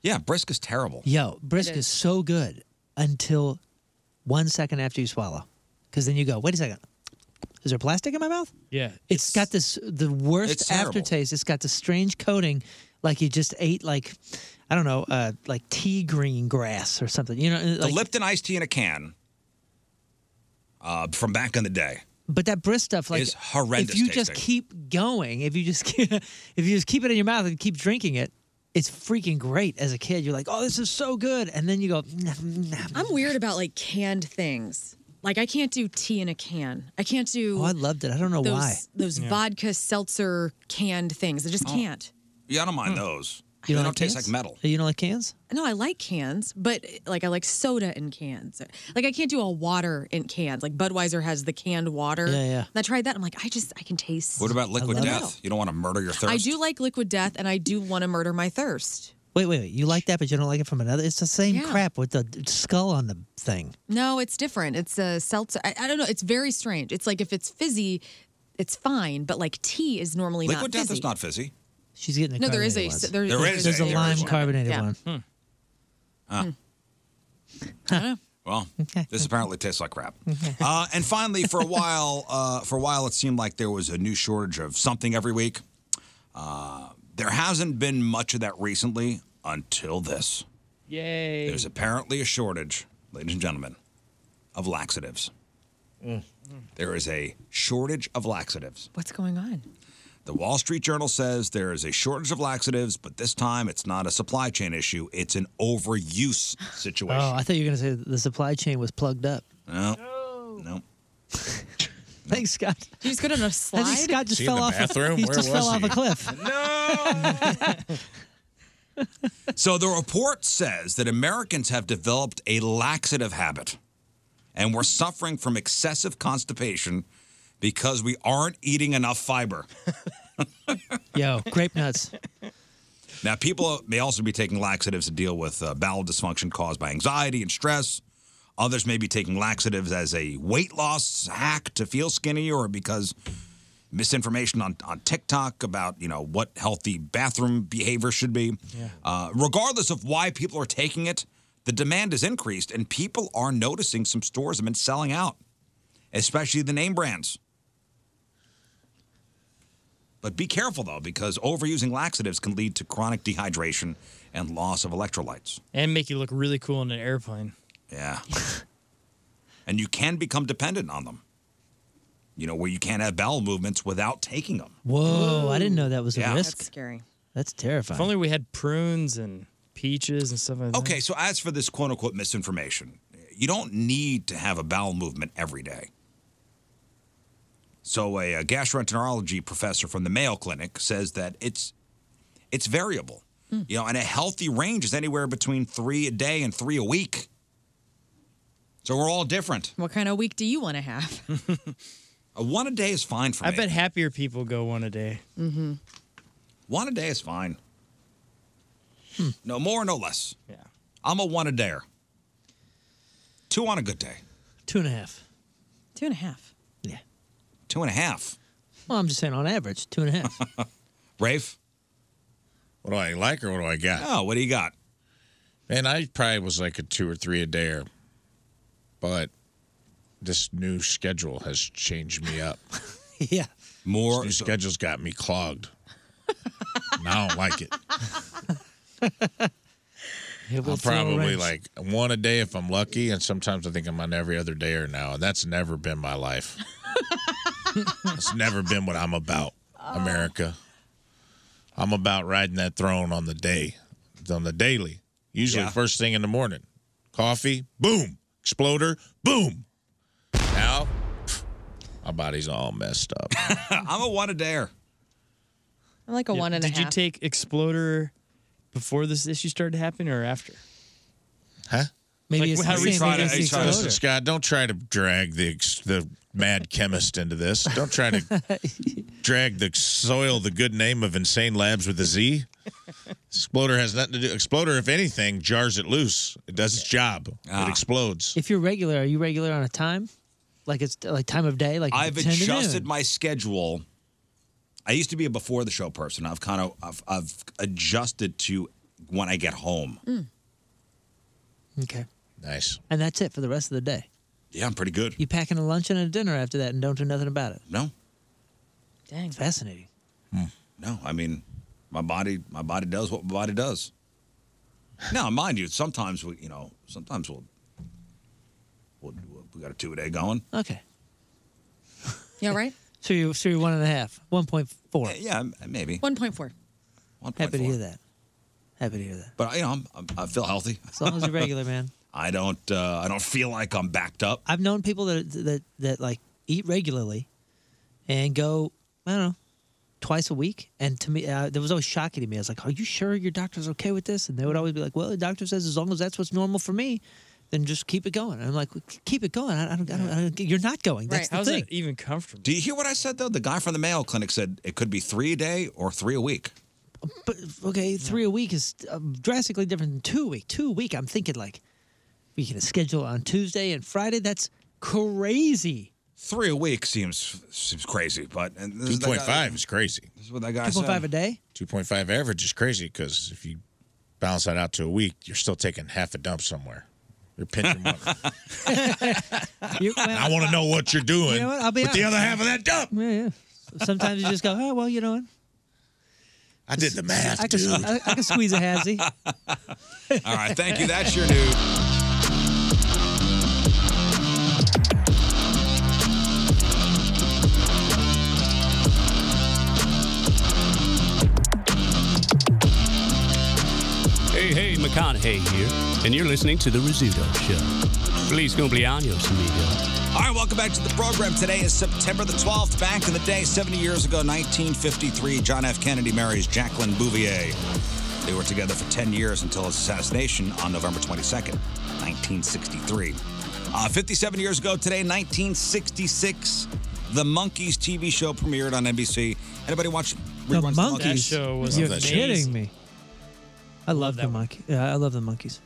Yeah, brisk is terrible. Yo, brisk It is. is. so good until one second after you swallow, because then you go, wait a second, is there plastic in my mouth? Yeah. it's got this the It's worst terrible. aftertaste. It's got this strange coating, like you just ate like I don't know, uh, like tea green grass or something. You know, The like, Lipton iced tea in a can uh, from back in the day. but that brisk stuff like is horrendous If you just tasting. keep going, if you just *laughs* keep, if you just keep it in your mouth and keep drinking it. It's freaking great as a kid. You're like, oh, this is so good. And then you go, I'm weird about like canned things. Like I can't do tea in a can. I can't do. oh, I loved it. I don't know those, why. Those vodka seltzer canned things. I just Oh. can't. Yeah, I don't mind those. Hmm. You they don't don't like taste cans? like metal. You don't like cans? No, I like cans, but like I like soda in cans. Like I can't do all water in cans. Like Budweiser has the canned water. Yeah, yeah. And I tried that. I'm like, I just I can taste. What about liquid I death? don't You don't want to murder your know. thirst. I do like liquid death, and I do want to murder my thirst. Wait, wait, wait. You like that, but you don't like it from another. It's the same Yeah. crap with the d- skull on the thing. No, it's different. It's a seltzer. I, I don't know. It's very strange. It's like if it's fizzy, it's fine, but like tea is normally liquid not death fizzy. is not fizzy. She's getting the No, there is a- carbonated ones. Hmm. there- There there is there's a- a there is lime one. carbonated Yeah. one. Ah. Hmm. Well, this apparently tastes like crap. Uh, and finally, for a while, *laughs* uh, for a while, it seemed like there was a new shortage of something every week. Uh, there hasn't been much of that recently until this. Yay. There's apparently a shortage, ladies and gentlemen, of laxatives. there is a shortage of laxatives. What's going on? The Wall Street Journal says there is a shortage of laxatives, but this time it's not a supply chain issue, it's an overuse situation. Oh, I thought you were going to say that the supply chain was plugged up. No. No. Thanks, Scott. He's good on a slide. I think Scott just He in fell the off. bathroom? He Where just was fell off he? a cliff. So the report says that Americans have developed a laxative habit and we're suffering from excessive constipation because we aren't eating enough fiber. *laughs* Yo, grape nuts. Now, people may also be taking laxatives to deal with uh, bowel dysfunction caused by anxiety and stress. Others may be taking laxatives as a weight loss hack to feel skinny or because misinformation on, on TikTok about, you know, what healthy bathroom behavior should be. Yeah. Uh, regardless of why people are taking it, the demand has increased and people are noticing some stores have been selling out, especially the name brands. But be careful though, because overusing laxatives can lead to chronic dehydration and loss of electrolytes. and make you look really cool in an airplane. Yeah. and you can become dependent on them. You know, where you can't have bowel movements without taking them. Whoa, I didn't know that was a Yeah. risk. That's scary. That's terrifying. If only we had prunes and peaches and stuff like that. Okay, so as for this quote unquote misinformation, you don't need to have a bowel movement every day. So a, a gastroenterology professor from the Mayo Clinic says that it's it's variable. Hmm. You know, and a healthy range is anywhere between three a day and three a week. So we're all different. What kind of week do you want to have? A one a day is fine for I me. bet happier people go one a day. Mm-hmm. One a day is fine. Hmm. No more, no less. Yeah. I'm a one a dayer. Two on a good day. Two and a half. Two and a half. Two and a half. Well, I'm just saying on average, two and a half. *laughs* Rafe? What do I like or what do I got? Oh, what do you got? Man, I probably was like a two or three a day, but this new schedule has changed *laughs* me up. yeah. More. This new schedule's got me clogged. *laughs* and I don't like it. I'm probably like one a day if I'm lucky, and sometimes I think I'm on every other day or now, and that's never been my *laughs* life. it's never been what I'm about, Uh. America. I'm about riding that throne on the day, on the daily. Usually first thing in the morning, coffee, boom, exploder, boom. Now, my body's all messed up. *laughs* I'm a one a dayer. I'm like a one and a Did half. you take Exploder before this issue started to happen or after? Huh? Maybe Like, it's how the we same- try maybe to- it's the try to- Listen, Scott, don't try to drag the ex- the *laughs* mad chemist into this. Don't try to drag the soil the good name of Insane Labs with a Z. Exploder has nothing to do. Exploder, if anything, jars it loose. It does its job. Ah. It explodes. If you're regular, are you regular on a time? Like it's like time of day, like I've 10 to adjusted noon? my schedule. I used to be a before the show person. I've kind of I've, I've adjusted to when I get home. Okay. Nice. And that's it for the rest of the day. Yeah, I'm pretty good. You packing a lunch and a dinner after that and don't do nothing about it. No. Dang. Fascinating. No, I mean, my body, my body does what my body does. Now, mind you, sometimes we, you know, sometimes we'll, we'll, we'll we got a two a day going. Okay. Yeah, right? So you're, so you're one and a half, 1.4. Uh, Yeah, maybe. 1.4. Happy to hear that. Happy to hear that. But you know, I'm, I'm, I feel healthy. As long as *laughs* you're regular, man. I don't, uh, I don't feel like I'm backed up. I've known people that that that like eat regularly, and go I don't know twice a week. And to me, uh, that was always shocking to me. I was like, "Are you sure your doctor's okay with this?" And they would always be like, "Well, the doctor says as long as that's what's normal for me, then just keep it going." And I'm like, "Keep it going? I, I, don't, I, don't, I don't. You're not going. That's the thing." even comfortable? Do you hear what I said though? The guy from the Mayo Clinic said it could be three a day or three a week. But okay, three a week is uh, drastically different than two a week. Two a week, I'm thinking like we can schedule on Tuesday and Friday. That's crazy. Three a week seems seems crazy, but and this is the guy- 2.5 is crazy. This is what that guy Two point five a day. *laughs* *laughs* 2.5 average is crazy because if you balance that out to a week, you're still taking half a dump somewhere. You're pinching *laughs* one. You- And I want to know what you're doing You know what? I'll be with the honest. other half of that dump. Yeah, yeah. Sometimes you just go, oh well, you know what? I did the math, I can, dude. I, I can squeeze a hazy. All right, thank you. That's your news. McConaughey here, and you're listening to The Rizzuto Show. Feliz cumpleaños, amigo. All right, welcome back to the program. Today is September the 12th. Back in the day, 70 years ago, 1953, John F. Kennedy marries Jacqueline Bouvier. They were together for 10 years until his assassination on November 22nd, 1963. Uh, 57 years ago today, 1966, The Monkees TV show premiered on NBC. Anybody watch The reruns of monkeys. You're kidding me. I love, the monkey. Yeah, I love the monkeys.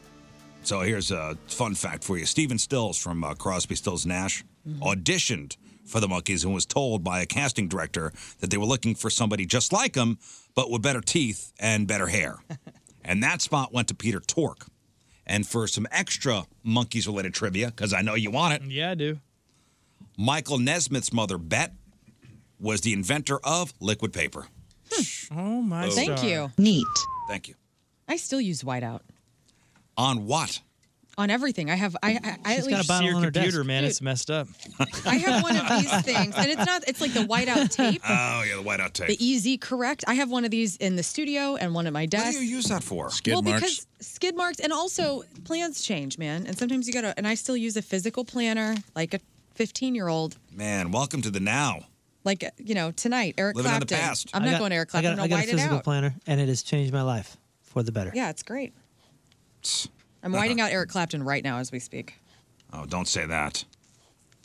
So here's a fun fact for you. Steven Stills from uh, Crosby, Stills, Nash Mm-hmm. auditioned for the Monkees and was told by a casting director that they were looking for somebody just like him, but with better teeth and better *laughs* hair. and that spot went to Peter Tork. And for some extra Monkees related trivia, because I know you want it. Yeah, I do. Michael Nesmith's mother, Bet, was the inventor of liquid paper. Oh my! Thank star. you. Neat. Thank you. I still use whiteout On what? on everything. I have. I. I, I at least your *laughs* computer, man. It's messed up. I have one of *laughs* these things, and it's not. It's like the whiteout *laughs* tape, Oh, yeah, the whiteout tape. the EZ Correct. I have one of these in the studio and one at my desk. What do you use that for? well, because skid marks, and also plans change, man. And sometimes you gotta. And I still use a physical planner, like a 15-year-old. Man, welcome to the now. Like you know, tonight Eric Living in the Clapton. past. I'm I not got- going to Eric I Clapton. got, I'm I got gonna a white it physical out. planner, and it has changed my life for the better. Yeah, it's great. I'm whiting Uh-uh. out Eric Clapton right now as we speak. Oh, don't say that.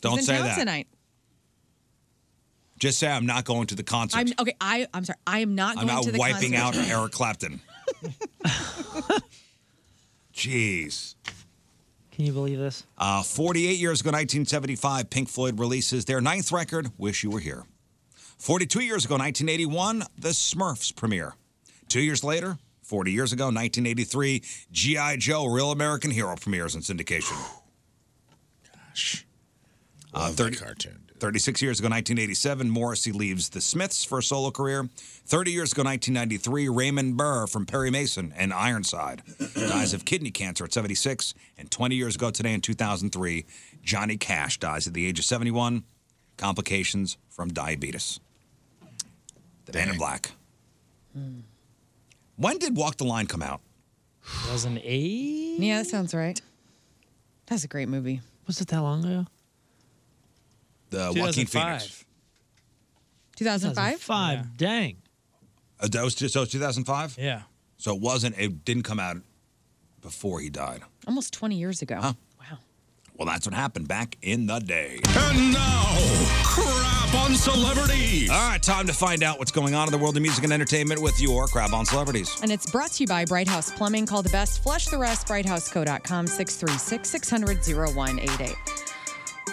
Don't He's in say town that. tonight. Just say I'm not going to the concert. I'm okay. I I'm sorry. I am not I'm going not to the wiping out concert. *sighs* *laughs* Eric Clapton. Jeez. Can you believe this? Uh, 48 years ago, 1975, Pink Floyd releases their ninth record, Wish You Were Here. 42 years ago, 1981, The Smurfs premiere. Two years later, 40 years ago, 1983, G.I. Joe, Real American Hero premieres in syndication. Gosh. Uh, 30, cartoon. 36 years ago, 1987, Morrissey leaves The Smiths for a solo career. 30 years ago, 1993, Raymond Burr from Perry Mason and Ironside dies of kidney cancer at 76. And 20 years ago today, in 2003, Johnny Cash dies at the age of 71, complications from diabetes. The Man in Black. When did Walk the Line come out? 2008. Yeah, that sounds right. That's a great movie. Was it that long ago? The Joaquin Phoenix. 2005. Five. Dang. Uh, that was just, so 2005? Yeah. So it wasn't, it didn't come out before he died. Almost 20 years ago. Well, that's what happened back in the day. And now, crap on celebrities. All right, time to find out what's going on in the world of music and entertainment with your Crab on Celebrities. And it's brought to you by Bright House Plumbing. Call the best. Flush the rest. BrightHouseCo.com 636 600 0188.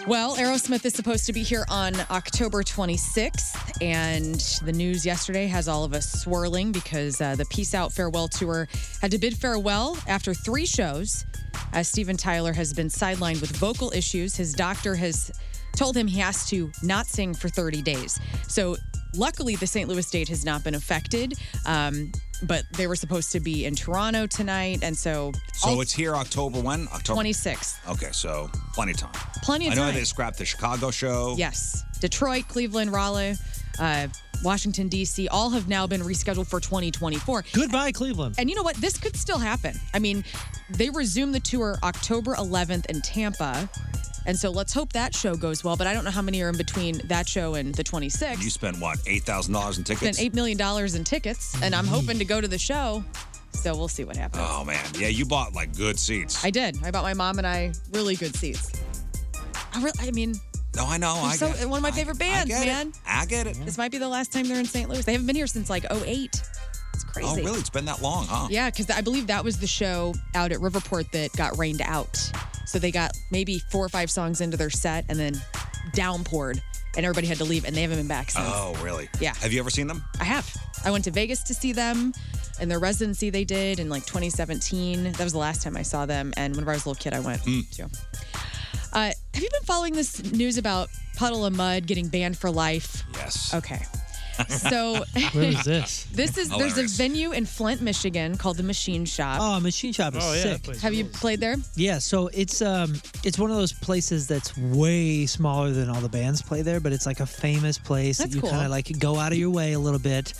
Well, Aerosmith is supposed to be here on October 26th, and the news yesterday has all of us swirling because uh, the Peace Out Farewell Tour had to bid farewell after three shows. As Steven Tyler has been sidelined with vocal issues, his doctor has told him he has to not sing for 30 days. So, luckily, the St. Louis date has not been affected, um, but they were supposed to be in Toronto tonight, and so So it's here October when? October 26th. Okay, so plenty of time. Plenty of I know time. they scrapped the Chicago show. Yes. Detroit, Cleveland, Raleigh, uh, Washington, D.C., all have now been rescheduled for 2024. Goodbye, Cleveland. And you know what? This could still happen. I mean, they resume the tour October 11th in Tampa. And so let's hope that show goes well. But I don't know how many are in between that show and the 26th. You spent what eight thousand dollars in Spent tickets? $8 million in tickets, and I'm hoping to go to the show. So we'll see what happens. Oh man, yeah, you bought like good seats. I did. I bought my mom and I really good seats. I, re- I mean, no, I know. they're Oh, I so, get it. one of my favorite bands, get it. man. I get it. This might be the last time they're in St. Louis. They haven't been here since like 08. It's crazy. Oh really? It's been that long, huh? Yeah, because I believe that was the show out at Riverport that got rained out. So they got maybe four or five songs into their set and then downpoured and everybody had to leave and they haven't been back since. Oh really? Yeah. Have you ever seen them? I have. I went to Vegas to see them and their residency they did in like 2017. That was the last time I saw them. And whenever I was a little kid, I went Mm. too. Uh, have you been following this news about Puddle of Mud getting banned for life? Yes. Okay. So- *laughs* Where is this? *laughs* This Oh, is there's a venue in Flint, Michigan called the Machine Shop. Oh, Machine Shop is Oh, yeah, that sick. place Have you played there? Yeah, so it's um it's one of those places that's way smaller than all the bands play there, but it's like a famous place That's that you cool. kind of like go out of your way a little bit.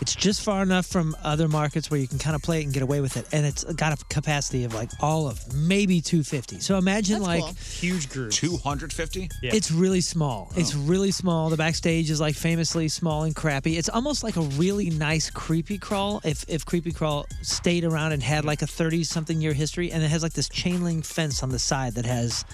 It's just far enough from other markets where you can kind of play it and get away with it, and it's got a capacity of like all of maybe 250. So imagine like huge group. 250? it's really small. Oh. It's really small. The backstage is like famously small and crappy. It's almost like a really nice creepy crawl. If if creepy crawl stayed around and had like a thirty something year history, and it has like this chain link fence on the side that has,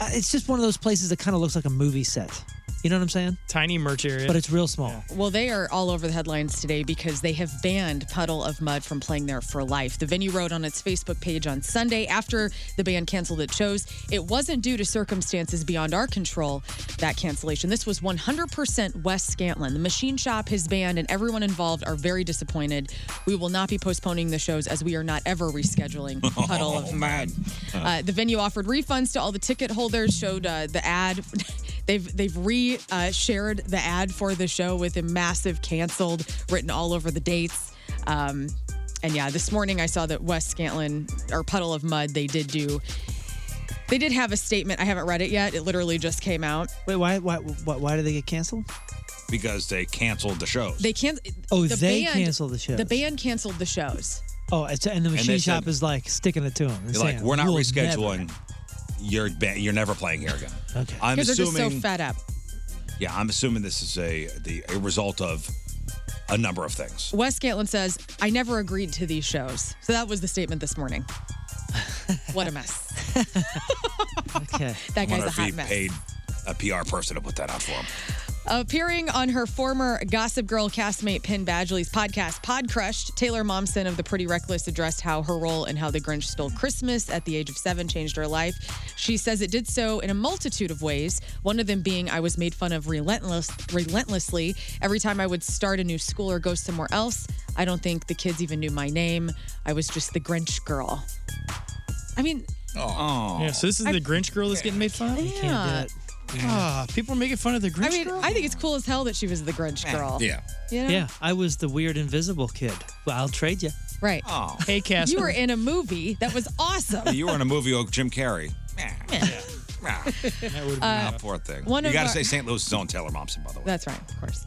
uh, it's just one of those places that kind of looks like a movie set. You know what I'm saying? Tiny merch area. But it's real small. Well, they are all over the headlines today because they have banned Puddle of Mud from playing there for life. The venue wrote on its Facebook page on Sunday after the band canceled its shows, it wasn't due to circumstances beyond our control, that cancellation. This was 100% West Scantlin. The machine shop, his band, and everyone involved are very disappointed. We will not be postponing the shows as we are not ever *laughs* rescheduling Puddle Oh, of *laughs* Mud. Uh, the venue offered refunds to all the ticket holders, showed uh, the ad. *laughs* They've they've re uh, shared the ad for the show with a massive canceled written all over the dates. Um, and yeah, this morning I saw that West Scantlin or Puddle of Mud they did do. They did have a statement. I haven't read it yet. It literally just came out. Wait, why why why, why did they get canceled? Because they canceled the shows. They can't. Oh, they canceled the shows. The band canceled the shows. Oh, it's, and the And they machine shop said- is like sticking it to them. They're like, we're not rescheduling. You're ba- you're never playing here *laughs* again. Okay. I'm Because they're assuming. just so fed up. yeah, I'm assuming this is a the a result of a number of things. Wes Scantlin says, I never agreed to these shows. So that was the statement this morning. What a mess. okay. That guy's Wonder a if he hot mess. paid a PR person to put that out for him. Appearing on her former Gossip Girl castmate Penn Badgley's podcast, Pod Crushed, Taylor Momsen of The Pretty Reckless addressed how her role in How the Grinch Stole Christmas at the age of seven changed her life. She says it did so in a multitude of ways, one of them being I was made fun of relentless, relentlessly. Every time I would start a new school or go somewhere else, I don't think the kids even knew my name. I was just the Grinch girl. I mean, Oh. Yeah, so this is I- the Grinch girl that's getting made fun of? yeah. Mm-hmm. Ah, people are making fun of the Grinch I mean, girl? I think it's cool as hell that she was the Grinch girl. You know? Yeah, I was the weird invisible kid. Well, I'll trade you. Right. Oh. Hey, You were in a movie that was awesome. *laughs* you were in a movie with Jim Carrey. that been Uh, Ah, poor thing. one you of got to our- say St. Louis is on Taylor Momsen, by the way. *laughs* That's right, of course.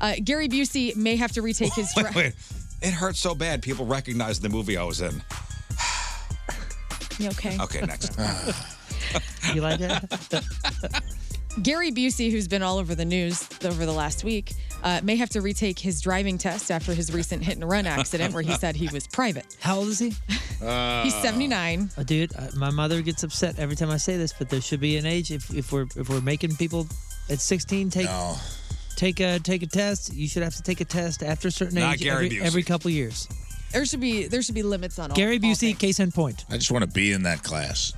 Uh, Gary Busey may have to retake his. dri- *laughs* Wait, wait. It hurt so bad people recognized the movie I was in. *laughs* You okay? Okay, next. you like that? *laughs* Gary Busey, who's been all over the news over the last week, uh, may have to retake his driving test after his recent hit and run accident where *laughs* he said he was private. How old is he? He's 79. Uh, dude, uh, my mother gets upset every time I say this, but there should be an age if, if we're if we're making people at 16 take take a take a test. You should have to take a test after a certain Not age Gary every, Busey. every couple years. There should be there should be limits on all. Gary Busey, case in point. I just want to be in that class.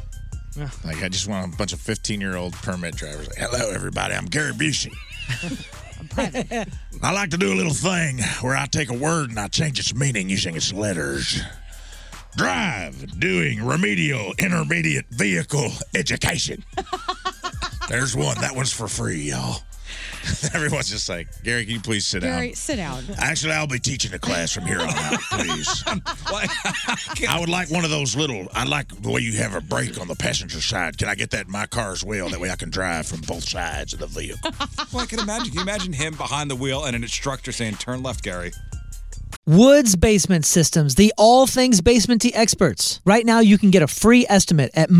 Yeah. Like, I just want a bunch of 15 year old permit drivers. Like, Hello, everybody. I'm Gary Busey. *laughs* I like to do a little thing where I take a word and I change its meaning using its letters. Drive, doing remedial intermediate vehicle education. There's one. That one's for free, y'all. *laughs* Everyone's just like, Gary, can you please sit Gary, down? sit *laughs* down. Actually, I'll be teaching a class from here on out, please. *laughs* I would like one of those little. I like the way you have a brake on the passenger side. Can I get that in my car as well? That way I can drive from both sides of the vehicle. *laughs* well, I can imagine. Can you imagine him behind the wheel and an instructor saying, turn left, Gary? Woods Basement Systems, the all things basementy experts. Right now, you can get a free estimate at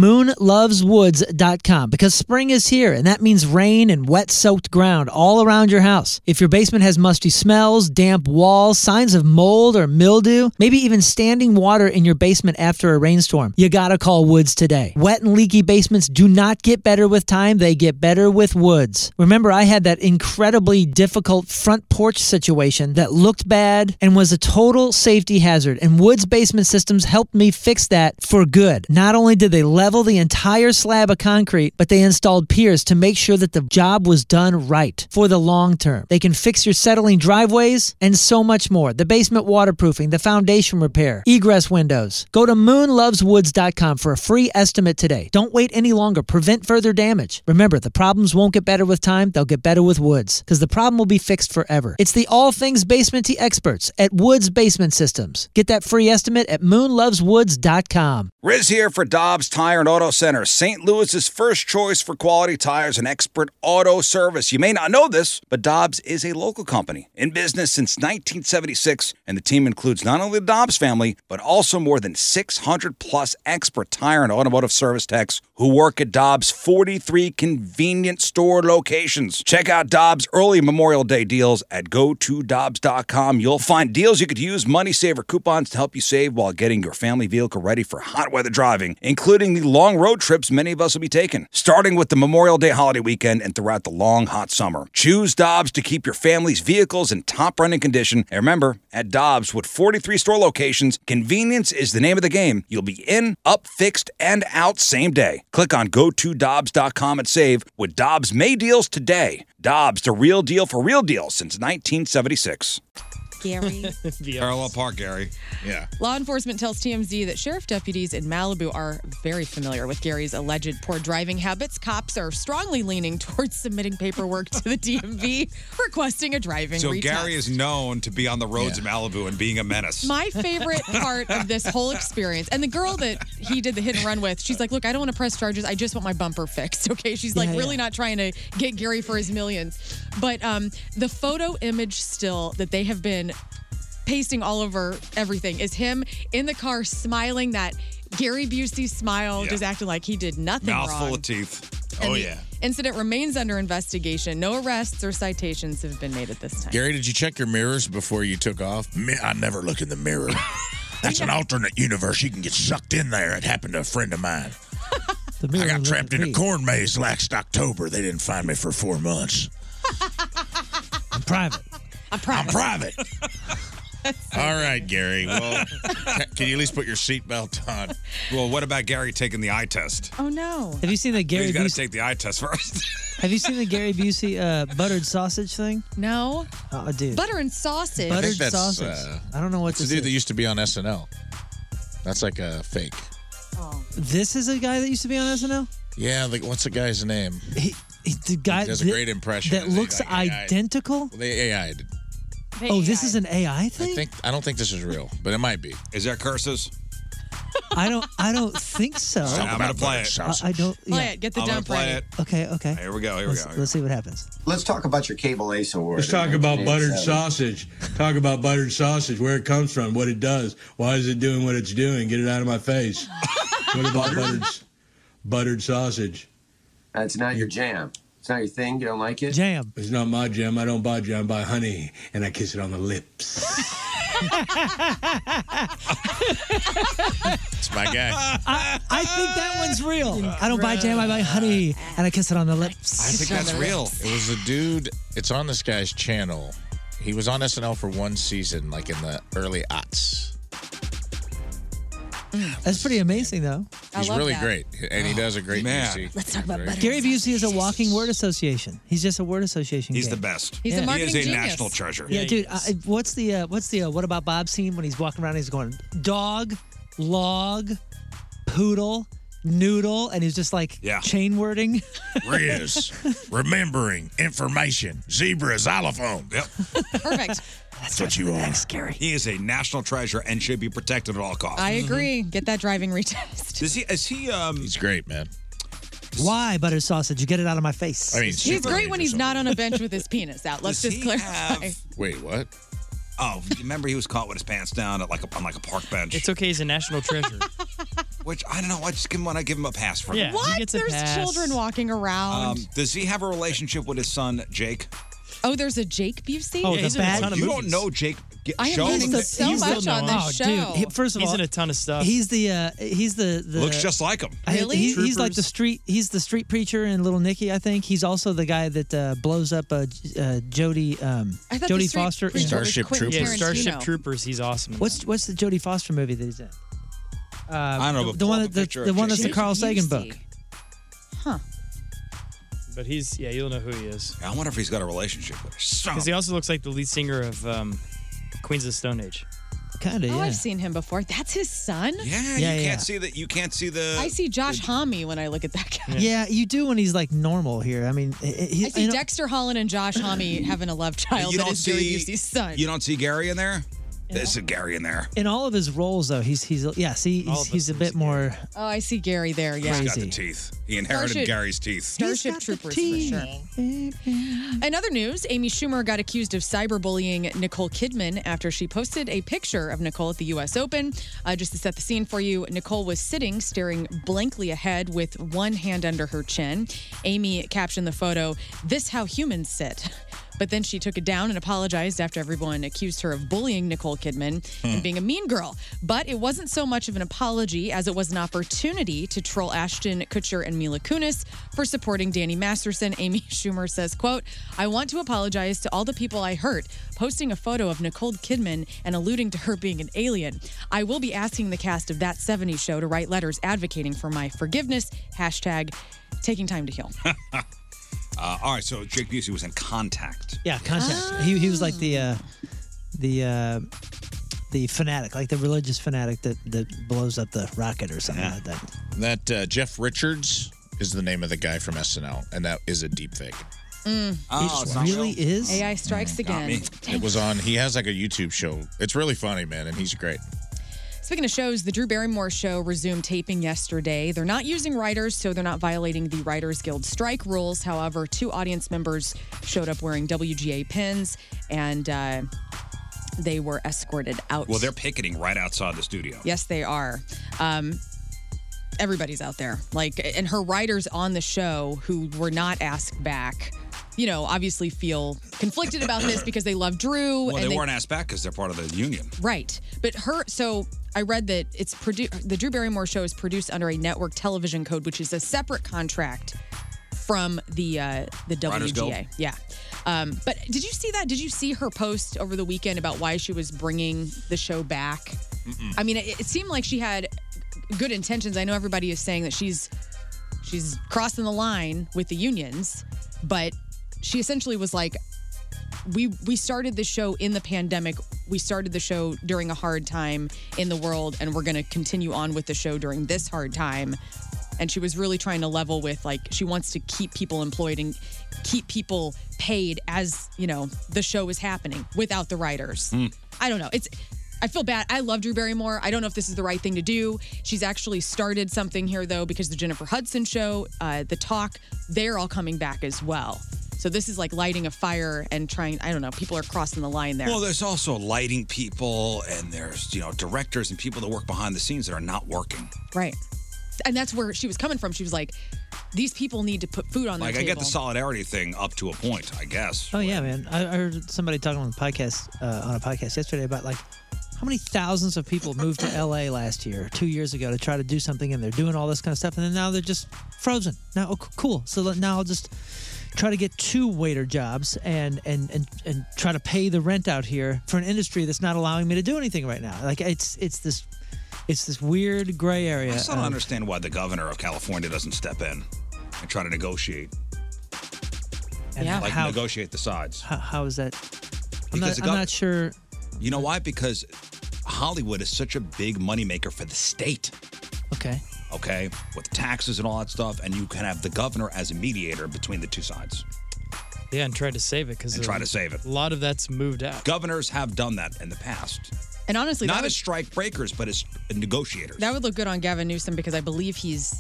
moonloveswoods.com because spring is here and that means rain and wet soaked ground all around your house. If your basement has musty smells, damp walls, signs of mold or mildew, maybe even standing water in your basement after a rainstorm, you gotta call Woods today. Wet and leaky basements do not get better with time, they get better with Woods. Remember, I had that incredibly difficult front porch situation that looked bad and was a total safety hazard, and Woods Basement Systems helped me fix that for good. Not only did they level the entire slab of concrete, but they installed piers to make sure that the job was done right for the long term. They can fix your settling driveways and so much more. The basement waterproofing, the foundation repair, egress windows. Go to moonloveswoods.com for a free estimate today. Don't wait any longer. Prevent further damage. Remember, the problems won't get better with time, they'll get better with woods because the problem will be fixed forever. It's the all things basementy experts at Woods. Woods Basement Systems. Get that free estimate at moonloveswoods.com. Riz here for Dobbs Tire and Auto Center, St. Louis's first choice for quality tires and expert auto service. You may not know this, but Dobbs is a local company in business since 1976, and the team includes not only the Dobbs family, but also more than 600 plus expert tire and automotive service techs who work at Dobbs' 43 convenient store locations. Check out Dobbs' early Memorial Day deals at gotodobbs.com. You'll find deals you could use, money saver coupons to help you save while getting your family vehicle ready for hot weather driving, including the long road trips many of us will be taking, starting with the Memorial Day holiday weekend and throughout the long, hot summer. Choose Dobbs to keep your family's vehicles in top running condition. And remember, at Dobbs, with 43 store locations, convenience is the name of the game. You'll be in, up, fixed, and out same day. Click on gotodobbs.com and save with Dobbs May deals today. Dobbs, the real deal for real deals since 1976. Gary. Parallel Park, Gary. Yeah. Law enforcement tells TMZ that sheriff deputies in Malibu are very familiar with Gary's alleged poor driving habits. Cops are strongly leaning *laughs* towards submitting paperwork to the DMV requesting a driving So retest. Gary is known to be on the roads of Malibu and being a menace. *laughs* My favorite part of this whole experience, and the girl that he did the hit and run with, she's like, Look, I don't want to press charges. I just want my bumper fixed. *laughs* Okay. She's like, Yeah, Really yeah. not trying to get Gary for his millions. But um, the photo image still that they have been pasting all over everything is him in the car smiling that Gary Busey smile, Yeah. just acting like he did nothing Mouth wrong. full of teeth. Oh, And the Incident remains under investigation. No arrests or citations have been made at this time. Gary, did you check your mirrors before you took off? Me- I never look in the *laughs* mirror. That's an alternate universe. You can get sucked in there. It happened to a friend of *laughs* mine. I got trapped in a corn maze last October. They didn't find me for four months. *laughs* I'm private. I'm private. I'm *laughs* private. All right, Gary. Well, can you at least put your seatbelt on? *laughs* Well, what about Gary taking the eye test? Oh no! Have you seen the Gary He's got to Busey? take the eye test first. *laughs* Have you seen the Gary Busey uh, buttered sausage thing? No. Oh, dude. Butter and sausage. Buttered sausage. I don't know what uh, It's the this dude that is. used to be on SNL. That's like a fake. This is a guy that used to be on SNL. Yeah, like what's the guy's name? He, he the guy does a that- great impression. that They, looks like, AI. identical. Well, They AI'd. oh, this is an AI thing. I think I don't think this is real, but it might be. Is there curses? I don't. I don't think so. I'm gonna play it. I, I don't. Play yeah. it. Get the I'm gonna dump play ready. it. Okay. Okay. Here we go. Here we Let's, go. let's see *laughs* what happens. Let's talk about your Cable Ace Award. Let's talk about buttered 1987. sausage. Talk about buttered sausage, where it comes from, what it does. Why is it doing what it's doing? Get it out of *laughs* my face. What about buttered, s- buttered sausage? It's not your jam. It's not your thing. You don't like it? Jam. It's not my jam. I don't buy jam. I buy honey, and I kiss it on the lips. It's *laughs* my *laughs* guy. I, I think that one's real. I don't buy jam. I buy honey, and I kiss it on the lips. It was a dude. It's on this guy's channel. He was on SNL for one season, like in the early aughts. Mm. That's pretty amazing, though. He's really great, and he does a great man. music. Let's talk about Great. Gary Busey is a walking word association. He's just a word association. He's guy. the best. He's a he is marketing a genius. national treasure. Yeah, dude. I, what's the uh, what's the uh, what about Bob scene when he's walking around? and He's going dog, log, poodle, noodle, and he's just like chain *laughs* wording. Riz, remembering information, zebra, xylophone. Yep. Perfect. That's what you are. He is a national treasure and should be protected at all costs. Mm. I agree. Get that driving *laughs* retest. Does he? Is he? Um, He's great, man. *laughs* Why butter sausage? You get it out of my face. I mean, He's great when he's not on a bench with his penis out. Let's Does just he clarify. Wait, what? Oh, remember he was caught with his pants down at like a, on like a park bench. It's okay. He's a national treasure. *laughs* Which I don't know. I just give him one. I give him a pass for. it. what? There's children walking around. Um, does he have a relationship with his son Jake? oh, there's a Jake Busey. You don't know Jake. Get, I am show learning that- so he's much the- on this show. Dude, he- first of all, He's the uh, he's the, the Looks just like him. I- Really? he- he's like the Troopers. street. He's the street preacher in Little Nicky. I think he's also the guy that uh, blows up uh, J- uh, Jody um, I thought the Jodie street Foster. in- preacher was Starship Quentin Troopers. Yeah, Tarantino. Starship Troopers, He's awesome. in What's what's the Jodie Foster movie that he's in? Uh, I don't know, but The, the pull one up that a the, picture of the one Jake that's the Busey. Carl Sagan Busey. book. But he's yeah, you'll know who he is. I wonder if he's got a relationship with her. Because he also looks like the lead singer of um, Queens of the Stone Age. Kind Oh, I've seen him before. That's his son. Yeah, you can't uh, see that. You can't see the. I see Josh Homme when I look at that guy. Yeah. you do when he's like normal here. I mean, he- he- I *clears throat* see Dexter Holland and Josh Homme having a love child You that don't is Gary see- Busey's son. You don't see Gary in there. There's a Gary in there. In all of his roles, though, he's he's yeah. See, All he's, of he's a bit more. Oh, I see Gary there. Yeah. He's got the teeth. He inherited Starship- Gary's teeth. Starship Troopers for sure. In other news, Amy Schumer got accused of cyberbullying Nicole Kidman after she posted a picture of Nicole at the U.S. Open. Uh, just to set the scene for you, Nicole was sitting, staring blankly ahead with one hand under her chin. Amy captioned the photo, "This how humans sit." But then she took it down and apologized after everyone accused her of bullying Nicole Kidman Hmm. and being a mean girl. But it wasn't so much of an apology as it was an opportunity to troll Ashton Kutcher and Mila Kunis for supporting Danny Masterson. Amy *laughs* Schumer says, quote, I want to apologize to all the people I hurt, posting a photo of Nicole Kidman and alluding to her being an alien. I will be asking the cast of that 70s show to write letters advocating for my forgiveness. Hashtag taking time to heal. Uh, all right, so Jake Busey was in contact. Yeah, contact. He he was like the uh, the uh, the fanatic, like the religious fanatic that that blows up the rocket or something like that. That uh, Jeff Richards is the name of the guy from SNL, and that is a deep fake. Mm. Oh, it's not really real? is? AI Mm, strikes again. It was on. He has like a YouTube show. It's really funny, man, and he's great. Speaking of shows, the Drew Barrymore show resumed taping yesterday. They're not using writers, so they're not violating the Writers Guild strike rules. However, two audience members showed up wearing WGA pins and uh, they were escorted out. Well, they're picketing right outside the studio. Yes, they are. Um, everybody's out there. Like, and her writers on the show who were not asked back, you know, obviously feel conflicted about *coughs* this because they love Drew. Well, and they, weren't asked back because they're part of the union. Right. But her, so I read that it's produced, the Drew Barrymore show is produced under a network television code, which is a separate contract from the uh, the Writers Guild? WGA. Yeah. Um, but did you see that? Did you see her post over the weekend about why she was bringing the show back? I mean, it, it seemed like she had good intentions. I know everybody is saying that she's she's crossing the line with the unions, but she essentially was like, "We we started the show in the pandemic. We started the show during a hard time in the world, and we're going to continue on with the show during this hard time." And she was really trying to level with like she wants to keep people employed and keep people paid as you know the show is happening without the writers. I don't know. It's I feel bad. I love Drew Barrymore. I don't know if this is the right thing to do. She's actually started something here though because the Jennifer Hudson show, uh, the talk, they're all coming back as well. So this is like lighting a fire and trying. I don't know. People are crossing the line there. Well, there's also lighting people and there's, you know, directors and people that work behind the scenes that are not working. right. And that's where she was coming from. She was like, "These people need to put food on like, their I table." get the solidarity thing up to a point, I guess. Oh yeah, man. I, I heard somebody talking on the podcast uh, on a podcast yesterday about like how many thousands of people moved to LA last year, two years ago, to try to do something, and they're doing all this kind of stuff, and then now they're just frozen. Now, oh, c- cool. So let- now I'll just try to get two waiter jobs and and and and try to pay the rent out here for an industry that's not allowing me to do anything right now. Like it's it's this it's this weird gray area. Um, I still of- don't understand why the governor of California doesn't step in and try to negotiate. Yeah. Like, How- negotiate the sides. how, how is that? Because I'm not, the I'm gov- not sure. You know why? Because Hollywood is such a big moneymaker for the state. Okay. okay, with taxes and all that stuff, and you can have the governor as a mediator between the two sides Yeah, and try to save it because and try to save it. A lot of that's moved out. Governors have done that in the past, and honestly, that not was- as strike breakers, but as negotiators. That would look good on Gavin Newsom because I believe he's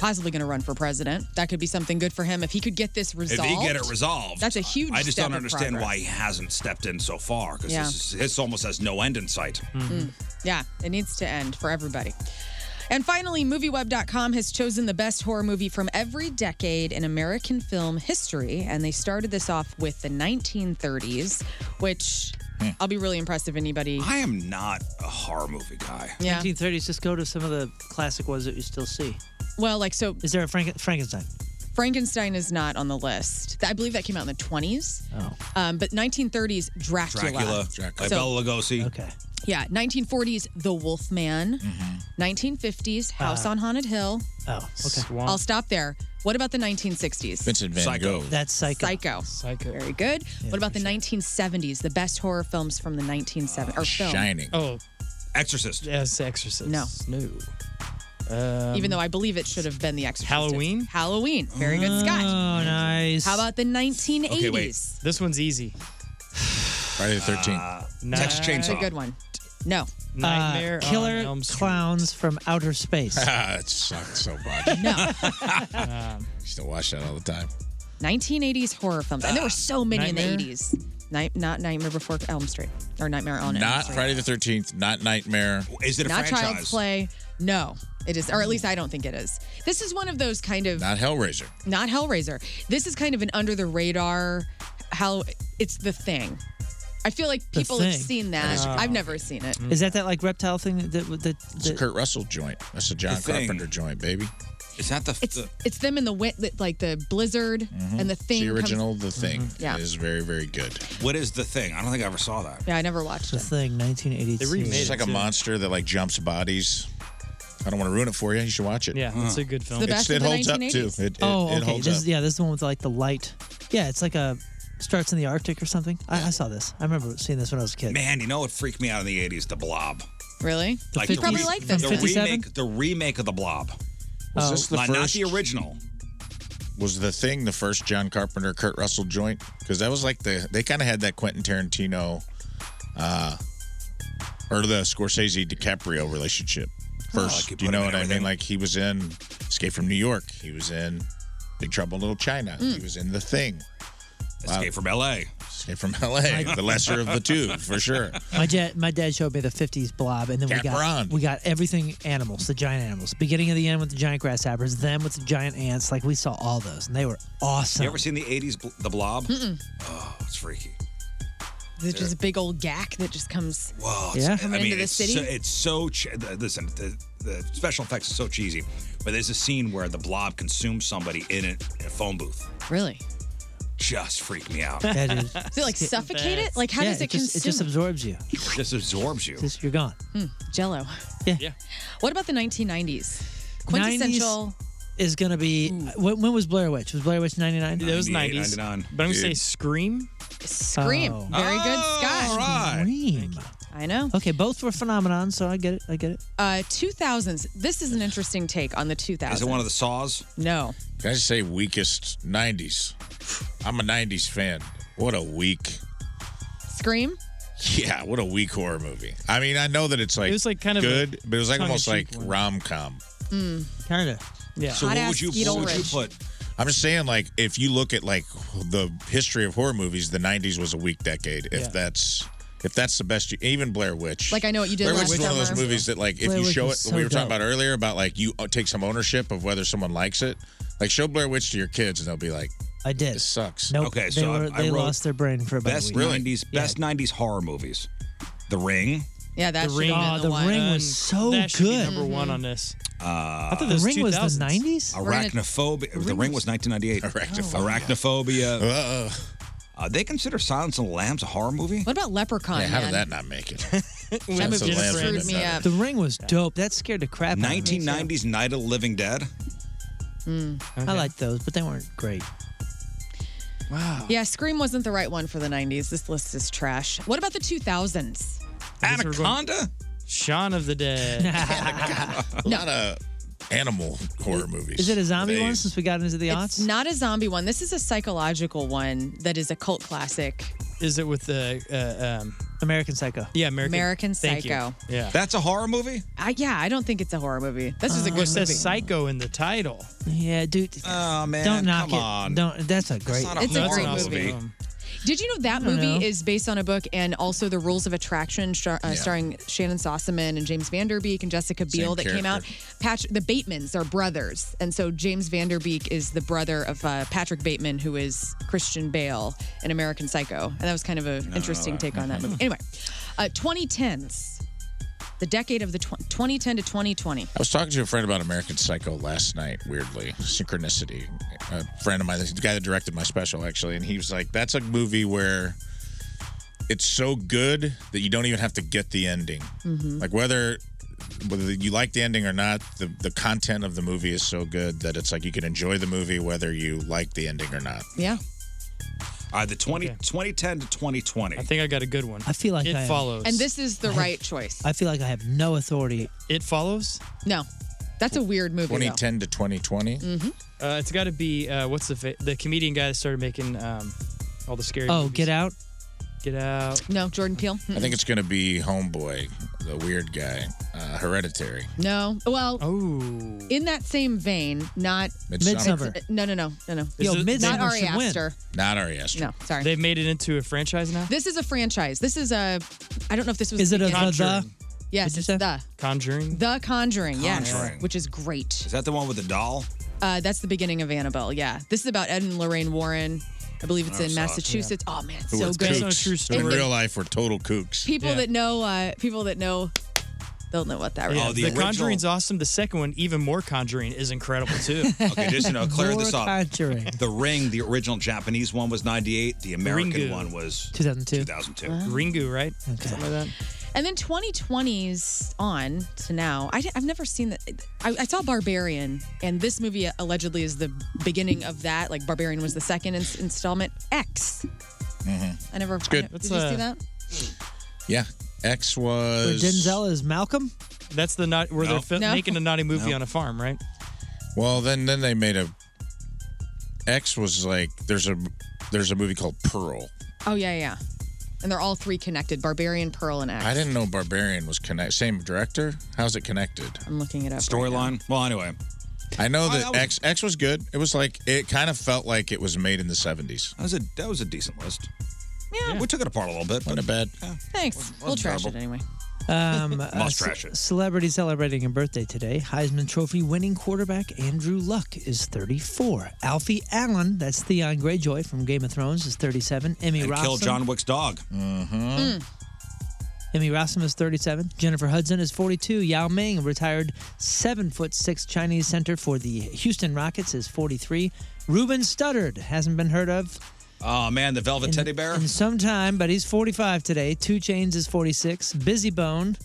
possibly going to run for president. That could be something good for him if he could get this If resolved. they get it resolved, that's a huge. I just step don't in understand why progress. he hasn't stepped in so far because Yeah. this, is- this almost has no end in sight. Mm. Yeah, it needs to end for everybody. And finally, MovieWeb.com has chosen the best horror movie from every decade in American film history. And they started this off with the 1930s, which I'll be really impressed if anybody. Hmm. I am not a horror movie guy. Yeah. 1930s. Just go to some of the classic ones that you still see. Well, like, so. Is there a Frank- Frankenstein? Frankenstein is not on the list. I believe that came out in the 20s. Oh. Um, but 1930s, Dracula. Dracula, by So- Bela Lugosi. Okay. Yeah, 1940s, The Wolfman. Mm-hmm. 1950s, House Uh-huh. Uh, on Haunted Hill. Oh, okay. I'll stop there. What about the 1960s? Vincent Van Psycho. Gogh. That's Psycho. Psycho. Psycho. Very good. what about the 1970s? The best horror films from the 1970s. Or film. Oh, Exorcist. Yes, Exorcist. No. No. Um, Even though I believe it should have been The Exorcist. Halloween? Halloween. Very good, Scott. Oh, nice. How about the 1980s? This one's easy. Friday the 13th. Texas It's a Chainsaw. good one. No. Uh, killer clowns from outer space. *laughs* it sucked so much. *laughs* No. Um, Used to watch that all the time. 1980s horror films. And there were so many in Nightmare? the 80s. Night, not Nightmare Before Elm Street or Nightmare on Elm Not Street. Friday the Thirteenth. Not Nightmare. Is not Child's Play. No, it is, or at least I don't think it is. This is one of those kind of Not Hellraiser. not Hellraiser. This is kind of an under the radar. How it's the thing. I feel like The people have Thing. seen That that. is a good I've one. never seen it. Is that that like reptile thing that that, that, It's a Kurt Russell joint. That's a John The Thing. Carpenter joint, baby. Is that the? It's it's them in the wet, like the blizzard Mhm. and the It's thing. The comes- Mm-hmm. original, the thing. Yeah. It is very, very good. What is the thing? I don't think I ever saw that. Yeah, I never watched it. thing? 1982. It's like a monster that like jumps bodies. I don't want to ruin it for you. You should watch it. Yeah, it's a good film. It's it holds up too. It, it, oh, okay. it holds this up. is- yeah, this is the one with like the light. Yeah, it's like a starts in the Arctic or something. I, I saw this. I remember seeing this when I was a kid. Man, you know what freaked me out in the '80s? The Blob. Really? the you probably re- like this. The one. remake, the remake of the Blob. Was this the not, not the original? Was the thing the first John Carpenter Kurt Russell joint? Because that was like the they kind of had that Quentin Tarantino, uh, or the Scorsese DiCaprio relationship. First, like you do you Oh, put know him in what I mean? everything. Like he was in Escape from New York. He was in Big Trouble in Little China. Mm. He was in The Thing. Escape from L.A. Escape from *laughs* L.A. the lesser of the two, for sure. My dad, my dad showed me the '50s blob, and then we got Capron. we got everything animals, the giant animals, beginning of the end with the giant grasshoppers, them with the giant ants. Like we saw all those, and they were awesome. You ever seen the '80s bl- The Blob? Mm-mm. Oh, it's freaky. Is it just a big old gack that just comes Wow. coming into the it's city? So, it's so che- the- listen. The, the special effects are so cheesy, but there's a scene where the blob consumes somebody in a, in a phone booth. really? Just freaked me out. That is- Does it like suffocate it? Like how Yeah, does it, just, consume? It just absorbs you. *laughs* Just absorbs you. Just, you're gone. Hmm, Jello. Yeah. What about the 1990s? Quintessential. 90s is gonna be uh, when, when was Blair Witch? Was Blair Witch '99? It was 90s. But I'm going to say Scream. Scream. Very good, Scott. all right. Oh. Scream. I know. Okay, both were phenomenon, so I get it. I get it. Uh, 2000s. This is an interesting take on the 2000s. Is it one of the saws? No. Can I just say weakest '90s? I'm a '90s fan. What a weak. Scream. Yeah, what a weak horror movie. I mean, I know that it's like It was like kind of a good, but it was like almost like tongue-in-cheek rom com. Mm. Kind of. Yeah. So what Hot would you- ass, eat what all would you rich. put? I'm just saying, like, if you look at like the history of horror movies, the '90s was a weak decade. If Yeah. that's if that's the best, you, even Blair Witch. Like I know what you did Blair Witch last is one of summer. those movies that, like, if Blair you Witch show it, was we so were talking dope. about earlier about like you uh, take some ownership of whether someone likes it. Like, show Blair Witch to your kids, and they'll be like, "I did." This sucks. Nope. They were- they lost their brain for about best a week. 90s best 90s horror movies. The Ring. Yeah, that should have been Oh, the, one. Uh, that should Be number Mhm. one on this. Uh, I thought this The was Ring was the 2000s. 90s. Arachnophobia. We're gonna- the Ring was 1998. Oh, Arachnophobia. Arachnophobia. Uh, they consider Silence of the Lambs a horror movie? What about Leprechaun? Yeah, how man? did that not *laughs* make it? That movie just screwed me up. The ring was dope. That scared the crap out of me. 1990s Night of the Living Dead. Mm. I liked those, but they weren't great. Wow. Yeah, Scream wasn't the right one for the 90s. This list is trash. What about the 2000s? Anaconda? Shaun of *laughs* the Dead. a lot of animal horror movies. Is it a zombie one They- since we got into the odds? It's not a zombie one. This is a psychological one that is a cult classic. Is it with the uh, um, American Psycho? Yeah, American, American thank you. Psycho. Yeah. That's a horror movie? I, yeah, I don't think it's a horror movie. This is a Uh, good it says Uh, movie. Psycho in the title. Yeah, dude. Oh man, Don't knock come it. on. Don't. That's a great. not a It's a horror great movie. movie. Did you know that I don't movie know. is based on a book and also The Rules of Attraction, star, uh, starring Shannon Sossaman and James Vanderbeek and Jessica Same Biel, that came out. character. Patch, the Batemans are brothers, and so James Vanderbeek is the brother of uh, Patrick Bateman, who is Christian Bale in American Psycho, and that was kind of an no, interesting no. *laughs* take on that movie. Anyway, uh, 2010s, the decade of the tw- 2010 to 2020. I was talking to a friend about American Psycho last night, weirdly. Synchronicity. A friend of mine, the guy that directed my special, actually, and he was like, that's a movie where it's so good that you don't even have to get the ending. Mm-hmm. Mhm. *laughs* Like, whether. Whether you like the ending or not, the, the content of the movie is so good that it's like you can enjoy the movie whether you like the ending or not. Yeah. All right, the 20, 2010 to 2020. I think I got a good one. I feel like It I am- follows. And this is the I- right choice. I feel like I have no authority. It follows. No, that's a weird movie. though. to 2020. Mhm. Uh, it's got to be uh, what's the fa- the comedian guy that started making um, all the scary. Oh, movies. Get Out. Get out. No, Jordan Peele. I think it's going to be Homeboy, the weird guy, uh, Hereditary. No. Well, Oh. in that same vein, not Midsummer. It's- No, no, no, no, no. Yo, not Midsummer Ari should win. Aster. Not E Ari Aster. No, sorry. They've made it into a franchise now? This is a franchise. This is a. I don't know if this was. Is the it a beginning. The- The? Yes, it's the Conjuring? the Conjuring. Yes, Conjuring. which is great. Is that the one with *laughs* the doll? Uh, that's the beginning of Annabelle. Yeah, this is about Ed and Lorraine Warren. I believe it's Never in saw it. Massachusetts. Oh man, it's Who so were good. kooks. In It's- real life, we're total kooks. People that know, uh, people that know, they'll know what that. Oh, Yeah, reference Oh, the, is. Conjuring's awesome. The second one, even more Conjuring, is incredible too. *laughs* Okay, just you know, clear this up. The Ring, the original Japanese one was 98. The American Ringu. one was 2002. 2002. Ringu, right? Something like that. And then 2020s on to now, I, have never seen that. I, I saw Barbarian, and this movie allegedly is the beginning of that. Like Barbarian was the second ins- installment. X. I never. It's good. I- did It's, you uh, see that? Yeah. X Where was. Denzel is Malcolm. That's the not where No. they're fi- No. making a naughty movie No. on a farm, right? Well, then then they made a. X was like there's a there's a movie called Pearl. Oh yeah, yeah. And they're all three connected: Barbarian, Pearl, and X. I didn't know Barbarian was connect. Same director. How's it connected? I'm looking it up. Storyline. well, anyway. I know Oh, that that was- X X was good. It was like it kind of felt like it was made in the 70s. That was a that was a decent list. Yeah. We took it apart a little bit. But Not bad. Thanks. We'll trash terrible. it anyway. *laughs* Um, Must uh, ce- trash it. Celebrity celebrating a birthday today. Heisman Trophy winning quarterback Andrew Luck is 34. Alfie Allen, that's Theon Greyjoy from Game of Thrones, is 37. Emmy and Rossum. killed John Wick's dog. Mm. Emmy Rossum is 37. Jennifer Hudson is 42. Yao Ming, retired seven foot six Chinese center for the Houston Rockets, is 43. Ruben Studdard hasn't been heard of Oh man, the Velvet Teddy Bear. in some time, but he's 45 today. Two Chains is 46. Busy Bone,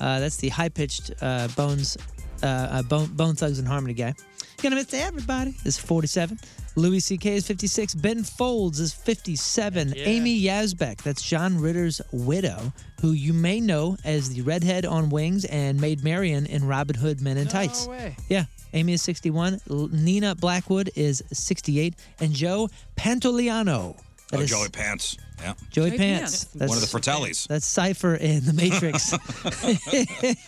uh, that's the high pitched uh, Bones, uh, uh, Bone, Bone Thugs and Harmony guy. Gonna miss everybody is 47. Louis C.K. is 56. Ben Folds is 57. Amy Yazbek, that's John Ritter's widow, who you may know as the redhead on Wings and Maid Marian in Robin Hood Men in Tights. way. Yeah. Amy is 61. L- Nina Blackwood is 68. And Joe Pantoliano. that Oh, is Joey Pants. Yeah. Joey Joey Pants. Pants. That's- One of the Fratellis. that's Cypher in The Matrix.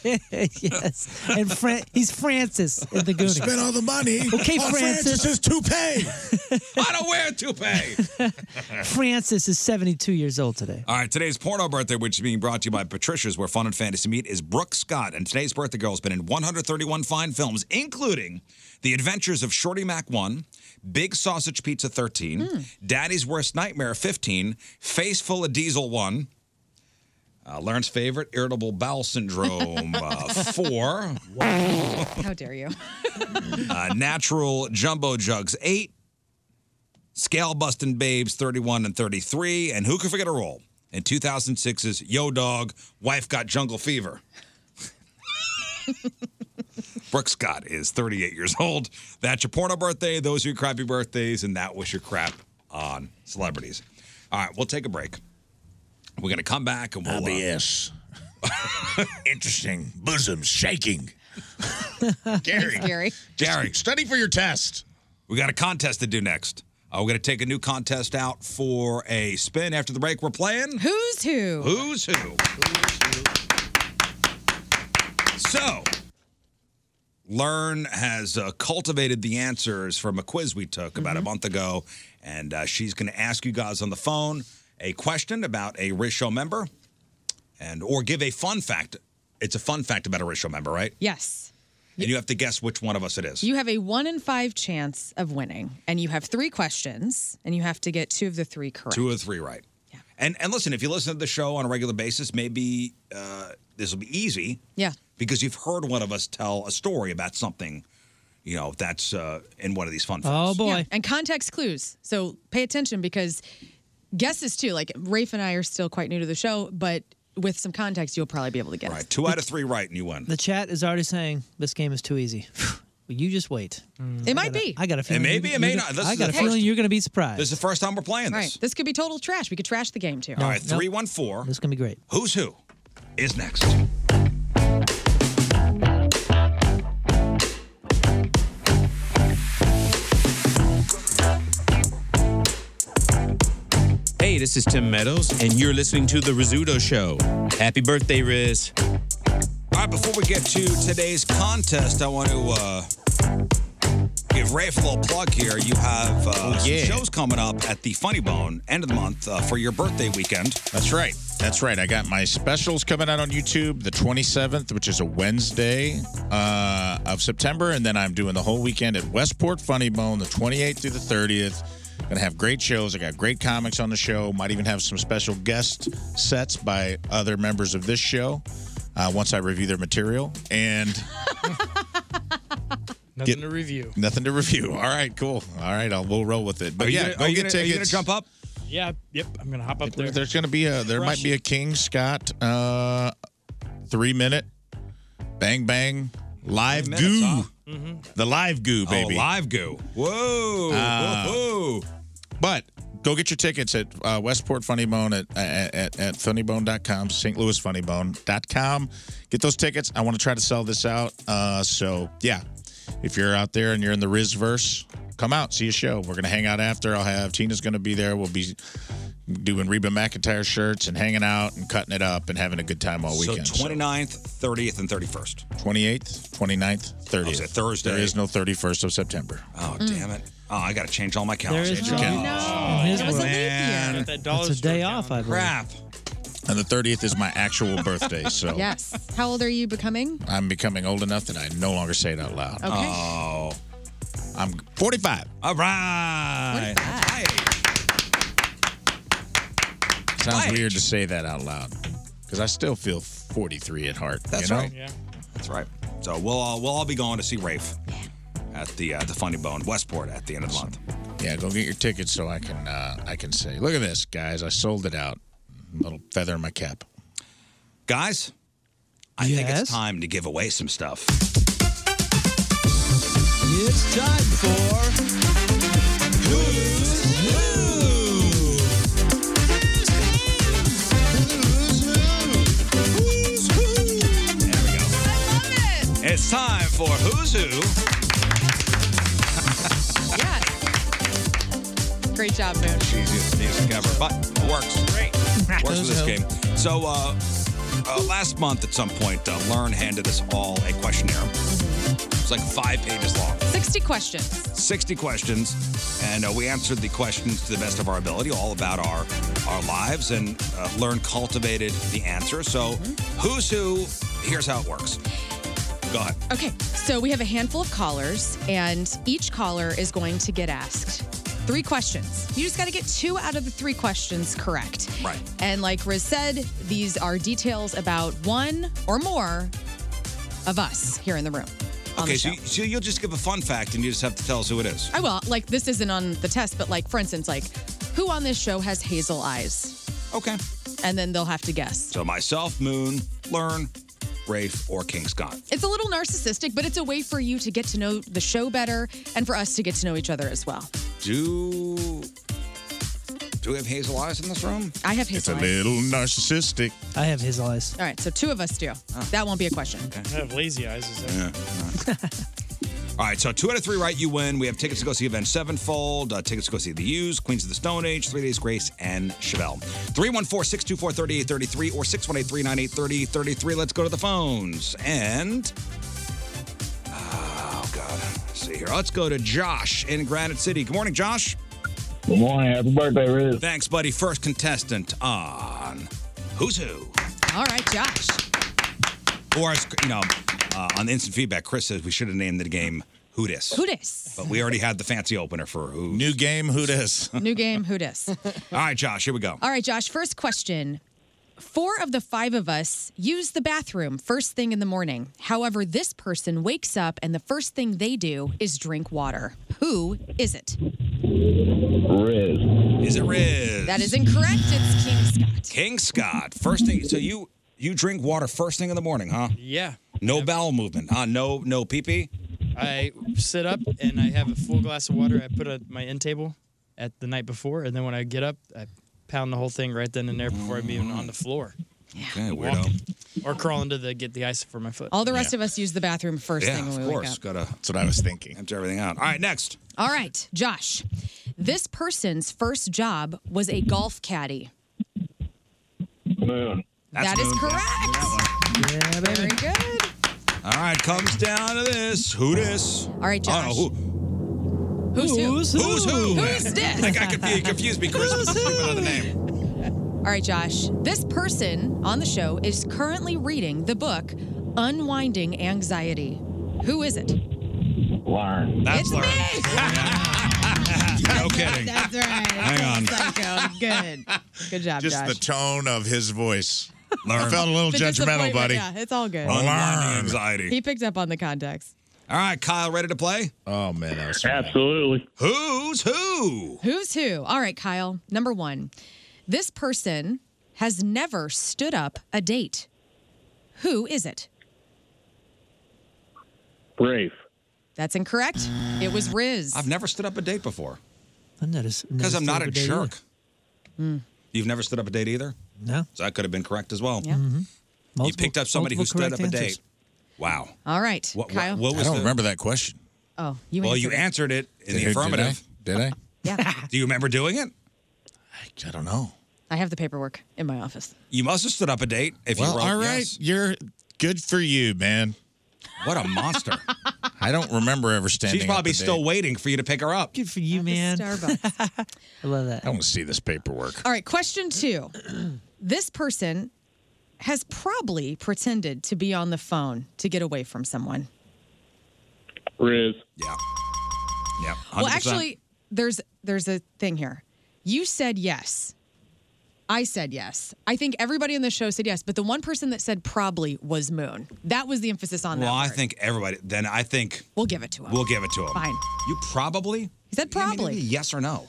yes. And Fran- he's Francis in The Goonies. Spent all the money Okay, on Francis. Francis's toupee. I don't wear a toupee. *laughs* Francis is 72 years old today. All right, today's porno birthday, which is being brought to you by Patricia's, where fun and fantasy meet, is Brooke Scott. And today's birthday girl has been in 131 fine films, including The Adventures of Shorty Mac 1, Big Sausage Pizza 13, Hmm. Daddy's Worst Nightmare 15, Face Full of Diesel 1, uh, Lauren's Favorite, Irritable Bowel Syndrome *laughs* uh, 4, How *laughs* dare you? uh, Natural Jumbo Jugs 8, Scale Bustin' Babes 31 and 33, and who can forget a role in 2006's Yo Dog, Wife Got Jungle Fever? *laughs* Brooke Scott is 38 years old. That's your porno birthday. Those are your crappy birthdays, and that was your crap on celebrities. All right, we'll take a break. We're going to come back and we'll. uh, IBS. *laughs* Interesting. Bosom shaking. Gary. Gary. Gary. Study for your test. We got a contest to do next. Uh, we're going to take a new contest out for a spin after the break. We're playing Who's Who. Who's Who. So, Learn has uh, cultivated the answers from a quiz we took about a Mm-hmm. month ago, and uh, she's going to ask you guys on the phone a question about a Risho member, and or give a fun fact. It's a fun fact about a Risho member, right? Yes. And you have to guess which one of us it is. You have a one in five chance of winning, and you have three questions, and you have to get two of the three correct. Two or three right. Yeah. And and listen, if you listen to the show on a regular basis, maybe uh, this will be easy Yeah. because you've heard one of us tell a story about something, you know, that's uh, in one of these fun facts. Oh, Yeah, And context clues. So pay attention because guesses too. Like Rafe and I are still quite new to the show, but with some context, you'll probably be able to guess. Right. Two out of three right, and you win. The chat is already saying this game is too easy. *sighs* Well, you just wait. It I might got a- be. I got a It feeling. may you- Mm. be, it you may got- not. This I is got the a feeling first- you're going to be surprised. This is the first time we're playing this. Right. This could be total trash. We could trash the game too. All right, three one four. This is going to be great. Who's who is next? Hey, this is Tim Meadows, and you're listening to The Rizzuto Show. Happy birthday, Riz. All right, before we get to today's contest, I want to uh, give Rafe a little plug here. You have uh, Oh, yeah. some shows coming up at the Funny Bone end of the month uh, for your birthday weekend. That's right. That's right. I got my specials coming out on YouTube the 27th, which is a Wednesday uh, of September. And then I'm doing the whole weekend at Westport Funny Bone the 28th through the 30th. Gonna have great shows. I got great comics on the show. Might even have some special guest sets by other members of this show uh, once I review their material. And. Nothing Get- to review. Nothing to review. All right, cool. All right, I'll, we'll roll with it. But Are you yeah, gonna- go are you get gonna- are tickets. you gonna jump up? Yeah, yep. I'm going to hop up there. There's going to be a there might be a King Scott uh three minute bang bang live Three goo Mm-hmm. minutes, huh? the live goo Oh, baby Uh, live goo whoa whoa but go get your tickets at uh, Westport Funny Bone at at, at, at funnybone.com St Louis Funnybone.com get those tickets I want to try to sell this out uh so yeah if you're out there and you're in the Rizverse come out see a show we're gonna hang out after I'll have Tina's gonna be there we'll be doing Reba McIntyre shirts and hanging out and cutting it up and having a good time all Oh, weekend. So 29th, 30th, and 31st. 28th, 29th, 30th. Oh, it Thursday? There is no 31st of September. Oh, damn it. Oh, I got to change all my calendars. There is Change your no- calendars. No. It was a leap Man. year. That's a day off, I believe. Crap. And the 30th is my actual birthday, *laughs* so *laughs* Yes. How old are you becoming? I'm becoming old enough that I no longer say it out loud. Okay. Oh. I'm 45. All right. Sounds weird to say that out loud because I still feel 43 at heart. That's you know? right. That's right. So we'll all, we'll all be going to see Rafe at the uh, the Funny Bone Westport at the end of the month. Yeah, go get your tickets so I can uh, I can say, look at this, guys, I sold it out. Little feather in my cap. Guys, I think it's time to give away some stuff. It's time for It's time for Who's Who. Great job, Moon. Easiest music ever, but it works. Great. Works for this game. So, uh, uh, last month at some point, uh, Learn handed us all a questionnaire. It's like five pages long. 60 questions. 60 questions, and uh, we answered the questions to the best of our ability, all about our our lives, and uh, learn cultivated the answer. So, who's who? Here's how it works. Go ahead. Okay, so we have a handful of callers, and each caller is going to get asked three questions. You just got to get two out of the three questions correct. Right. And like Riz said, these are details about one or more of us here in the room. on Okay, the so, show. you, so you'll just give a fun fact, and you just have to tell us who it is. I will. Like, this isn't on the test, but like, for instance, like, who on this show has hazel eyes? Okay. And then they'll have to guess. So, myself, Moon, Learn, Rafe, or King Scott. It's a little narcissistic, but it's a way for you to get to know the show better and for us to get to know each other as well. Do do we have hazel eyes in this room? I have hazel eyes. little narcissistic. I have his eyes. All right, so two of us do. Oh. That won't be a question. I have lazy eyes. Is that? Yeah. *laughs* All right, so two out of three right, you win. We have tickets to go see Avenged Sevenfold, uh, tickets to go see The Used, Queens of the Stone Age, Three Days Grace, and Chevelle. 314-624-3833 or 618-398-3033. Let's go to the phones. And, oh, God, Let's see here. Let's go to Josh in Granite City. Good morning, Josh. Good morning. Happy birthday, Riz. Thanks, buddy. First contestant on Who's Who? All right, Josh. Or, as, you know, uh, on the instant feedback, Chris says we should have named the game Who Dis. Who *laughs* dis? But we already had the fancy opener for who new game. *laughs* Who dis? All New game, who dis? right, Josh, here we go. All right, Josh, first question. Four of the five of us use the bathroom first thing in the morning. However, this person wakes up and the first thing they do is drink water. Who is it? Riz. Is it Riz? That is incorrect. It's King Scott. King Scott. First thing. So you you drink water first thing in the morning, huh? Yeah. No bowel movement. Huh? No no pee pee. I sit up and I have a full glass of water. I put on my end table at the night before, and then when I get up, I pound the whole thing right then and there before I'm even on the floor. Okay, weirdo. Or crawl into the get the ice for my foot. All the rest of us use the bathroom first yeah, thing when of we course. wake up. Gotta. That's what I was thinking. Empty everything out. All right, next. All right, Josh. This person's first job was a golf caddy. Man. That is correct. Yeah, Very good. All right, comes down to this. Who this? All right, Josh. Oh, who, Who's who? who's who? Who's *laughs* this? Like I could be confused me, Chris. Who's with who? another name. All right, Josh. This person on the show is currently reading the book Unwinding Anxiety. Who is it? Learn. That's learn. no kidding. That's *laughs* right. Hang on. Psycho. Good. Good job, Just Josh. the tone of his voice. I Learn. felt a little The judgmental, disappointment, buddy. Yeah, it's all good. Unwinding anxiety. He picked up on the context. All right, Kyle, ready to play? Oh man, that was Absolutely. Who's who? Who's who? All right, Kyle. Number one. This person has never stood up a date. Who is it? Brave. That's incorrect. It was Riz. I've never stood up a date before I'm not as because I'm not a jerk. Mm. You've never stood up a date either? No. So that could have been correct as well. Yeah. you picked up somebody who multiple stood up correct a date. answers. Wow. All right, What, what- Kyle. what was the- that question. Oh, you well, you answered it. answered it in the Did- did affirmative. Did I? *laughs* Do you remember doing it? I don't know. I have the paperwork in my office. You must have stood up a date if well, you wrote all right. yes. *laughs* You're good for you, man. What a monster. *laughs* I don't remember ever standing. She's probably up a still date. waiting for you to pick her up. Good for you, man. Starbucks. I love that. I want to see this paperwork. All right, question *clears throat* two. This person has probably pretended to be on the phone to get away from someone. Riz. Yeah. Yeah. Well, actually, there's there's a thing here. You said yes. I said yes. I think everybody on the show said yes, but the one person that said probably was Moon. That was the emphasis on Well, that. I word. think everybody, then I think we'll give it to him. we'll give it to him. Fine. You probably? He said probably. yes or no?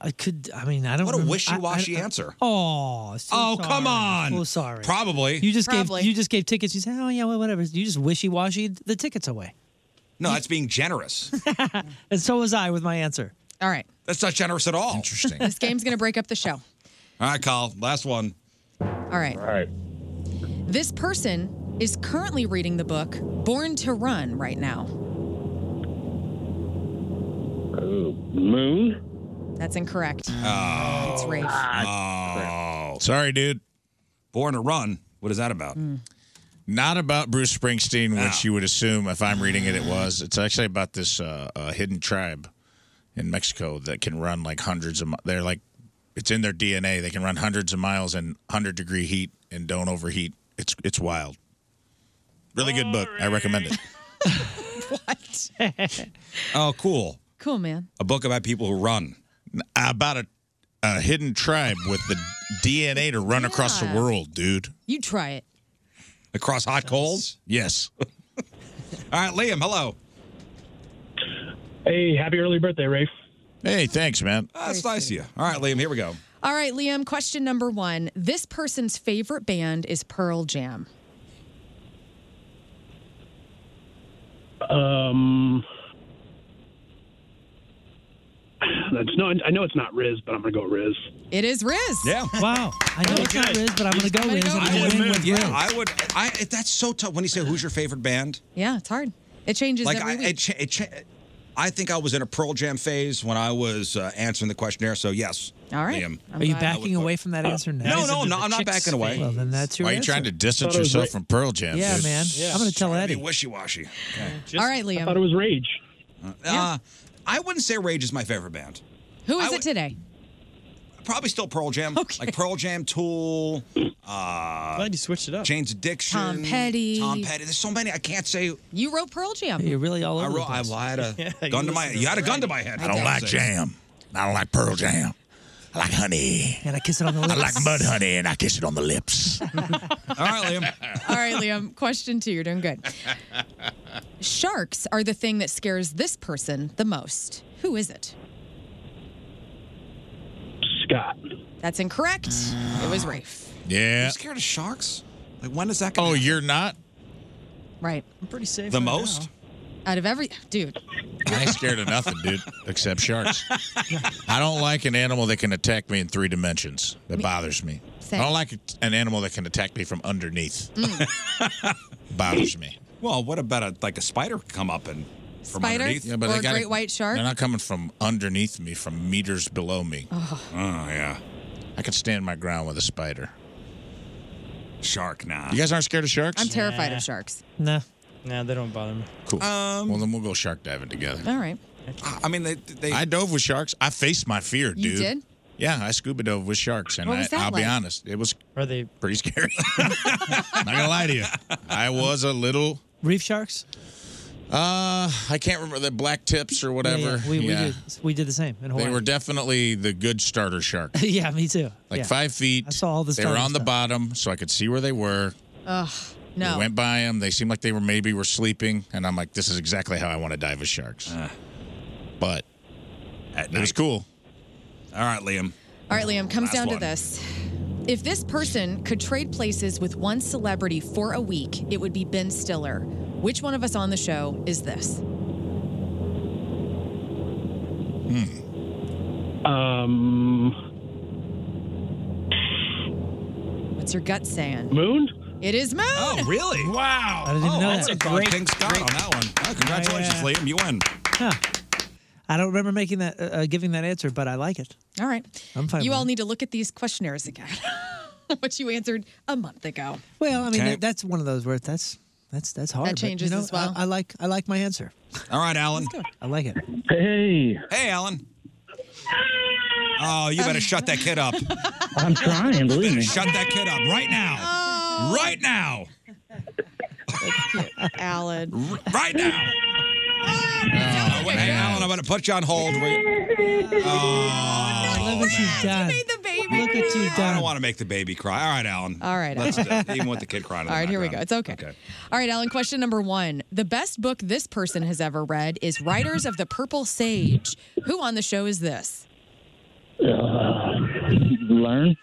I could. I mean, I don't. What a remember- I- wishy-washy I- I- answer. Oh. so Oh, sorry. come on. So sorry. Probably. You just Probably. gave. You just gave tickets. You said, oh yeah, well, whatever. You just wishy-washy the tickets away. No, that's being *laughs* generous. And so was I with my answer. All right. That's not generous at all. Interesting. This game's going to break up the show. All right, Kyle, last one. All right. All right. This person is currently reading the book Born to Run right now. Oh, Moon. That's incorrect. Oh. It's Rafe. *laughs* Oh. Ah, Sorry, dude. Born to Run. What is that about? Hmm. Not about Bruce Springsteen, which you would assume if I'm reading it, it was. It's actually about this uh, uh, hidden tribe in Mexico that can run like hundreds of. Mi- they're like, it's in their DNA. They can run hundreds of miles in hundred degree heat and don't overheat. It's it's wild. Really good book. I recommend it. what? *laughs* Oh, cool. cool, man. A book about people who run. About a, a hidden tribe with the DNA to run across the Yeah. world, dude. You try it. Across hot coals? Yes. All right, Liam, hello. Hey, happy early birthday, Rafe. Hey, thanks, man. Ah, That's nice of you. All right, Liam, here we go. All right, Liam, question number one. This person's favorite band is Pearl Jam. Um, that's no. I know it's not Riz, but I'm gonna go Riz. It is Riz. Yeah. *laughs* Wow. I know it's not Riz, but I'm going to go Riz. and I win with yeah, Riz. I would. I that's so tough. When you say who's your favorite band, Yeah, it's hard. It changes like every I, week. it, cha- it cha- I think I was in a Pearl Jam phase when I was uh, answering the questionnaire. So yes. All right. Liam. Uh, Are you backing away from that answer now? No, no, no, I'm not backing away. Well, then that's your Why are you answer. trying to distance yourself from Pearl Jam? Yeah, dude? man. I'm going to tell Trying to Eddie. be wishy-washy. Okay. All right, Liam. was Rage. Uh, I wouldn't say Rage is my favorite band. Who is it today? Probably still *laughs* Pearl Jam. Like Pearl Jam, Tool. Uh, Glad you switched it up. Jane's Addiction. Tom Petty. Tom Petty. There's so many. I can't say. You wrote Pearl Jam. You're really all I, over wrote, the I, place. well, *laughs* I had a Yeah, you gun to my. listen to You had a the gun to my head. I don't like Say. jam. I don't like Pearl Jam. I like honey. And I *laughs* kiss it on the I lips. like mud honey, and I kiss it on the *laughs* lips. All right, Liam. All right, Liam. Question two. You're doing good. Sharks are the thing that scares this person the most. Who is it? Scott. That's incorrect. It was Rafe. Yeah. You scared of sharks? Like when is that? Gonna Oh, you're not? Right. I'm pretty safe. the right most? now. Out of every dude, I ain't scared of nothing, dude, except sharks. I don't like an animal that can attack me in three dimensions. That bothers me. Same. I don't like an animal that can attack me from Mm. underneath. *laughs* bothers me. Well, what about a, like a spider come up and From Spiders underneath? Yeah, but or they gotta- great white shark? They're not coming from underneath me, from meters below me. Ugh. Oh, yeah. I could stand my ground with a spider. Shark, nah. You guys aren't scared of sharks? I'm terrified of sharks. Nah. Nah, they don't bother me. Cool. Um, well, then we'll go shark diving together. All right. I mean, they, they. I dove with sharks. I faced my fear, dude. You did? Yeah, I scuba dove with sharks, and What I, was that I'll be like? honest, it was Are they pretty scary. *laughs* Not gonna lie to you, I was a little reef sharks. Uh, I can't remember the black tips or Yeah, whatever. yeah, we, we, Yeah. did, we did the same in Hawaii. They were definitely the good *laughs* starter sharks. yeah, me too. Like Yeah. five feet. I saw all this. They were starting on the stuff. bottom, so I could see where they were. Ugh. We No. went by them. They seemed like they were maybe were sleeping, and I'm like, this is exactly how I want to dive with sharks. but it was cool. All right, Liam. All right, Liam, comes Last down one. to this. If this person could trade places with one celebrity for a week, it would be Ben Stiller. Which one of us on the show is this? Hmm. Um, What's your gut saying? Moon? It is Moon. Oh, really? *laughs* Wow. I didn't oh, know that's that. a great, Great- King Scott on that one. Oh, congratulations, Yeah. Liam. You win. Huh. I don't remember making that, uh, uh, giving that answer, but I like it. All right. I'm fine. you with all it. need to look at these questionnaires again, *laughs* which you answered a month ago. Well, I mean, Okay. that, that's one of those where that's that's that's hard. but, changes you know, as well. I, I like I like my answer. All right, Alan. I like it. Hey. Hey, Alan. Oh, you better shut that kid up. *laughs* I'm trying, believe me. Shut that kid up right now. Right now. Alan. Right now. Oh, wait, hey, Alan, I'm going to put you on hold. We- Oh, Look what you've done. Look what you've I done. don't want to make the baby cry. All right, Alan. All right, Let's, Alan. *laughs* uh, even with the kid crying. in All the right, here we go. background. It's okay. All right, Alan, question number one. The best book this person has ever read is Riders of the Purple Sage. Who on the show is this? learn.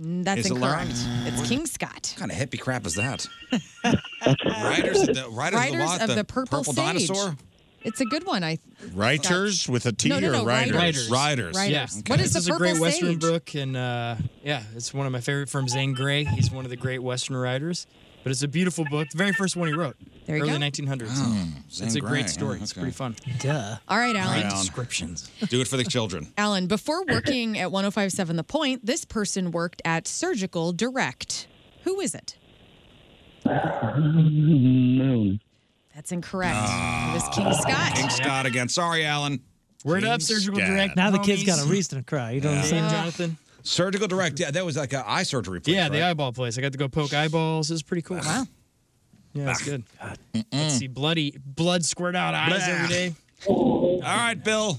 Mm, That's Is it incorrect. Lauren? It's King Scott. What kind of hippie crap is that? Riders of the, riders of the, what? of the, Purple, Sage. Dinosaur? It's a good one. I Writers with a T No, no, or no, riders? writers. Riders. Riders. Yeah. What is this the is a great Purple Western Sage? book, and uh, yeah, it's one of my favorite from Zane Grey. He's one of the great Western writers, but it's a beautiful book. The very first one he wrote, There you early go. 1900s. Oh, it's Zane a Grey. great story. Yeah, It's okay. pretty fun. Duh. All right, Alan. Down. descriptions. Do it for the children. Alan, *laughs* before working at 1057 The Point, this person worked at Surgical Direct. Who is it? Moon. *laughs* That's incorrect. it was King Scott. Ah, King Scott again. Sorry, Alan. Word King up, Surgical Scott. Direct. Now the kid's got a homies. reason to cry. You know what I'm Yeah. saying, Yeah. Jonathan? Surgical Direct. Yeah, that was like an eye surgery place. Yeah, right? the eyeball place. I got to go poke eyeballs. It was pretty cool. Wow. Yeah, Ah, it's good. Let's see bloody blood squirt out eyes Blah. every day. All right, Bill.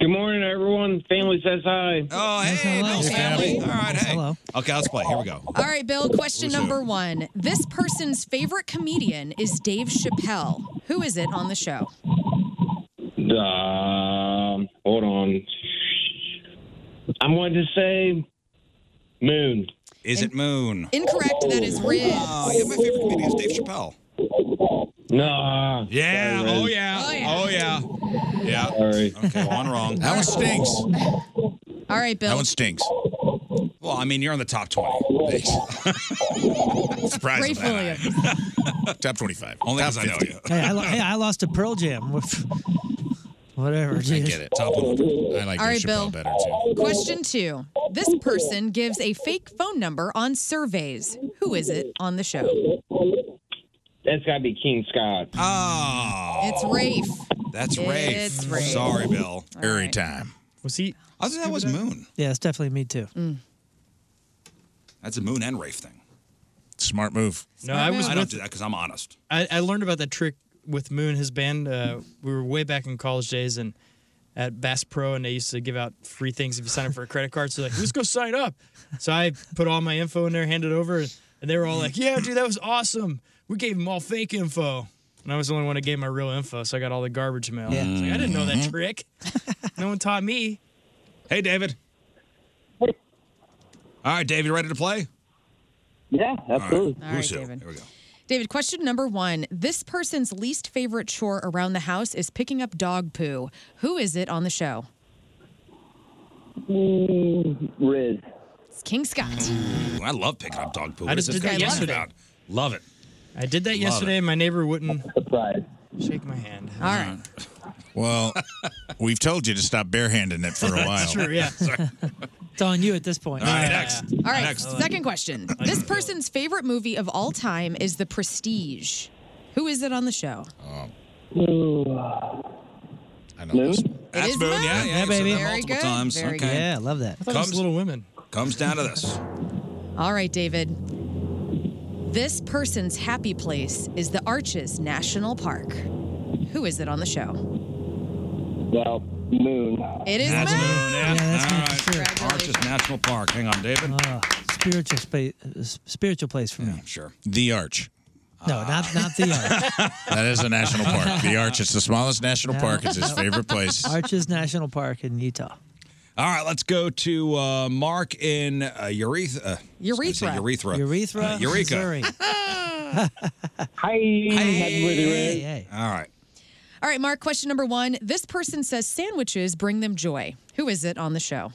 Good morning, everyone. Family says hi. Oh, hey, Bill's family. All right, hey. Hello. Okay, let's play. Here we go. All right, Bill, question Who's who? number one. This person's favorite comedian is Dave Chappelle. Who is it on the show? Um, hold on. I'm going to say Moon. Is it Moon? Incorrect. That is Riz. Oh, yeah, my favorite comedian is Dave Chappelle. No. Yeah. Sorry, Oh Riz. yeah. Oh yeah. Yeah. Sorry. Okay, one wrong. That one stinks. All right, That Bill. one stinks. Well, I mean, you're in the top twenty. *laughs* Surprise. Ray with that. Williams. *laughs* Top 25. Only Top because I know 50. you. Hey, I, lo- hey, I lost a Pearl Jam with *laughs* whatever. I Get it. Top 100. I like All right, Dave Bill. Chappelle better, too. Question two. This person gives a fake phone number on surveys. Who is it on the show? That's got to be King Scott. Oh, It's Rafe. that's Ray. It's Rafe. Sorry, Bill. Every time. Was he? I thought that was Moon. Yeah, it's definitely me too. Mm. That's a Moon and Rafe thing. Smart move. No, I was I don't with. do that because I'm honest. I, I learned about that trick with Moon, his band. Uh, we were way back in college days and at Bass Pro, and they used to give out free things if you sign up for a credit card. So like, let's go sign up. So I put all my info in there, handed it over, and they were all like, "Yeah, dude, that was awesome. We gave them all fake info." And I was the only one that gave my real info, so I got all the garbage mail. Yeah. I, was like, I didn't know Mm-hmm. that trick. no one taught me. Hey, David. All right, David, ready to play? Yeah, absolutely. All All right, Who's who? David. Here we go. David, question number one. This person's least favorite chore around the house is picking up dog poo. Who is it on the show? Riz. It's King Scott. Ooh, I love picking up dog poo. I What is just this did that guy talking yesterday. about? Love it. I did that Love yesterday. My neighbor wouldn't. Surprise. Shake my hand. All right. *laughs* Well, we've told you to stop barehanding it for a while. That's true, *laughs* yeah. It's on you at this point. All right, next. All right. Next. Second question. This person's favorite movie of all time is The Prestige. Who is it on the show? I know this. That's is Boone, Moon. Yeah, yeah, yeah. you've said baby. that Very multiple good, times. very okay. good. Yeah, love that. I thought it was Little Women. Comes down to this. All right, David. This person's happy place is the Arches National Park. Who is it on the show? Well, Moon. It is That's Moon. Moon, yeah. that's Ah. All Moon, right. sure. Arches National Park. Hang on, David. Spiritual space, uh, spiritual place for me. Sure. The Arch. No, not not *laughs* the arch. That is a national park. *laughs* The Arch. It's the smallest national park. It's his favorite place. *laughs* Arches National Park *laughs* in Utah. All right, let's go to uh, Mark in uh, Urethra. Uh, I was gonna say Urethra. Urethra. Urethra, Uh, Eureka. *laughs* Missouri. Hi, happy birthday, Ray. All right. *laughs* All right, Mark, question number one. This person says sandwiches bring them joy. Who is it on the show?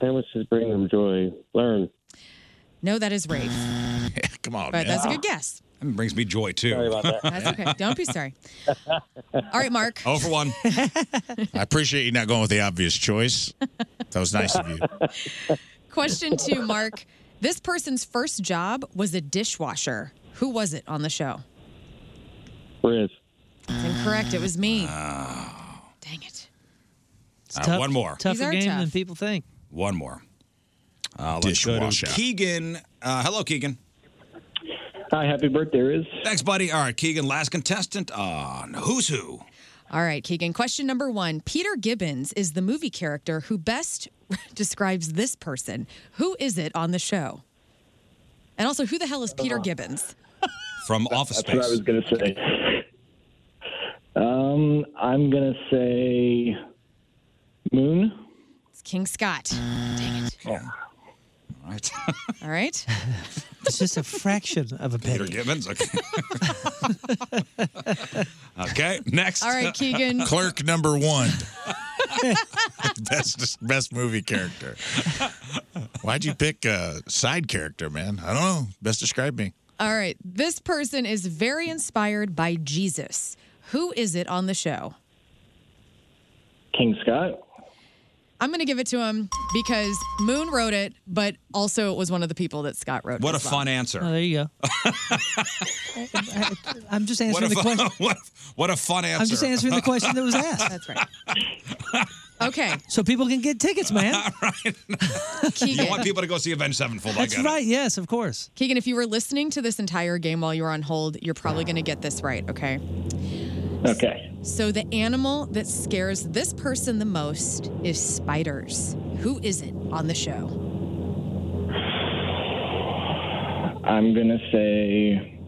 Sandwiches bring them joy. Learn. No, that is Rafe. *laughs* Come on, But that's a good guess. That brings me joy too. Sorry about that. That's okay. Don't be *laughs* sorry. All right, Mark. Oh *laughs* for one. I appreciate you not going with the obvious choice. That was nice of you. Question two, Mark. This person's first job was a dishwasher. Who was it on the show? Riz. It's incorrect. It was me. Ah. All right, one more. Tougher These are game tough. than people think. One more. *laughs* Uh, let's go to Dishwasher. Keegan. Uh, hello, Keegan. Hi, happy birthday, Riz. Thanks, buddy. All right, Keegan, last contestant on Who's Who. All right, Keegan. Question number one. Peter Gibbons is the movie character who best *laughs* describes this person. Who is it on the show? And also, who the hell is Peter Gibbons? from Office That's what I Space. was going to say. Um, I'm going to say Moon. It's King Scott. Dang it. Oh. All right. *laughs* All right. *laughs* It's just a fraction of a Peter penny. Gibbons. Okay. *laughs* okay. Next. All right, Keegan. Clerk number one. *laughs* best best movie character. Why'd you pick a side character, man? I don't know. Best describe me. All right. This person is very inspired by Jesus. Who is it on the show? King Scott. I'm going to give it to him because Moon wrote it, but also it was one of the people that Scott wrote. What a as well. fun answer. Oh, there you go. I'm just what, a answering the fun, question. *laughs* what, what a fun answer. I'm just *laughs* answering the question that was asked. That's right. Okay, So people can *laughs* get tickets, man. you Keegan. want people to go see Avenged Sevenfold. That's I get Oh, it. right. Yes, of course. Keegan, if you were listening to this entire game while you were on hold, you're probably going to get this right, okay? Okay. So the animal that scares this person the most is spiders. Who is it on the show? I'm going to say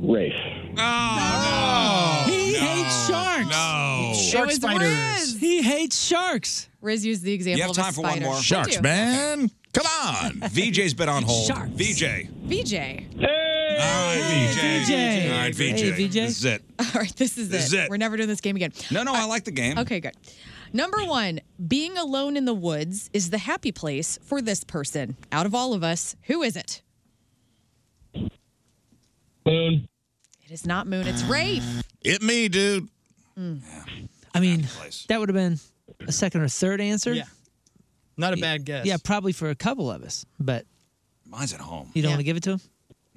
Rafe. Oh, no. He hates sharks. No. Shark it was Riz. He hates sharks. Riz used the example You have of a time for one spider. more. I Sharks, do. man. Come *laughs* on. VJ's been on hold. Sharks. VJ. VJ. All right, VJ. VJ. All right, VJ. Hey, VJ. This is it. All right, this is, This it. is it. We're never doing this game again. Uh, No, no, I like the game. Okay, good. Number one, being alone in the woods is the happy place for this person. Out of all of us, who is it? Moon. It is not Moon. *sighs* It's Rafe. It me, dude. I mean, place. that would have been a second or third answer. Yeah. Not a bad guess. Yeah, probably for a couple of us, but Mine's at home. you don't Yeah. want to give it to him?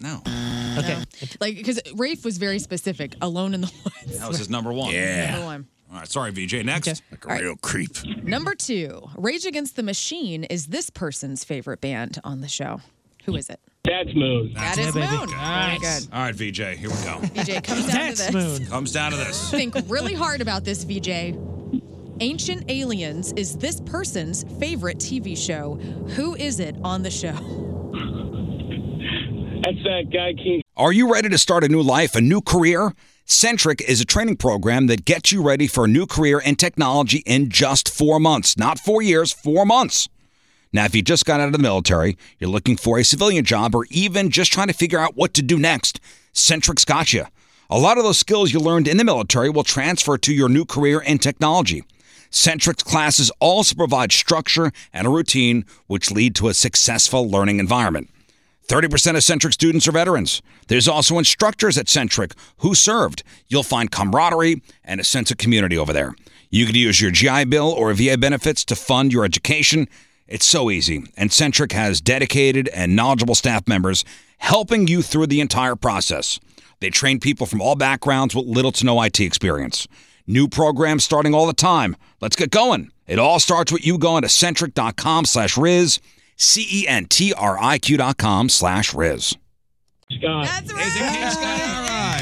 Oh. No. Okay. Like, because Rafe was very specific. Alone in the *laughs* woods. That was his number one. Yeah. Number one. All right, sorry, VJ. Next. Like a real creep. Number two, Rage Against the Machine is this person's favorite band on the show. Who is it? That's Moon. That is it, baby. Moon. Very good. All right, VJ, here we go. VJ, comes down to That's this. Moon. Comes down to this. Think really hard about this, VJ. Ancient Aliens is this person's favorite TV show. Who is it on the show? That's that guy, King. Are you ready to start a new life, a new career? Centric is a training program that gets you ready for a new career in technology in just four months. Not four years, four months. Now, if you just got out of the military, you're looking for a civilian job, or even just trying to figure out what to do next, Centric's got you. A lot of those skills you learned in the military will transfer to your new career in technology. Centric's classes also provide structure and a routine which lead to a successful learning environment. 30% of Centric students are veterans. There's also instructors at Centric who served. You'll find camaraderie and a sense of community over there. You could use your GI Bill or VA benefits to fund your education. It's so easy. And Centric has dedicated and knowledgeable staff members helping you through the entire process. They train people from all backgrounds with little to no IT experience. New programs starting all the time. Let's get going. It all starts with you going to centric.com slash Riz, C E N T R I Q dot com slash Riz. Scott. That's right. Is it King Scott? All right.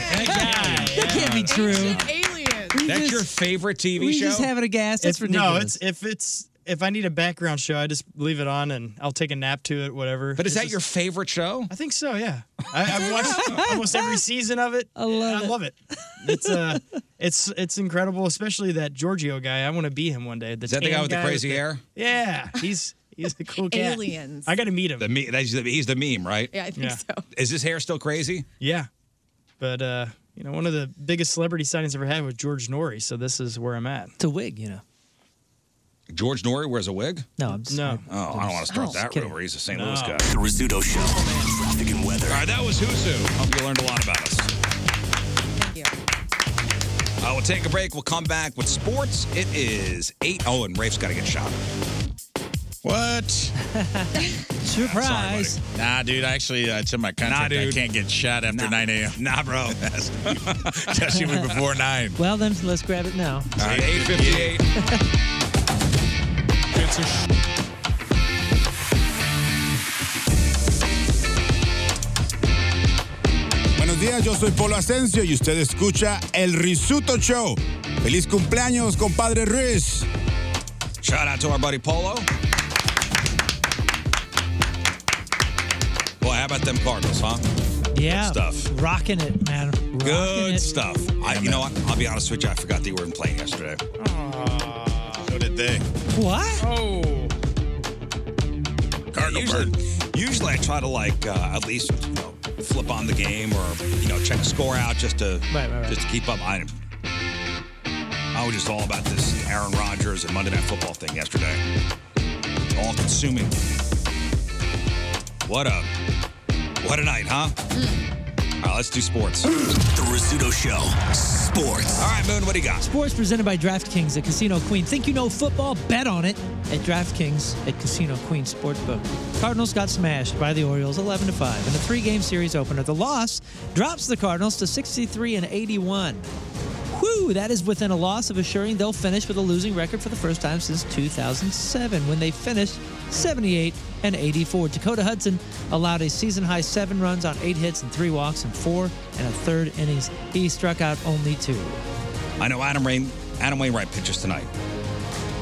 That can't be true. That's just- your favorite TV we show? just having a gas. That's If- ridiculous. No, it's if it's if I need a background show, I just leave it on and I'll take a nap to it, whatever. But is It's that your just- favorite show? I think so. Yeah, I, I've watched almost every season of it. I it. love I love it. It's uh, it's it's incredible, especially that Giorgio guy. I want to be him one day. Is that the guy tan with the crazy hair? Yeah, he's he's a cool cat. Aliens. I got to meet him. The me- that's the, he's the meme, right? Yeah, I think so. Is his hair still crazy? Yeah, but uh, you know, one of the biggest celebrity sightings I've ever had was George Norrie. So this is where I'm at. It's a wig, you know. George Norrie wears a wig? No, I'm just, no. Oh, I don't want to start Oh. that Kidding. rumor. He's a St. No. Louis guy. The Rizzuto Show. Traffic and weather. All right, that was Husu. Hope you learned a lot about us. Thank you. Uh, we'll take a break. We'll come back with sports. It is 8 0, and Rafe's got to get shot. What? *laughs* Surprise. Nah, dude. Actually, uh, it's in my Nah, contract. I dude. can't get shot after 9 a.m. Nah, *laughs* bro. Especially before 9. Well, then let's grab it now. *laughs* All right. 858. Buenos días, yo soy Polo Asensio y usted escucha El Risuto Show. ¡Feliz cumpleaños, compadre Riz! Shout out to our buddy Polo. Boy, how about them Cardinals, huh? Yeah. Good stuff. Rocking it, man. Rocking Good it. stuff. I, you know what? I'll be honest with you. I forgot they were in play yesterday. Oh. So did they. What? Oh. Cardinal usually, Usually I try to like uh, at least you know, flip on the game or you know check the score out just to Right, right, right. just to keep up. I I was just all about this Aaron Rodgers and Monday Night Football thing yesterday. All consuming. What a what a night, huh? All right, let's do sports. The Rizzuto Show. Sports. All right, Moon, what do you got? Sports presented by DraftKings, the casino queen. Think you know football? Bet on it at DraftKings at Casino Queen Sportsbook. Cardinals got smashed by the Orioles 11 to 5 in the three-game series opener. The loss drops the Cardinals to 63 and 81. Whew, that is within a loss of assuring they'll finish with a losing record for the first time since 2007 when they finished 78 and 84. Dakota Hudson allowed a season high seven runs on eight hits and three walks in four and a third innings. He struck out only two. I know Adam Rain Adam Wainwright pitches tonight.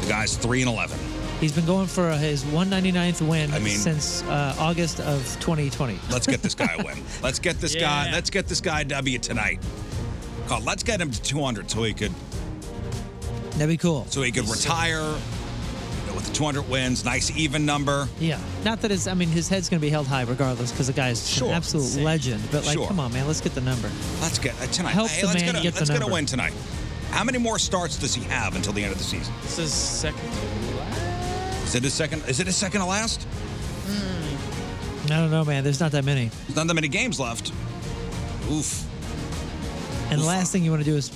The guy's three and eleven. He's been going for his 199th win I mean- since uh, August of 2020. Let's get this guy a *laughs* win. Let's get this guy. Let's get this guy a W tonight. God, let's get him to 200 so he could That'd be cool. so he could retire you know, with the 200 wins. Nice even number. Yeah. Not that it's, I mean, his head's going to be held high regardless because the guy is Sure. an absolute Insane. legend. But, like, Sure. come on, man, let's get the number. Let's get uh, tonight. Help hey, the let's man get a, get the let's get a number. win tonight. How many more starts does he have until the end of the season? This is second. Is it his second? Is it his second to last? I don't know, man. There's not that many. There's not that many games left. Oof. And the last thing you want to do is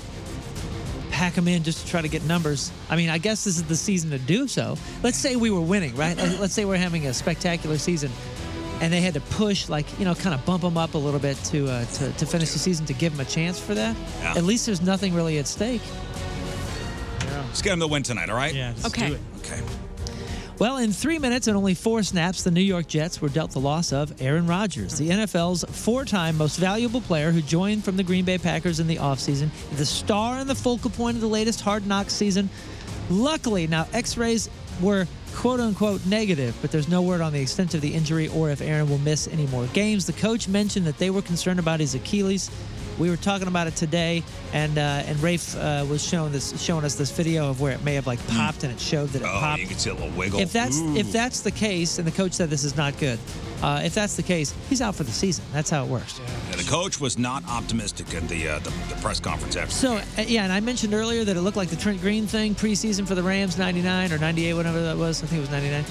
pack them in just to try to get numbers. I mean, I guess this is the season to do so. Let's say we were winning, right? Let's let's say we're having a spectacular season, and they had to push, like you know, kind of bump them up a little bit to uh, to, to finish the season to give them a chance for that. Yeah. At least there's nothing really at stake. Let's get him the win tonight. All right. Yeah. Okay. do it. Okay. Well, in three minutes and only four snaps, the New York Jets were dealt the loss of Aaron Rodgers, the NFL's four time most valuable player who joined from the Green Bay Packers in the offseason, the star and the focal point of the latest hard knock season. Luckily, now x rays were quote unquote negative, but there's no word on the extent of the injury or if Aaron will miss any more games. The coach mentioned that they were concerned about his Achilles. We were talking about it today, and uh, and Rafe uh, was showing this, showing us this video of where it may have like popped, and it showed that it Oh, popped. you can see a little wiggle. If that's Ooh. if that's the case, and the coach said this is not good, uh, if that's the case, he's out for the season. That's how it works. Yeah, the coach was not optimistic at the uh, the, the press conference after. So uh, yeah, and I mentioned earlier that it looked like the Trent Green thing preseason for the Rams, 99 or 98, whatever that was. I think it was 99.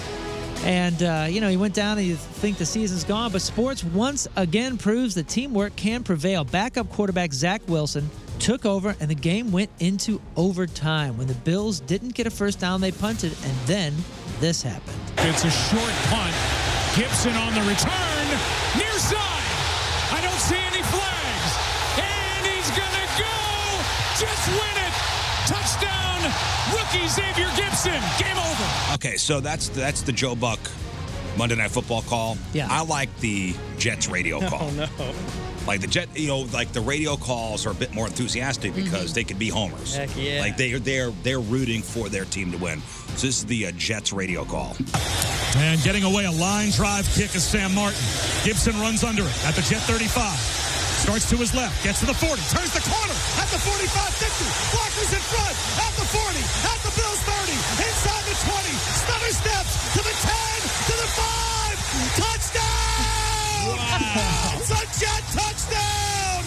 And, uh, you know, he went down and you think the season's gone, but sports once again proves that teamwork can prevail. Backup quarterback Zach Wilson took over, and the game went into overtime. When the Bills didn't get a first down, they punted, and then this happened. It's a short punt. Gibson on the return. Near side. I don't see any flags. And he's going to go. Just win it. Touchdown, rookie Xavier Gibson. Game over. Okay, so that's that's the Joe Buck Monday Night Football call. Yeah. I like the Jets *laughs* radio call. no. Like the jet, you know, like the radio calls are a bit more enthusiastic Mm-hmm. because they could be homers. Heck yeah. Like they are they're they're rooting for their team to win. So this is the uh, Jets radio call. And getting away a line drive kick is Sam Martin. Gibson runs under it at the Jet 35. Starts to his left, gets to the 40, turns the corner at the 45 50. Blockers in front, at the 40, at the Bills 30, inside the 20, stutter steps to the 10, to the 5. Touchdown! It's a Jet touchdown!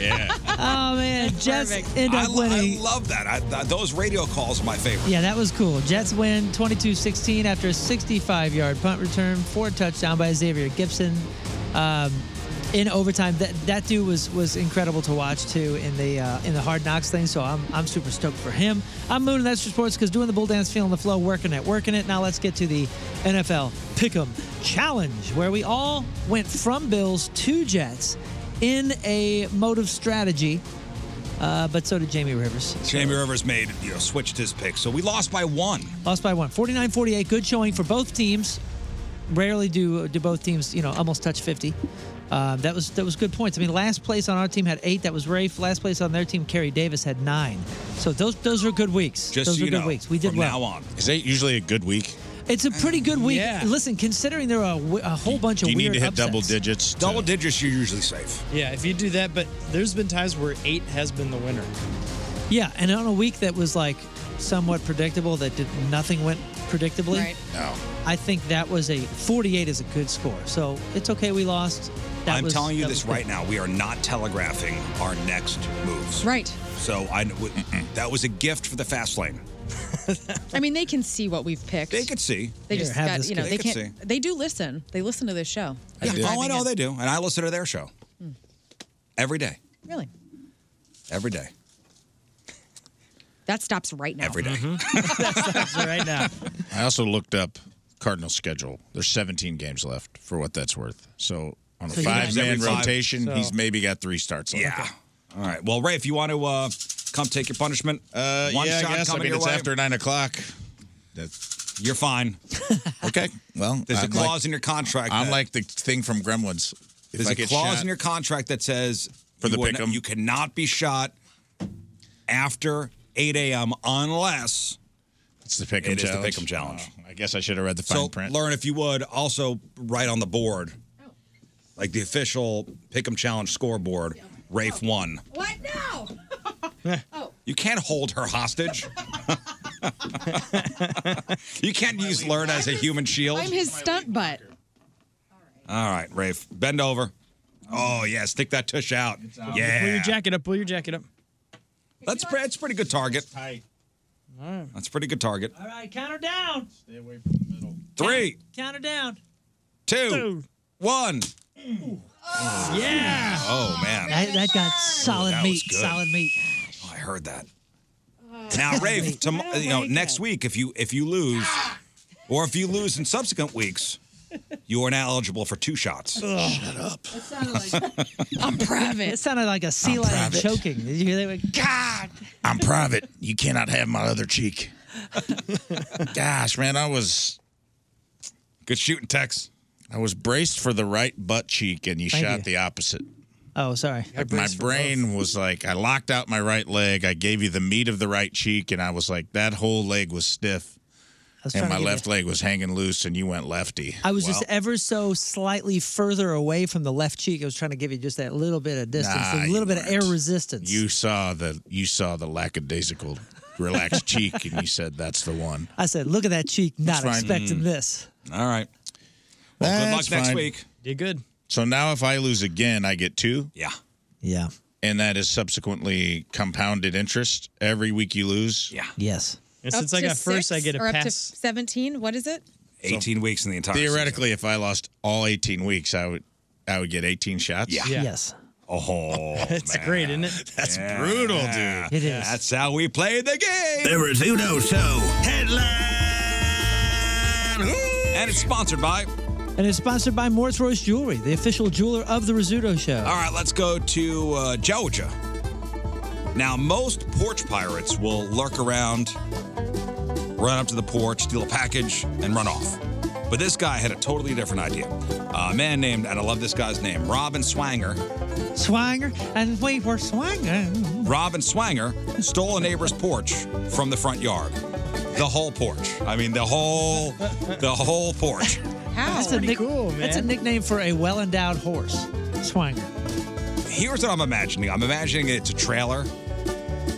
Yeah. *laughs* Oh, man. Jets end I, up lo- winning. I love that. I, th- those radio calls are my favorite. Yeah, that was cool. Jets win 22-16 after a 65-yard punt return for a touchdown by Xavier Gibson. Um, in overtime, that that dude was was incredible to watch too in the uh, in the hard knocks thing. So I'm I'm super stoked for him. I'm mooning extra sports because doing the bull dance, feeling the flow, working it, working it. Now let's get to the NFL Pick'em Challenge, where we all went from Bills to Jets in a motive strategy. Uh, but so did Jamie Rivers. Jamie Rivers made, you know, switched his pick. So we lost by one. Lost by one. 49 48. Good showing for both teams. Rarely do do both teams, you know, almost touch 50. Uh, that was that was good points. I mean, last place on our team had eight. That was Rafe. Last place on their team, Kerry Davis had nine. So those those are good weeks. Just those so are you good know, weeks. We did from well. now on. Is that usually a good week? It's a pretty good week. Yeah. Listen, considering there are a, w- a whole bunch of Do you weird need to hit upsets. double digits? Double digits, you're usually safe. Yeah, if you do that, but there's been times where eight has been the winner. Yeah, and on a week that was like somewhat predictable, that did nothing went predictably. Right. No. I think that was a 48 is a good score. So it's okay we lost. That I'm was- telling you that this was good. right now. We are not telegraphing our next moves. Right. So I w- that was a gift for the fast lane. I mean, they can see what we've picked. They could see. They just got, you know, they, could can't. see. They do listen. They listen to this show. Yeah. They're Oh, I diving know in. they do, and I listen to their show Hmm. every day, Really? every day, That stops right now. *laughs* every day. Mm-hmm. right now. I also looked up Cardinals' schedule. There's 17 games left for what that's worth. So on a So you got- five man Every five- rotation, so- he's maybe got three starts left. Yeah. All right. Well, Ray, if you want to uh, come take your punishment, uh, one yeah, I shot guess. I coming mean, your it's way. after nine o'clock. You're fine. *laughs* okay. Well, There's a I'm clause like- in your contract. I'm that- like the thing from Gremlins. If There's I a get clause shot- in your contract that says For you the are pick not- 'em. you cannot be shot after 8 a.m. unless it's the pick'em It is the challenge. Oh, pick'em challenge. I guess I should have read the fine so print. learn if you would also write on the board, Oh. like the official pick'em challenge scoreboard. Oh. Rafe won. What? No. You can't hold her *laughs* hostage. you can't use learn as a human *laughs* shield. I'm his stunt butt. All right, Rafe, bend over. Oh yeah, stick that tush out. Pull your Yeah, jacket up. Pull your jacket up. that's pre- that's pretty good target. All right. That's pretty good target. All right, counter down. Stay away from Three, Counter down. two, one. Yeah. Oh man, That, that got solid that was meat. good. Solid meat. I heard that. Now, Rafe, tom- you know, next week if you if you lose, or if you lose in subsequent weeks, you are now eligible for two shots. Oh, Shut up. It sounded like *laughs* I'm *laughs* private. It sounded like a sea I'm lion private. choking. Did you hear that? God. I'm private. You cannot have my *laughs* other cheek. Gosh, man, I was good shooting, Tex. I was braced for the right butt cheek, and you Thank shot you. the opposite. Oh, sorry. my brain was like, I locked out my right leg. I gave you the meat of the right cheek, and I was like, that whole leg was stiff, was and trying to my give left leg was hanging loose, and you went lefty. I was Well, just ever so slightly further away from the left cheek. I was trying to give you just that little bit of distance, Nah, a you little bit of air resistance. you saw the you saw the lackadaisical, *laughs* relaxed cheek, and you said, "That's the one." I said, look at that cheek, That's not fine. expecting Mm. this. All right. Well, good That's luck next fine. week. Did good. So now, if I lose again, I get two. Yeah. Yeah. And that is subsequently compounded interest every week you lose. Yeah. Yes. And Up since I to got first, I six get a or Up to pass. 17. What is it? 18 weeks in the entire Theoretically, if I lost all 18 weeks, I would I would get 18 shots. Yeah. Yeah. Yes. *laughs* Oh, *laughs* It's great, isn't it? That's brutal, dude. It is. That's how we play the game. The Rizzuto Show headline. And it's sponsored by. And it's sponsored by Morris Rose Jewelry, the official jeweler of the Rizzuto Show. All right, let's go to uh, Georgia. Now, most porch pirates will lurk around, run up to the porch, steal a package, and run off. But this guy had a totally different idea. A man named, and I love this guy's name, Robin Swanger. Swanger, and we were swanging. Robin Swanger stole a neighbor's porch from the front yard. The whole porch. I mean, the whole, the whole porch. That's a, nick- that's a nickname for a well endowed horse. Swanger. Here's what I'm imagining. I'm imagining it's a trailer,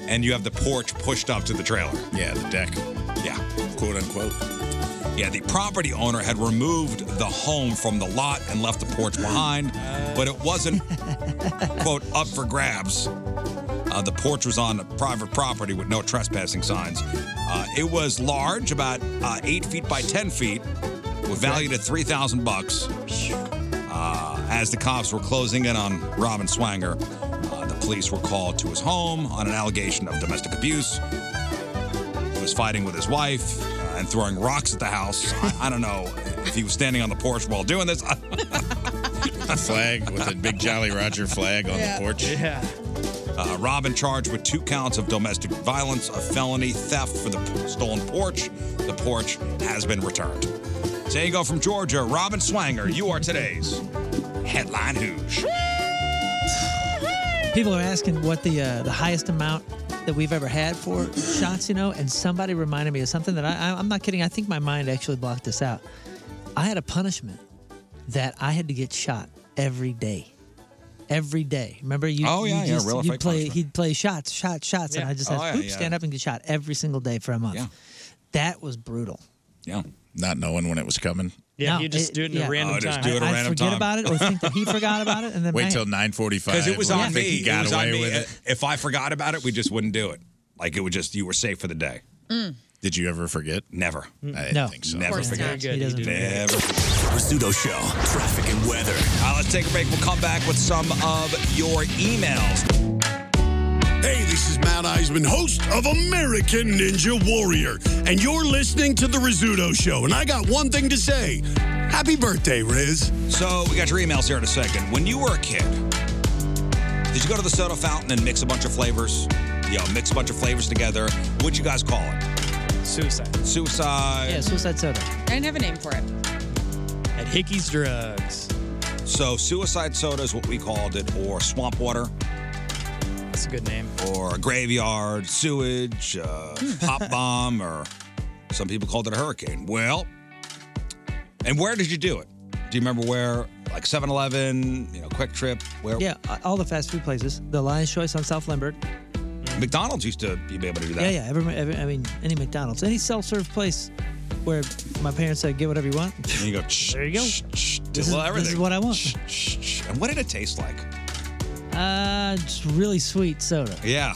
and you have the porch pushed up to the trailer. Yeah, the deck. Yeah. Quote unquote. Yeah, the property owner had removed the home from the lot and left the porch behind, but it *laughs* wasn't, quote, up for grabs. Uh, the porch was on private property with no trespassing signs. Uh, it was large, about uh, eight feet by 10 feet, was valued at 3000 bucks. Uh, as the cops were closing in on Robin Swanger, uh, the police were called to his home on an allegation of domestic abuse. He was fighting with his wife uh, and throwing rocks at the house. I, I don't know if he was standing on the porch while doing this. a *laughs* flag with a big Jolly Roger flag on the porch. Yeah. Uh, Robin charged with two counts of domestic violence, a felony theft for the p- stolen porch. The porch has been returned. So there you go from Georgia, Robin Swanger. You are today's headline hoosh. People are asking what the uh, the highest amount that we've ever had for shots, you know, and somebody reminded me of something that I, I, I'm not kidding. I think my mind actually blocked this out. I had a punishment that I had to get shot every day. Every day. Remember you Oh, yeah, you yeah, real or you'd fake play punishment. he'd play shots, shots, shots and Yeah. I just Oh, had yeah, "Oops, yeah. stand up and get shot every single day for a month. That was brutal. Yeah. Not knowing when it was coming. Yeah, No, you just it- do it in yeah. a random Oh, just time. do it a I- I random forget time. about it or think that he forgot about it *laughs* and then Wait I- till 9:45. Because it was on I think me. He got it was away on me. Uh, with it. If I forgot about it, we just wouldn't do it. Like it would just you were safe for the day. Did you ever forget? Never. I didn't think so. Never forget. He doesn't. Never. Rizzuto Show, traffic and weather. Uh, let's take a break. We'll come back with some of your emails. Hey, this is Matt Eisman, host of American Ninja Warrior, and you're listening to The Rizzuto Show. And I got one thing to say Happy birthday, Riz. So we got your emails here in a second. When you were a kid, did you go to the soda fountain and mix a bunch of flavors? You know, mix a bunch of flavors together. What'd you guys call it? Suicide. Suicide. Yeah, suicide soda. I didn't have a name for it. At Hickey's Drugs. So suicide soda is what we called it, or swamp water. That's a good name. Hmm. Or a graveyard, sewage, uh, *laughs* pop bomb, or some people called it a hurricane. Well, and where did you do it? Do you remember where? Like 7 Eleven, you know, Quick Trip, where? Yeah, all the fast food places. The Lion's Choice on South Lambert. McDonald's used to be able to do that. Yeah, yeah. Every, every, I mean, any McDonald's, any self-serve place where my parents said, "Get whatever you want." And you go, there you go. This is- this is what I want. And what did it taste like? Uh, just really sweet soda. Yeah.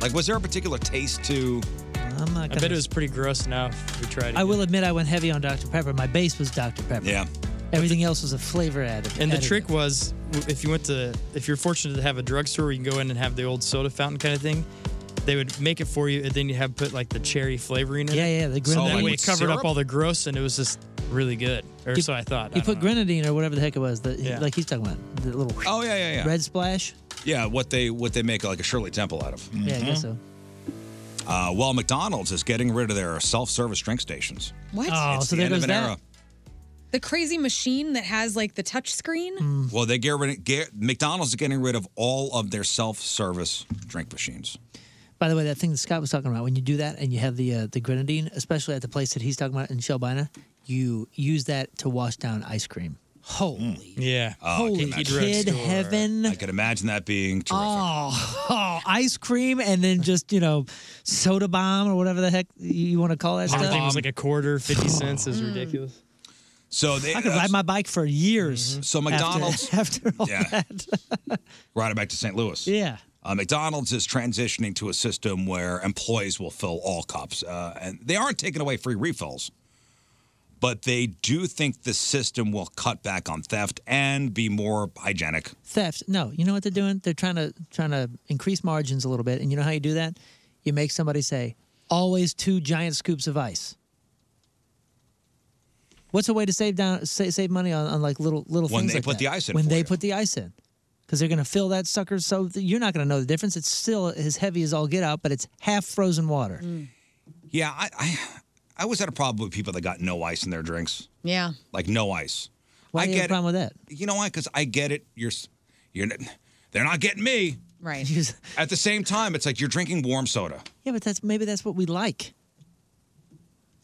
Like, was there a particular taste to. I'm not I gonna. bet it was pretty gross now if we tried it. I will admit I went heavy on Dr Pepper. My base was Dr Pepper. Yeah. Everything else was a flavor added. And the added. trick was, w- if you went to, if you're fortunate to have a drugstore where you can go in and have the old soda fountain kind of thing, they would make it for you, and then you have put like the cherry flavoring in Yeah, it. yeah, the grenadine. So that way With it covered syrup? up all the gross, and it was just really good, or You- so I thought. You I don't put grenadine or whatever the heck it was. That like he's talking about the little. Oh, yeah, yeah, yeah. Red splash. Yeah, what they what they make like a Shirley Temple out of. Mm-hmm. Yeah, I guess so. Uh, well, McDonald's is getting rid of their self-service drink stations. What? Oh, It's the end of an era. The crazy machine that has like the touch screen. Mm. Well, they get rid. Get, McDonald's is getting rid of all of their self-service drink machines. By the way, that thing that Scott was talking about, when you do that and you have the uh, the grenadine, especially at the place that he's talking about in Shelbina, you use that to wash down ice cream. Holy. Hmm. Yeah. Uh, Holy kid heaven. I could imagine that being terrific. Oh, *laughs* oh, ice cream and then just, you know, soda bomb or whatever the heck you want to call that know. Everything stuff. Mm. was like a *sighs* quarter, fifty cents is ridiculous. So they, uh, I could ride my bike for years. Mm-hmm. So after- McDonald's- *laughs* After, all Yeah. that. Right back to St. Louis. Yeah. Uh, McDonald's is transitioning to a system where employees will fill all cups, uh, and they aren't taking away free refills, but they do think the system will cut back on theft and be more hygienic. Theft. No, you know what they're doing? They're trying to trying to increase margins a little bit, and you know how you do that? You make somebody say, "Always two giant scoops of ice." What's a way to save down save, save money on, on like little little When things they like put that? the ice in When for they you. put the ice in, because they're gonna fill that sucker. So th- you're not gonna know the difference. It's still as heavy as all get out, but it's half frozen water. Yeah, I, I, I was at a problem with people that got no ice in their drinks, Yeah. like no ice. Why I do you get have a problem with that? You know why? Because I get it. You're, s- you're, n- they're not getting me. Right. *laughs* At the same time, it's like you're drinking warm soda. Yeah, but that's maybe that's what we like.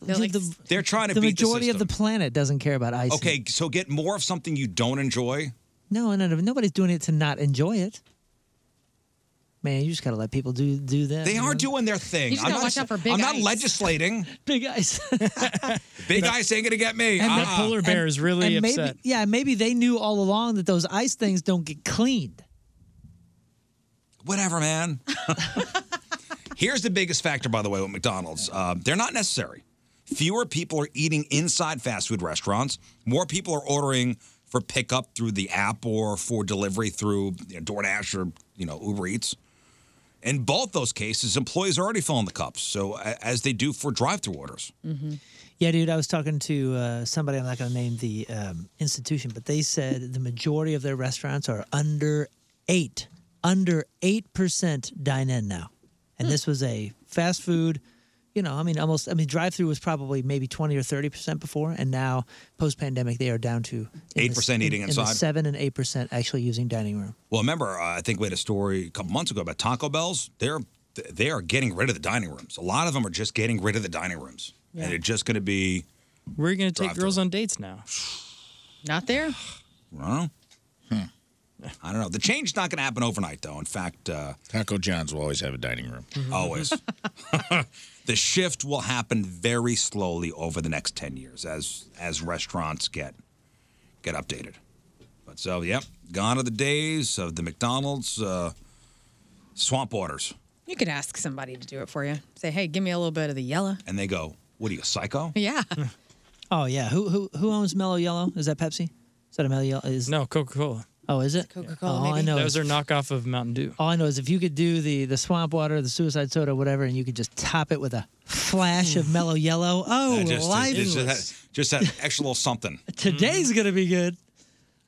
They're, They're trying to the beat majority the of the system. planet doesn't care about ice. Okay, so get more of something you don't enjoy. No, no, no, nobody's doing it to not enjoy it. Man, you just gotta let people do do that. They are doing their thing. Mm-hmm. You just I'm gotta not, watch out for big I'm not ice. legislating. *laughs* big ice. Big ice ain't gonna get me. And Uh-uh. the and maybe, Yeah, maybe they knew all along that those ice things don't get cleaned. Whatever, *laughs* man. Here's the biggest factor, by the way, with McDonald's. Uh, they're not necessary. Fewer people are eating inside fast food restaurants. More people are ordering for pickup through the app or for delivery through you know, DoorDash or you know Uber Eats. In both those cases, employees are already filling the cups, so a- as they do for drive-through orders. Mm-hmm. Yeah, dude, I was talking to uh, somebody. I'm not going to name the um, institution, but they said the majority of their restaurants are under eight, under eight percent dine in now. And this was a fast food, you know, I mean, almost, I mean, drive through was probably maybe twenty or thirty percent before, and now post pandemic they are down to in the- 8% eating in- in the inside. seven and eight percent actually using dining room. Well, remember, uh, I think we had a story a couple months ago about Taco Bell's. They're they are getting rid of the dining rooms. A lot of them are just getting rid of the dining rooms, Yeah. and they're just going to be. We're gonna take Drive-thru. girls on dates now. Not *sighs* there. I don't know. hmm, I don't know. The change is not going to happen overnight, though. In fact, uh, Taco John's will always have a dining room. Always. *laughs* the shift will happen very slowly over the next ten years as as restaurants get get updated. But so, yep, gone are the days of the McDonald's uh, swamp waters, You could ask somebody to do it for you. Say, hey, give me a little bit of the yellow. *laughs* and they go, "What are you, a psycho?" Yeah. Oh yeah, who who who owns Mellow Yellow? Is that Pepsi? Is that a Mellow Yellow? Is no Coca Cola. Oh, is it Coca All I know Those is- are knockoff of Mountain Dew. All I know is if you could do the the swamp water, the suicide soda, whatever, and you could just top it with a flash of mellow yellow. Oh, Uh, Hmm. just, life just, is- just that, just that extra little *laughs* something. today's Hmm. gonna be good.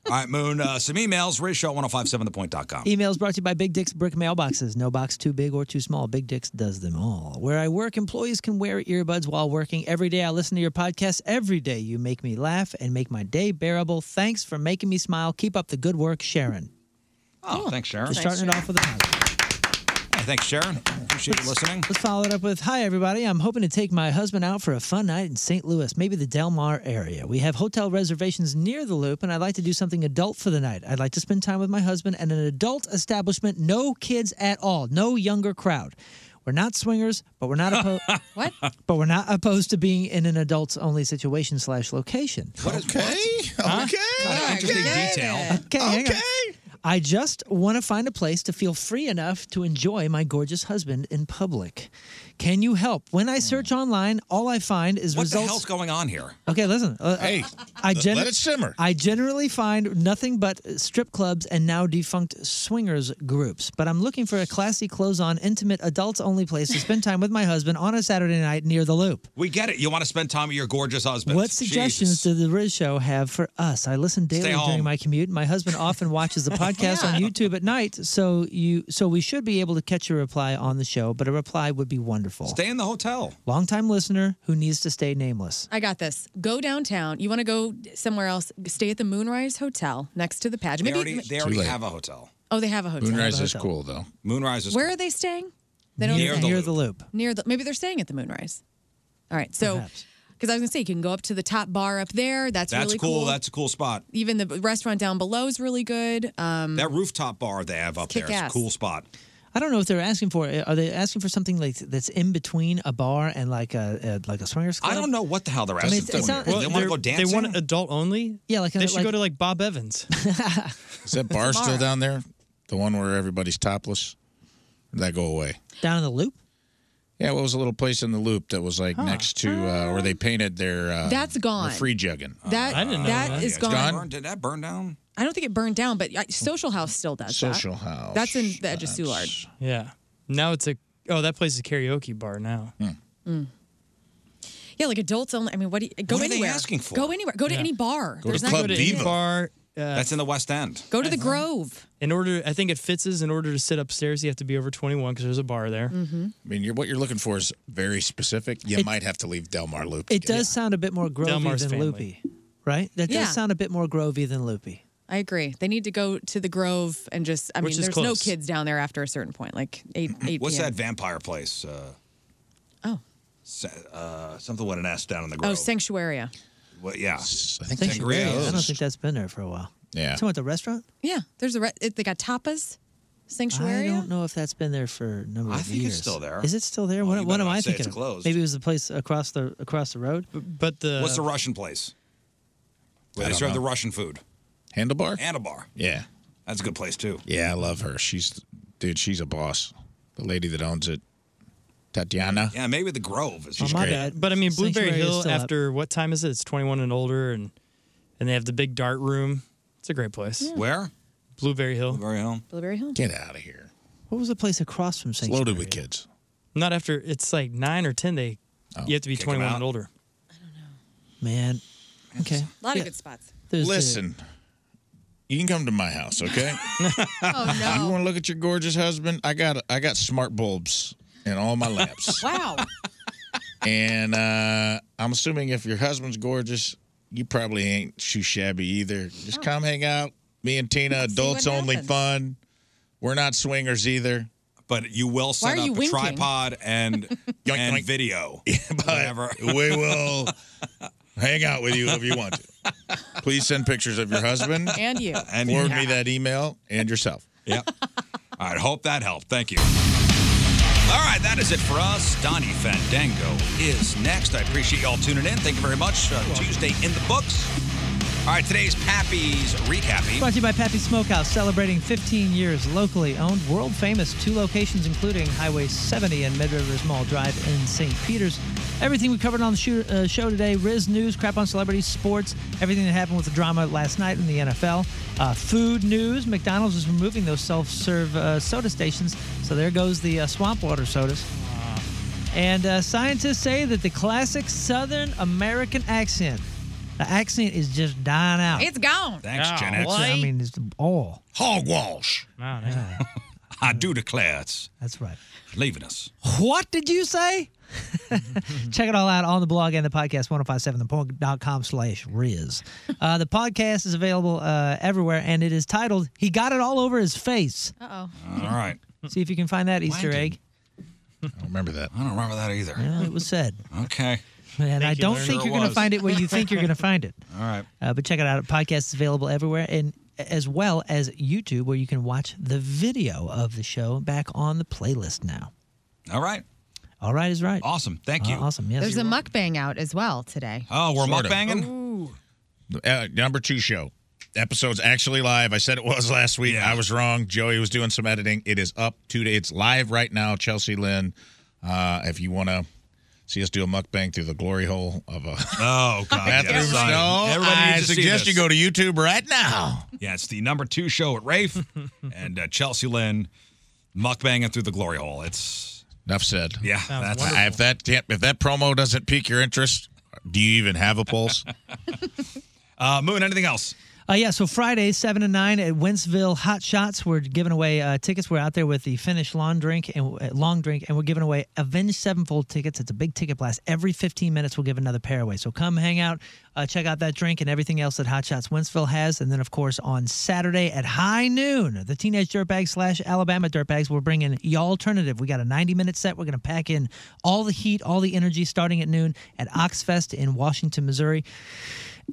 All right, Moon, uh, some emails, rizshow1057thepoint.com. Emails brought to you by Big Dick's Brick Mailboxes. No box too big or too small. Big Dick's does them all. Where I work, employees can wear earbuds while working. Every day I listen to your podcast. Every day you make me laugh and make my day bearable. Thanks for making me smile. Keep up the good work, Sharon. Oh, thanks, Sharon. We're starting it off with a Hey, thanks, Sharon. Appreciate you listening. Let's follow it up with Hi, everybody. I'm hoping to take my husband out for a fun night in St. Louis, maybe the Del Mar area. We have hotel reservations near the loop, and I'd like to do something adult for the night. I'd like to spend time with my husband at an adult establishment, no kids at all, no younger crowd. We're not swingers, but we're *laughs* not opposed. what? But we're not opposed to being in an adults-only situation slash location. Okay. Okay. Interesting detail. Okay. hang on. I just want to find a place to feel free enough to enjoy my gorgeous husband in public. Can you help? When I search online, all I find is Hmm. What results. the hell's going on here? Okay, listen. Uh, Hey, I let- let it simmer. I generally find nothing but strip clubs and now defunct swingers groups, but I'm looking for a classy, clothes-on, intimate, adults-only place to spend time with my husband on a Saturday night near the Loop. We get it. You want to spend time with your gorgeous husband. What suggestions does the Riz Show have for us? I listen daily home. during my commute. My *laughs* husband often watches the podcast on YouTube at night, so you so we should be able to catch a reply on the show. But a reply would be wonderful. Stay in the hotel. Longtime listener who needs to stay nameless. I got this. Go downtown. You want to go somewhere else? Stay at the Moonrise Hotel next to the pageant. They Maybe already, they already have a hotel. Oh, they have a hotel. though. Moonrise is Where are they staying? They don't Near stay. the Near the loop. Near the maybe they're staying at the Moonrise. All right, so because I was gonna say you can go up to the top bar up there. That's, That's, really cool. That's a cool spot. even the restaurant down below is really good. Um, that rooftop bar they have up there is a kick-ass. cool spot. I don't know if they're asking for. Are they asking for something like that's in between a bar and like a, a like a swingers club? I don't know what the hell they're I mean, asking it's- it's for. not- Do they Well, want to they're- go they dancing? want adult only. Yeah, like a- they should like- go to like Bob Evans. Is that bar still down there? The one where everybody's topless? Did that go away? Down in the loop? Yeah, what was a little place in the loop that was like next to uh, where they painted their uh, That's gone. free jugging. That- I didn't know that that. is It's gone. Did that burn down? I don't think it burned down, but I, Social House still does. that. Social House. That's in the edge of Soulard. Yeah. Now it's a oh that place is a karaoke bar now. Hmm. Mm. Yeah, like adults only. I mean, what do you go What are they anywhere? asking for? Go anywhere. Go to Yeah. any bar. There's not- Go to any Bar. That's in the West End. Go to the Grove. In order, I think it fits is in order to sit upstairs, you have to be over 21 because there's a bar there. Mm. Mm-hmm. Mhm. I mean, you're, what you're looking for is very specific. You It- might have to leave Delmar Loop. It does sound a bit more Del grovey Mar's than family. loopy, right? That Yeah. does sound a bit more grovey than loopy. I agree. They need to go to the Grove and just. I mean, Which is there's no close. kids down there after a certain point, like *clears throat* eight eight. What's PM. that vampire place? Uh, Oh. sa- Uh, something with an S down in the Oh, grove. Sanctuaria. What, yeah. I I think she is. I don't think that's been there for a while. Yeah. Someone at the restaurant? Yeah, there's a. Re- it, they got tapas. I *laughs* Sanctuaria. don't know if that's been there for a number I of think it's years. still there. Is it still there? what you what better am not I say it's thinking? of? closed. Maybe it was the place across the across the road. But the What's the Russian place? Where I they don't serve the know. Russian food. Handlebar? Handlebar. Yeah. That's a good place, too. Yeah, I love her. She's, dude, she's a boss. The lady that owns it, Tatiana. Yeah, maybe the Grove is She's great. Uh, But I mean, Blueberry Sanctuary is Hill. still up. After what time is it? It's 21 and older, and and they have the big dart room. It's a great place. Where? Blueberry Hill. Blueberry Hill. Blueberry Hill. Get out of here. What was the place across from It's Sanctuary? loaded with kids. Not after it's like nine or 10. They Oh, you have to be kick 'em 21 out. and older. Man. Okay. A lot Yeah. of good spots. Listen, you can come to my *laughs* house, okay? Oh no. You want to look at your gorgeous husband? I got I got smart bulbs in all *laughs* my lamps, Wow. and uh, I'm assuming if your husband's gorgeous, you probably ain't too shabby either. Just come hang out. Me and Tina, adults only happens. fun. We're not swingers either. But you will Why set are up you a winking? tripod and, *laughs* and video. Whatever. *laughs* we will hang out with you if you want to. Please send pictures of your husband And you. And forward you. me that email *laughs* and yourself. Yep. All right. Hope that helped. Thank you. All right. That is it for us. Donnie Fandango is next. I appreciate y'all tuning in. Thank you very much. Uh, Tuesday in the books. All right. Today's Pappy's recappy. Brought to you by Pappy Smokehouse, celebrating 15 years locally owned, world famous, two locations, including Highway 70 and Mid Rivers Mall Drive in St. Peter's. Everything we covered on the shoot, uh, show today Riz news, crap on celebrities, sports, everything that happened with the drama last night in the NFL. Uh, food news McDonald's is removing those self serve uh, soda stations, so there goes the uh, swamp water sodas. And uh, scientists say that the classic Southern American accent, the accent is just dying out. It's gone. Thanks, Gen X. I mean, it's all. Hogwash. Yeah. *laughs* I do declare it's That's right. leaving us. What did you say? *laughs* Check it all out on the blog and the podcast, 1057thepoint.com slash Riz. Uh, the podcast is available uh, everywhere, and it is titled He Got It All Over His Face. Uh All right. See if you can find that Easter did- egg. I don't remember that. *laughs* I don't remember that either. Well, it was said. Okay. And *laughs* I Thank you, don't Larry. think Sure you're going to was. find it where you think you're going to find it. *laughs* All right. Uh, but check it out. Podcast is available everywhere, and as well as YouTube, where you can watch the video of the show back on the playlist now. All right. All right is right. Awesome. Thank you. awesome. Yes. There's a mukbang out as well today. Oh, we're Sort of. mukbanging? Ooh. Uh, number two show. Episode's actually live. I said it was last week. I was wrong. Joey was doing some editing. It is up two days. It's live right now. Chelsea Lynn. Uh, if you want to see us do a mukbang through the glory hole of a *laughs* oh God, *laughs* bathroom yes, I- stall, everybody Oh, I needs to see suggest this. you go to YouTube right now. Yeah, it's the number two show at Rafe *laughs* and uh, Chelsea Lynn muckbanging through the glory hole. It's enough said. Yeah, that's I- if that can't, if that promo doesn't pique your interest, do you even have a pulse? *laughs* uh, Moon. Anything else? Uh, yeah, so Friday, 7 to 9 at Wentzville Hot Shots. We're giving away uh, tickets. We're out there with the Finnish long drink, and uh, long drink, and we're giving away Avenged Sevenfold tickets. It's a big ticket blast. Every 15 minutes, we'll give another pair away. So come hang out, uh, check out that drink and everything else that Hot Shots Wentzville has. And then, of course, on Saturday at high noon, the Teenage Dirtbags slash Alabama Dirtbags, we're bringing you alternative. We got a 90 minute set. We're going to pack in all the heat, all the energy starting at noon at Oxfest in Washington, Missouri.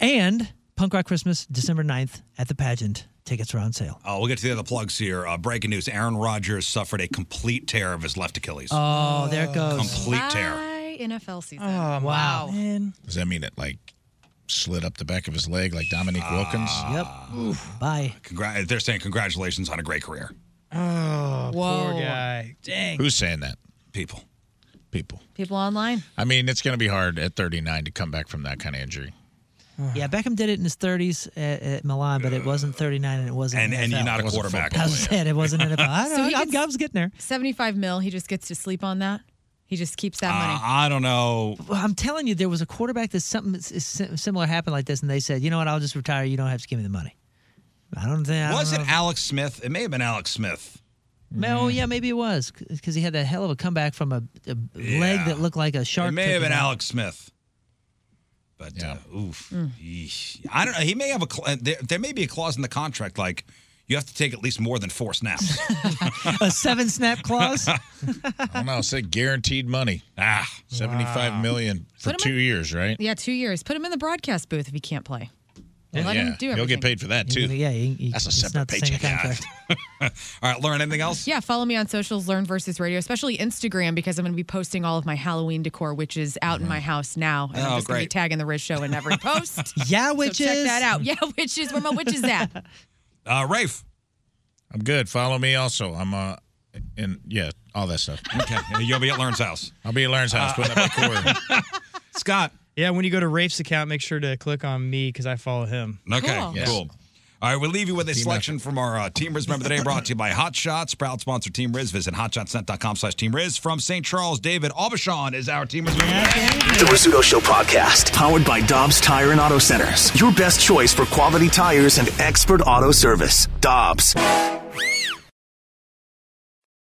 And Punk Rock Christmas, December 9th at the pageant. Tickets are on sale. Oh, we'll get to the other plugs here. Uh, breaking news: Aaron Rodgers suffered a complete tear of his left Achilles. Oh, there it goes. complete tear. Bye, NFL season. Oh, wow. Does that mean it like slid up the back of his Ah. leg like Dominique Wilkins? Yep. Bye. Congra- they're saying congratulations on a great career. Oh, Whoa. poor guy. Dang. Who's saying that? People. People. People online. I mean, it's going to be hard at 39 to come back from that kind of injury. Yeah, Beckham did it in his 30s at, at Milan, but it wasn't 39 and it wasn't. And- and NFL. you're not a It wasn't quarterback. I said it wasn't NFL. *laughs* I, So don't, he I, gets- I was getting there. 75 mil. He just gets to sleep on that. He just keeps that money. Uh, Ah. I don't know. Well, I'm telling you, there was a quarterback that something s- s- similar happened like this, and they said, "You know what? I'll just retire. You don't have to give me the money." I don't think. I don't Was it know. Alex Smith? It may have been Alex Smith. Ma- Oh yeah, maybe it was because he had that hell of a comeback from a, a leg that looked like a shark. It may took have him been out. Alex Smith. But uh, oof, Yeesh. I don't know. He may have a cla there, there may be a clause in the contract like you have to take at least more than four *laughs* snaps. a *laughs* seven *laughs* snap clause. I don't know. Say guaranteed money. Ah, seventy-five million Wow. for Put 'em two years, right? Yeah, two years. Put him in the broadcast booth if he can't play. Yeah, Let him do You'll everything. get paid for that too. yeah, that's a it's separate not the same paycheck. Yeah. *laughs* All right, Lauren, anything else? Yeah, follow me on socials, Learn versus Radio, especially Instagram, because I'm going to be posting all of my Halloween decor, which is out in my house now. And Oh, I'm just going to be great. tagging the Riz Show in every post. yeah, witches. check that out. Yeah, *laughs* witches. Where my witches at? Uh, Rafe. I'm good. Follow me also. I'm uh, and yeah, all that stuff. Okay, *laughs* you'll be at Learn's house. Uh, I'll be at Learn's house. putting up my cord. Scott. Yeah, when you go to Rafe's account, make sure to click on me because I follow him. Okay, cool. All right, we'll leave you with a Team selection from our uh, Team Riz member today brought to you by Hot Shots, proud sponsor Team Riz. Visit hotshotsnet.com slash Team Riz. From St. Charles, David Aubuchon is our Team Riz member. The Rizzuto Show podcast, powered by Dobbs Tire and Auto Centers. Your best choice for quality tires and expert auto service. Dobbs.